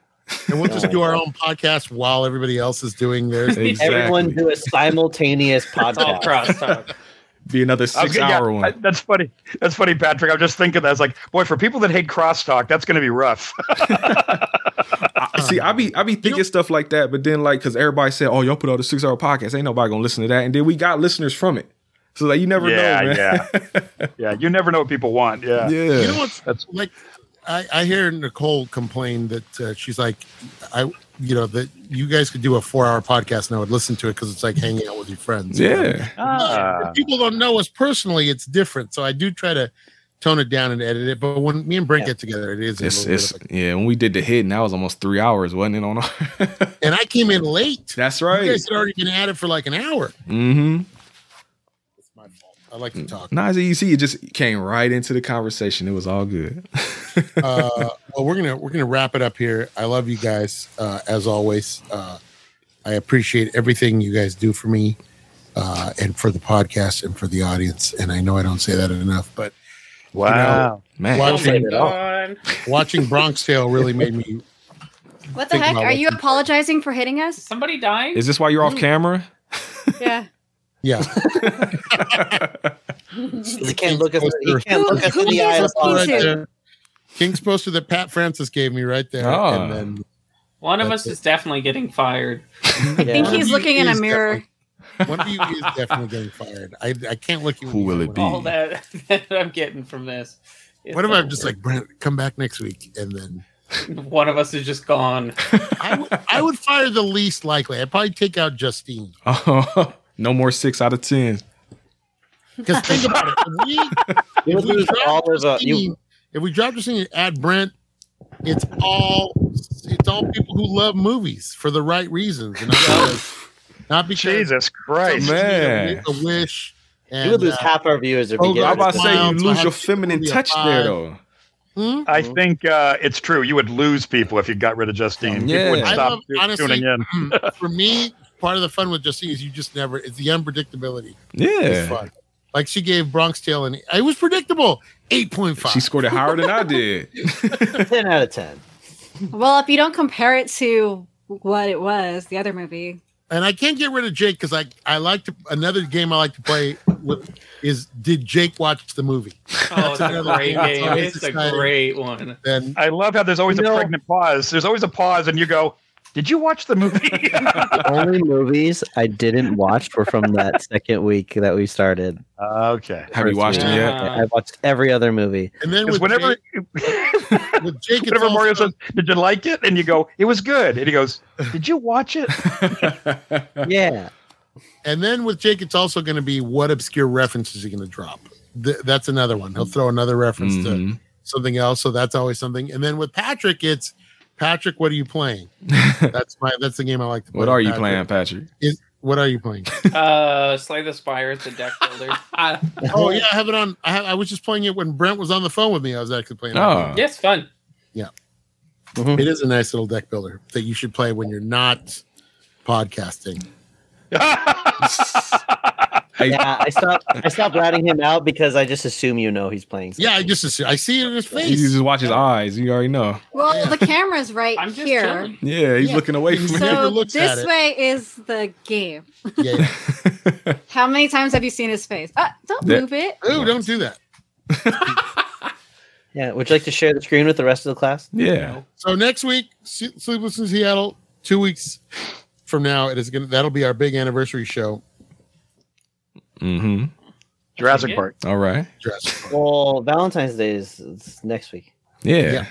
[SPEAKER 1] And we'll just do our own podcast while everybody else is doing theirs.
[SPEAKER 6] exactly.
[SPEAKER 3] Everyone do a simultaneous
[SPEAKER 8] It's all
[SPEAKER 3] podcast.
[SPEAKER 8] crosstalk.
[SPEAKER 6] be
[SPEAKER 2] I
[SPEAKER 6] another
[SPEAKER 2] was
[SPEAKER 6] six
[SPEAKER 2] gonna- yeah,
[SPEAKER 6] hour
[SPEAKER 2] I-
[SPEAKER 6] one.
[SPEAKER 2] that's funny. That's funny, Patrick. I was just thinking that. I was like, boy, for people that hate crosstalk, that's going to be rough.
[SPEAKER 6] I, see, I be I be thinking stuff like that, but then like because everybody said, "Oh, y'all put out a six hour podcast, ain't nobody gonna listen to that," and then we got listeners from it. So like you never know, man.
[SPEAKER 2] yeah, yeah, yeah. You never know what people want. Yeah,
[SPEAKER 6] yeah.
[SPEAKER 1] You know what's
[SPEAKER 2] That's-
[SPEAKER 1] like? I, I hear Nicole complain that uh, she's like, I, you know, that you guys could do a four-hour podcast and I would listen to it because it's like hanging out with your friends.
[SPEAKER 6] yeah.
[SPEAKER 1] Uh,
[SPEAKER 2] Ah.
[SPEAKER 1] if people don't know us personally, it's different. So I do try to tone it down and edit it. But when me and Brent get together, it is a
[SPEAKER 6] It's
[SPEAKER 1] little
[SPEAKER 6] it's
[SPEAKER 1] bit. Of
[SPEAKER 6] yeah. When we did the hit, that was almost three hours, wasn't it? On our-
[SPEAKER 1] a, and I came in late.
[SPEAKER 6] that's
[SPEAKER 1] You
[SPEAKER 6] right.
[SPEAKER 1] guys had already been at it for like an hour.
[SPEAKER 6] Mm-hmm.
[SPEAKER 1] It's my fault. I like
[SPEAKER 6] Mm.
[SPEAKER 1] to talk.
[SPEAKER 6] Nice you see, it just came right into the conversation. It was all good.
[SPEAKER 1] uh, well, we're gonna we're gonna wrap it up here. I love you guys uh, as always. Uh, I appreciate everything you guys do for me uh, and for the podcast and for the audience. And I know I don't say that enough, but
[SPEAKER 2] wow.
[SPEAKER 6] Man,
[SPEAKER 1] Why-
[SPEAKER 8] Oh my
[SPEAKER 1] Shit.
[SPEAKER 8] god.
[SPEAKER 1] watching Bronx Tale really made me.
[SPEAKER 4] What the
[SPEAKER 1] Think
[SPEAKER 4] heck?
[SPEAKER 1] about
[SPEAKER 4] Are
[SPEAKER 1] it.
[SPEAKER 4] you apologizing for hitting us?
[SPEAKER 8] Somebody dying?
[SPEAKER 6] is this why you're off camera?
[SPEAKER 4] Yeah.
[SPEAKER 1] Yeah.
[SPEAKER 3] He can't look us. He can't look us in the eye.
[SPEAKER 1] Right there. King's poster that Pat Francis gave me right there.
[SPEAKER 6] Ah.
[SPEAKER 1] And then
[SPEAKER 8] One of us is definitely getting fired.
[SPEAKER 4] I think he's looking in a mirror.
[SPEAKER 1] one of you is definitely getting fired. I, I can't look you. in
[SPEAKER 6] Who
[SPEAKER 1] the
[SPEAKER 6] will
[SPEAKER 1] eye
[SPEAKER 6] it
[SPEAKER 1] when I-
[SPEAKER 8] All that, that I'm getting from this. It's
[SPEAKER 1] What if I'm
[SPEAKER 8] over.
[SPEAKER 1] just like Brent? Come back next week, and then
[SPEAKER 8] one of us is just gone?
[SPEAKER 1] I would I would fire the least likely. I'd probably take out Justine
[SPEAKER 6] no more six out of ten.
[SPEAKER 1] because think about it. If we,
[SPEAKER 3] You
[SPEAKER 1] if we
[SPEAKER 3] lose
[SPEAKER 1] drop
[SPEAKER 3] all of the.
[SPEAKER 1] Justine,
[SPEAKER 3] You,
[SPEAKER 1] if we drop Justine and add Brent, it's all it's all people who love movies for the right reasons, and not because, not because
[SPEAKER 2] Jesus Christ.
[SPEAKER 1] social media
[SPEAKER 6] man.
[SPEAKER 1] made a wish. And,
[SPEAKER 3] you would lose
[SPEAKER 1] uh,
[SPEAKER 3] half our viewers if
[SPEAKER 1] oh,
[SPEAKER 3] you get.
[SPEAKER 6] I'm
[SPEAKER 3] rid
[SPEAKER 6] about
[SPEAKER 3] of
[SPEAKER 6] to
[SPEAKER 3] this.
[SPEAKER 6] say you
[SPEAKER 1] Clowns,
[SPEAKER 6] lose
[SPEAKER 1] I
[SPEAKER 6] your
[SPEAKER 1] have
[SPEAKER 6] feminine
[SPEAKER 1] to be a
[SPEAKER 6] touch there
[SPEAKER 1] five.
[SPEAKER 6] though.
[SPEAKER 1] hmm?
[SPEAKER 2] I think uh, it's true. You would lose people if you got rid of Justine.
[SPEAKER 6] Yeah.
[SPEAKER 2] People would
[SPEAKER 1] I
[SPEAKER 2] stop
[SPEAKER 1] love-
[SPEAKER 2] tu-
[SPEAKER 1] honestly-
[SPEAKER 2] tuning in.
[SPEAKER 1] for me, part of the fun with Justine is you just never it's the unpredictability. It's
[SPEAKER 6] Yeah,
[SPEAKER 1] fun. Like she gave Bronx Tale and it was predictable. Eight point five.
[SPEAKER 6] she scored it higher than I did.
[SPEAKER 3] ten out of ten.
[SPEAKER 4] Well, if you don't compare it to what it was, the other movie.
[SPEAKER 1] and I can't get rid of Jake because I I like to another game I like to play with is did Jake watch the movie?
[SPEAKER 8] Oh, it's a
[SPEAKER 1] another
[SPEAKER 8] great
[SPEAKER 1] thing.
[SPEAKER 8] game.
[SPEAKER 1] Always
[SPEAKER 8] It's a
[SPEAKER 1] exciting.
[SPEAKER 8] great one.
[SPEAKER 1] Then
[SPEAKER 2] I love how there's always
[SPEAKER 3] No.
[SPEAKER 2] a pregnant pause. There's always a pause, and you go, "Did you watch the movie?"
[SPEAKER 3] The only movies I didn't watch were from that second week that we started.
[SPEAKER 2] Uh, okay.
[SPEAKER 6] Have you
[SPEAKER 3] First
[SPEAKER 6] watched
[SPEAKER 3] week.
[SPEAKER 6] it yet?
[SPEAKER 8] Yeah.
[SPEAKER 3] I watched every other movie.
[SPEAKER 1] and then
[SPEAKER 2] Because
[SPEAKER 1] with
[SPEAKER 2] whenever,
[SPEAKER 1] Jake, with Jake it's
[SPEAKER 2] whenever Mario
[SPEAKER 1] also,
[SPEAKER 2] says, "Did you like it?" and you go, "It was good," and he goes, "Did you watch it?"
[SPEAKER 3] Yeah,
[SPEAKER 1] and then with Jake it's also going to be what obscure reference is he going to drop? Th- that's another one. He'll throw another reference to
[SPEAKER 6] Mhm.
[SPEAKER 1] something else. So that's always something. And then with Patrick, it's Patrick. What are you playing? that's my. That's the game I like to play.
[SPEAKER 6] What
[SPEAKER 1] with
[SPEAKER 6] are you
[SPEAKER 1] Patrick.
[SPEAKER 6] playing, Patrick?
[SPEAKER 1] Is, what are you playing?
[SPEAKER 8] Uh, Slay the Spire. It's a deck builder. Uh,
[SPEAKER 1] oh yeah, I have it on. I, have, I was just playing it when Brent was on the phone with me. I was actually playing. it.
[SPEAKER 6] Oh,
[SPEAKER 8] yes, fun.
[SPEAKER 1] It is a nice little deck builder that you should play when you're not podcasting.
[SPEAKER 3] yeah. I stopped. I stopped ratting him out because I just assume you know he's playing.
[SPEAKER 1] Yeah, I just assume, I see it in his
[SPEAKER 6] you
[SPEAKER 1] face.
[SPEAKER 6] just watch his eyes. You already know.
[SPEAKER 4] Well, the camera's right
[SPEAKER 8] I'm just
[SPEAKER 4] here.
[SPEAKER 8] chilling.
[SPEAKER 6] Yeah, he's
[SPEAKER 1] Yeah.
[SPEAKER 6] looking away from
[SPEAKER 1] He never
[SPEAKER 4] So
[SPEAKER 1] looks at
[SPEAKER 4] this
[SPEAKER 1] it.
[SPEAKER 4] way is the game.
[SPEAKER 1] Yeah, yeah.
[SPEAKER 4] How many times have you seen his face? Uh, don't
[SPEAKER 6] That-
[SPEAKER 4] move it.
[SPEAKER 1] Ooh, don't do that.
[SPEAKER 3] Yeah. Would you like to share the screen with the rest of the class?
[SPEAKER 6] Yeah.
[SPEAKER 1] So next week, Se- Sleepless in Seattle. Two weeks from now, it is gonna. That'll be our big anniversary show.
[SPEAKER 6] Mm-hmm.
[SPEAKER 2] Jurassic Park.
[SPEAKER 6] All right.
[SPEAKER 1] Jurassic Park.
[SPEAKER 3] Well, Valentine's Day is it's next week.
[SPEAKER 6] Yeah.
[SPEAKER 1] Yeah.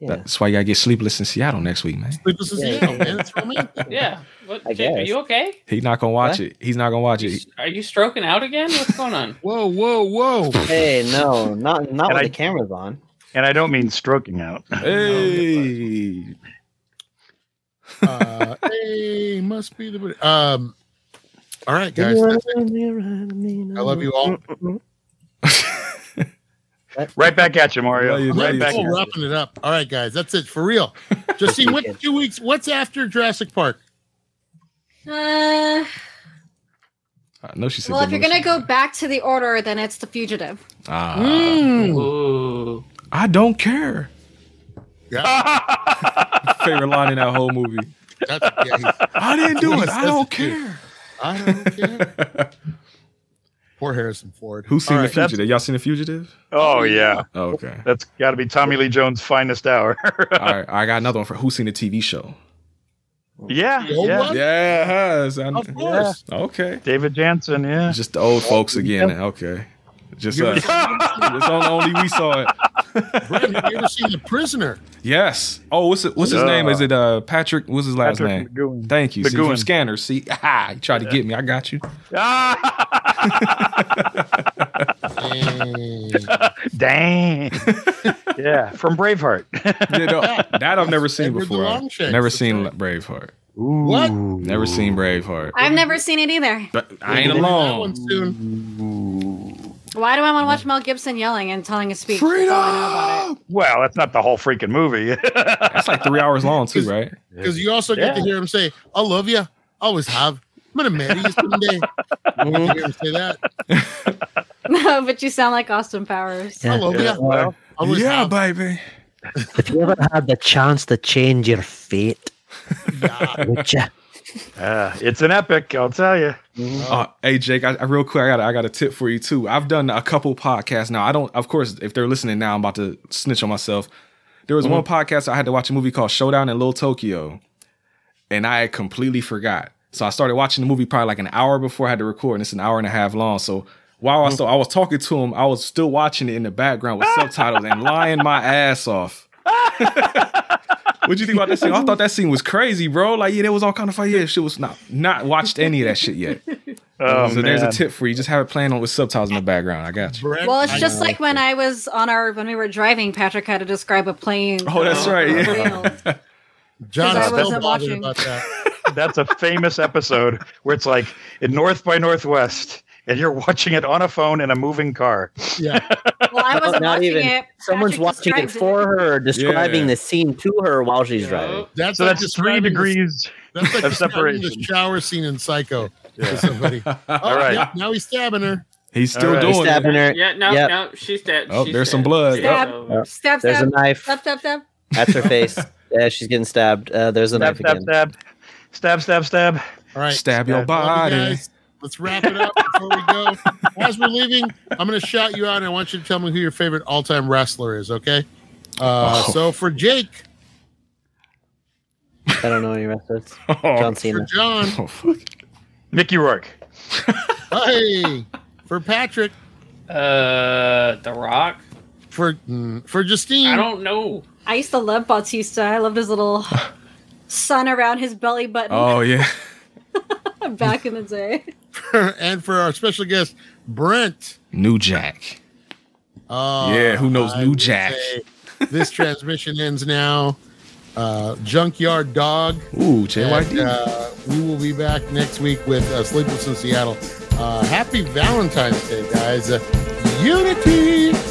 [SPEAKER 3] Yeah.
[SPEAKER 6] That's why you gotta get sleepless in Seattle next week, man.
[SPEAKER 1] Sleepless in
[SPEAKER 3] Yeah,
[SPEAKER 1] Seattle,
[SPEAKER 3] yeah.
[SPEAKER 1] man. It's romantic.
[SPEAKER 8] Yeah. What,
[SPEAKER 3] I
[SPEAKER 8] Jake, are
[SPEAKER 3] guess.
[SPEAKER 8] you okay?
[SPEAKER 6] He's not gonna watch
[SPEAKER 3] What?
[SPEAKER 6] it. He's not gonna watch it.
[SPEAKER 8] Are you stroking out again? What's going on?
[SPEAKER 1] Whoa, whoa, whoa!
[SPEAKER 3] Hey, no, not not
[SPEAKER 2] And
[SPEAKER 3] with
[SPEAKER 2] I-
[SPEAKER 3] the camera's on.
[SPEAKER 2] And I don't mean stroking out.
[SPEAKER 6] Hey.
[SPEAKER 1] Uh, hey, must be the. Um. All right, guys. that's it. I
[SPEAKER 3] I
[SPEAKER 1] love you all.
[SPEAKER 2] Right back at you, Mario.
[SPEAKER 6] Well, you-
[SPEAKER 1] I'm
[SPEAKER 6] Right
[SPEAKER 1] having
[SPEAKER 6] back
[SPEAKER 1] trouble
[SPEAKER 6] here.
[SPEAKER 1] wrapping it up. All right, guys, that's it for real. Just see what two weeks. What's after Jurassic Park?
[SPEAKER 4] Uh,
[SPEAKER 6] I know she said.
[SPEAKER 4] well, if you're gonna
[SPEAKER 6] Demolition
[SPEAKER 4] go
[SPEAKER 6] Man.
[SPEAKER 4] back to the order, then it's the fugitive.
[SPEAKER 6] Ah,
[SPEAKER 4] Mm.
[SPEAKER 3] Hmm.
[SPEAKER 8] Ooh.
[SPEAKER 6] I don't care.
[SPEAKER 1] Yeah,
[SPEAKER 6] Favorite line in that whole movie.
[SPEAKER 1] that's, yeah, he's-
[SPEAKER 6] I didn't do it. I don't
[SPEAKER 1] That's it.
[SPEAKER 6] care.
[SPEAKER 1] I don't care. Poor Harrison Ford.
[SPEAKER 6] Who's seen
[SPEAKER 2] All
[SPEAKER 6] the
[SPEAKER 2] right, that's-
[SPEAKER 6] fugitive? Y'all seen the fugitive?
[SPEAKER 2] oh yeah,
[SPEAKER 6] Oh, okay.
[SPEAKER 2] that's got to be Tommy Lee Jones' finest hour.
[SPEAKER 6] All right. I got another one for who's seen the TV show.
[SPEAKER 2] yeah,
[SPEAKER 1] Yo,
[SPEAKER 2] yeah.
[SPEAKER 1] what?
[SPEAKER 6] Yeah, it has. I-
[SPEAKER 1] Of course.
[SPEAKER 6] Okay.
[SPEAKER 2] David Jansen. Yeah.
[SPEAKER 6] Just the old folks again. Okay. Just us. it's on- only we saw it.
[SPEAKER 1] Brent, have you ever seen The Prisoner?
[SPEAKER 6] Yes. Oh, what's it, what's his
[SPEAKER 2] Yeah.
[SPEAKER 6] name? Is it uh Patrick? What's his last
[SPEAKER 2] Patrick
[SPEAKER 6] name?
[SPEAKER 2] McGowan.
[SPEAKER 6] Thank you. See,
[SPEAKER 2] McGowan.
[SPEAKER 6] from Scanner. See, ah, you tried to get me. I got you.
[SPEAKER 2] Ah!
[SPEAKER 1] Dang.
[SPEAKER 2] Dang. yeah, from Braveheart.
[SPEAKER 6] Yeah, no, that I've never seen
[SPEAKER 1] Edward
[SPEAKER 6] before.
[SPEAKER 1] Longshanks,
[SPEAKER 6] Never
[SPEAKER 1] that's
[SPEAKER 6] seen
[SPEAKER 1] right.
[SPEAKER 6] Braveheart.
[SPEAKER 2] Ooh.
[SPEAKER 1] What?
[SPEAKER 6] Never seen Braveheart.
[SPEAKER 4] I've never seen it either.
[SPEAKER 6] But I ain't
[SPEAKER 1] We'll do that one
[SPEAKER 6] alone.
[SPEAKER 1] soon.
[SPEAKER 4] Why do I want to watch Mel Gibson yelling and telling a speech? That's all I know about it.
[SPEAKER 2] Well, that's not the whole freaking movie.
[SPEAKER 6] That's like three hours long too, right?
[SPEAKER 1] Because you also get to
[SPEAKER 2] Yeah.
[SPEAKER 1] hear him say, "I love you, always have." I'm gonna marry you someday. you get to hear him say that.
[SPEAKER 4] No, but you sound like Austin Powers.
[SPEAKER 1] I love
[SPEAKER 2] Yeah.
[SPEAKER 1] you.
[SPEAKER 2] Well,
[SPEAKER 1] Always
[SPEAKER 6] yeah,
[SPEAKER 1] have.
[SPEAKER 6] baby.
[SPEAKER 12] If you ever had the chance to change your fate,
[SPEAKER 1] Yeah.
[SPEAKER 12] would you?
[SPEAKER 2] Uh, it's an epic, I'll tell you.
[SPEAKER 6] Uh, hey Jake, I, I- real quick, I got, I got a tip for you too. I've done a couple podcasts now. I don't, of course, if they're listening now, I'm about to snitch on myself. There was
[SPEAKER 13] Mhm.
[SPEAKER 6] one podcast I had to watch a movie called Showdown in Little Tokyo, and I had completely forgot. So I started watching the movie probably like an hour before I had to record, and it's an hour and a half long. So while I, was I was talking to him, I was still watching it in the background with subtitles and lying my ass off. What'd you think about that scene? I thought that scene was crazy, bro. Like, yeah, there was all kind of fire. Yeah, shit was not not watched any of that shit yet.
[SPEAKER 2] Oh,
[SPEAKER 6] so there's a
[SPEAKER 2] man.
[SPEAKER 6] tip for you. Just have it playing on with subtitles in the background. I got you.
[SPEAKER 4] Well, it's just like when I was on our when we were driving. Patrick had to describe a plane.
[SPEAKER 6] Oh, that's right.
[SPEAKER 4] Yeah.
[SPEAKER 2] John,
[SPEAKER 4] I wasn't watching.
[SPEAKER 2] That's a famous episode where it's like in North by Northwest, and you're watching it on a phone in a moving car.
[SPEAKER 4] Well, I wasn't
[SPEAKER 3] Not
[SPEAKER 4] watching
[SPEAKER 3] even.
[SPEAKER 4] it.
[SPEAKER 3] Someone's watching it
[SPEAKER 4] describes it.
[SPEAKER 3] for her, describing
[SPEAKER 2] Yeah.
[SPEAKER 3] the scene to her while she's driving.
[SPEAKER 1] That's
[SPEAKER 2] so
[SPEAKER 1] like
[SPEAKER 2] that's three
[SPEAKER 1] describing the-
[SPEAKER 2] degrees.
[SPEAKER 1] That's like
[SPEAKER 2] Of
[SPEAKER 1] describing
[SPEAKER 2] separation.
[SPEAKER 1] The shower scene in Psycho. To somebody. Oh,
[SPEAKER 6] All right.
[SPEAKER 1] yep, now he's stabbing her.
[SPEAKER 6] He's still
[SPEAKER 3] All right.
[SPEAKER 6] doing
[SPEAKER 3] He's stabbing
[SPEAKER 6] it.
[SPEAKER 3] her.
[SPEAKER 8] Yeah, no,
[SPEAKER 3] Yep.
[SPEAKER 8] no, she's dead.
[SPEAKER 6] Oh,
[SPEAKER 8] she's
[SPEAKER 6] there's
[SPEAKER 8] dead.
[SPEAKER 6] some blood.
[SPEAKER 4] Stab,
[SPEAKER 8] So-
[SPEAKER 4] stab, stab.
[SPEAKER 3] There's a knife.
[SPEAKER 4] Stab, stab, stab.
[SPEAKER 3] That's her face. Yeah, she's getting stabbed. Uh, there's a
[SPEAKER 2] Stab,
[SPEAKER 3] knife
[SPEAKER 2] stab,
[SPEAKER 3] again.
[SPEAKER 2] stab, stab, stab, stab.
[SPEAKER 1] All right.
[SPEAKER 6] Stab
[SPEAKER 1] Well,
[SPEAKER 6] your
[SPEAKER 1] you
[SPEAKER 6] body.
[SPEAKER 1] guys, let's wrap it up before we go. As we're leaving, I'm going to shout you out, and I want you to tell me who your favorite all-time wrestler is. Okay. Uh,
[SPEAKER 3] Oh.
[SPEAKER 1] So for Jake,
[SPEAKER 3] I don't know any wrestlers. John
[SPEAKER 1] for
[SPEAKER 3] Cena.
[SPEAKER 1] John,
[SPEAKER 6] Oh, fuck.
[SPEAKER 2] Mickey Rourke.
[SPEAKER 1] hey, for Patrick,
[SPEAKER 8] Uh, The Rock.
[SPEAKER 1] for mm, for Justine,
[SPEAKER 8] I don't know.
[SPEAKER 4] I used to love Bautista. I loved his little sun around his belly button
[SPEAKER 6] Oh yeah.
[SPEAKER 3] Oh.
[SPEAKER 4] back in the day.
[SPEAKER 1] and for our special guest Brent.
[SPEAKER 6] New Jack.
[SPEAKER 1] Uh,
[SPEAKER 6] yeah, who knows
[SPEAKER 1] I
[SPEAKER 6] New
[SPEAKER 1] would
[SPEAKER 6] Jack?
[SPEAKER 1] say this transmission ends now. Uh, Junkyard Dog.
[SPEAKER 6] Ooh, JYD.
[SPEAKER 1] And, uh, we will be back next week with uh, Sleepless in Seattle. Uh, happy Valentine's Day, guys. Uh, unity.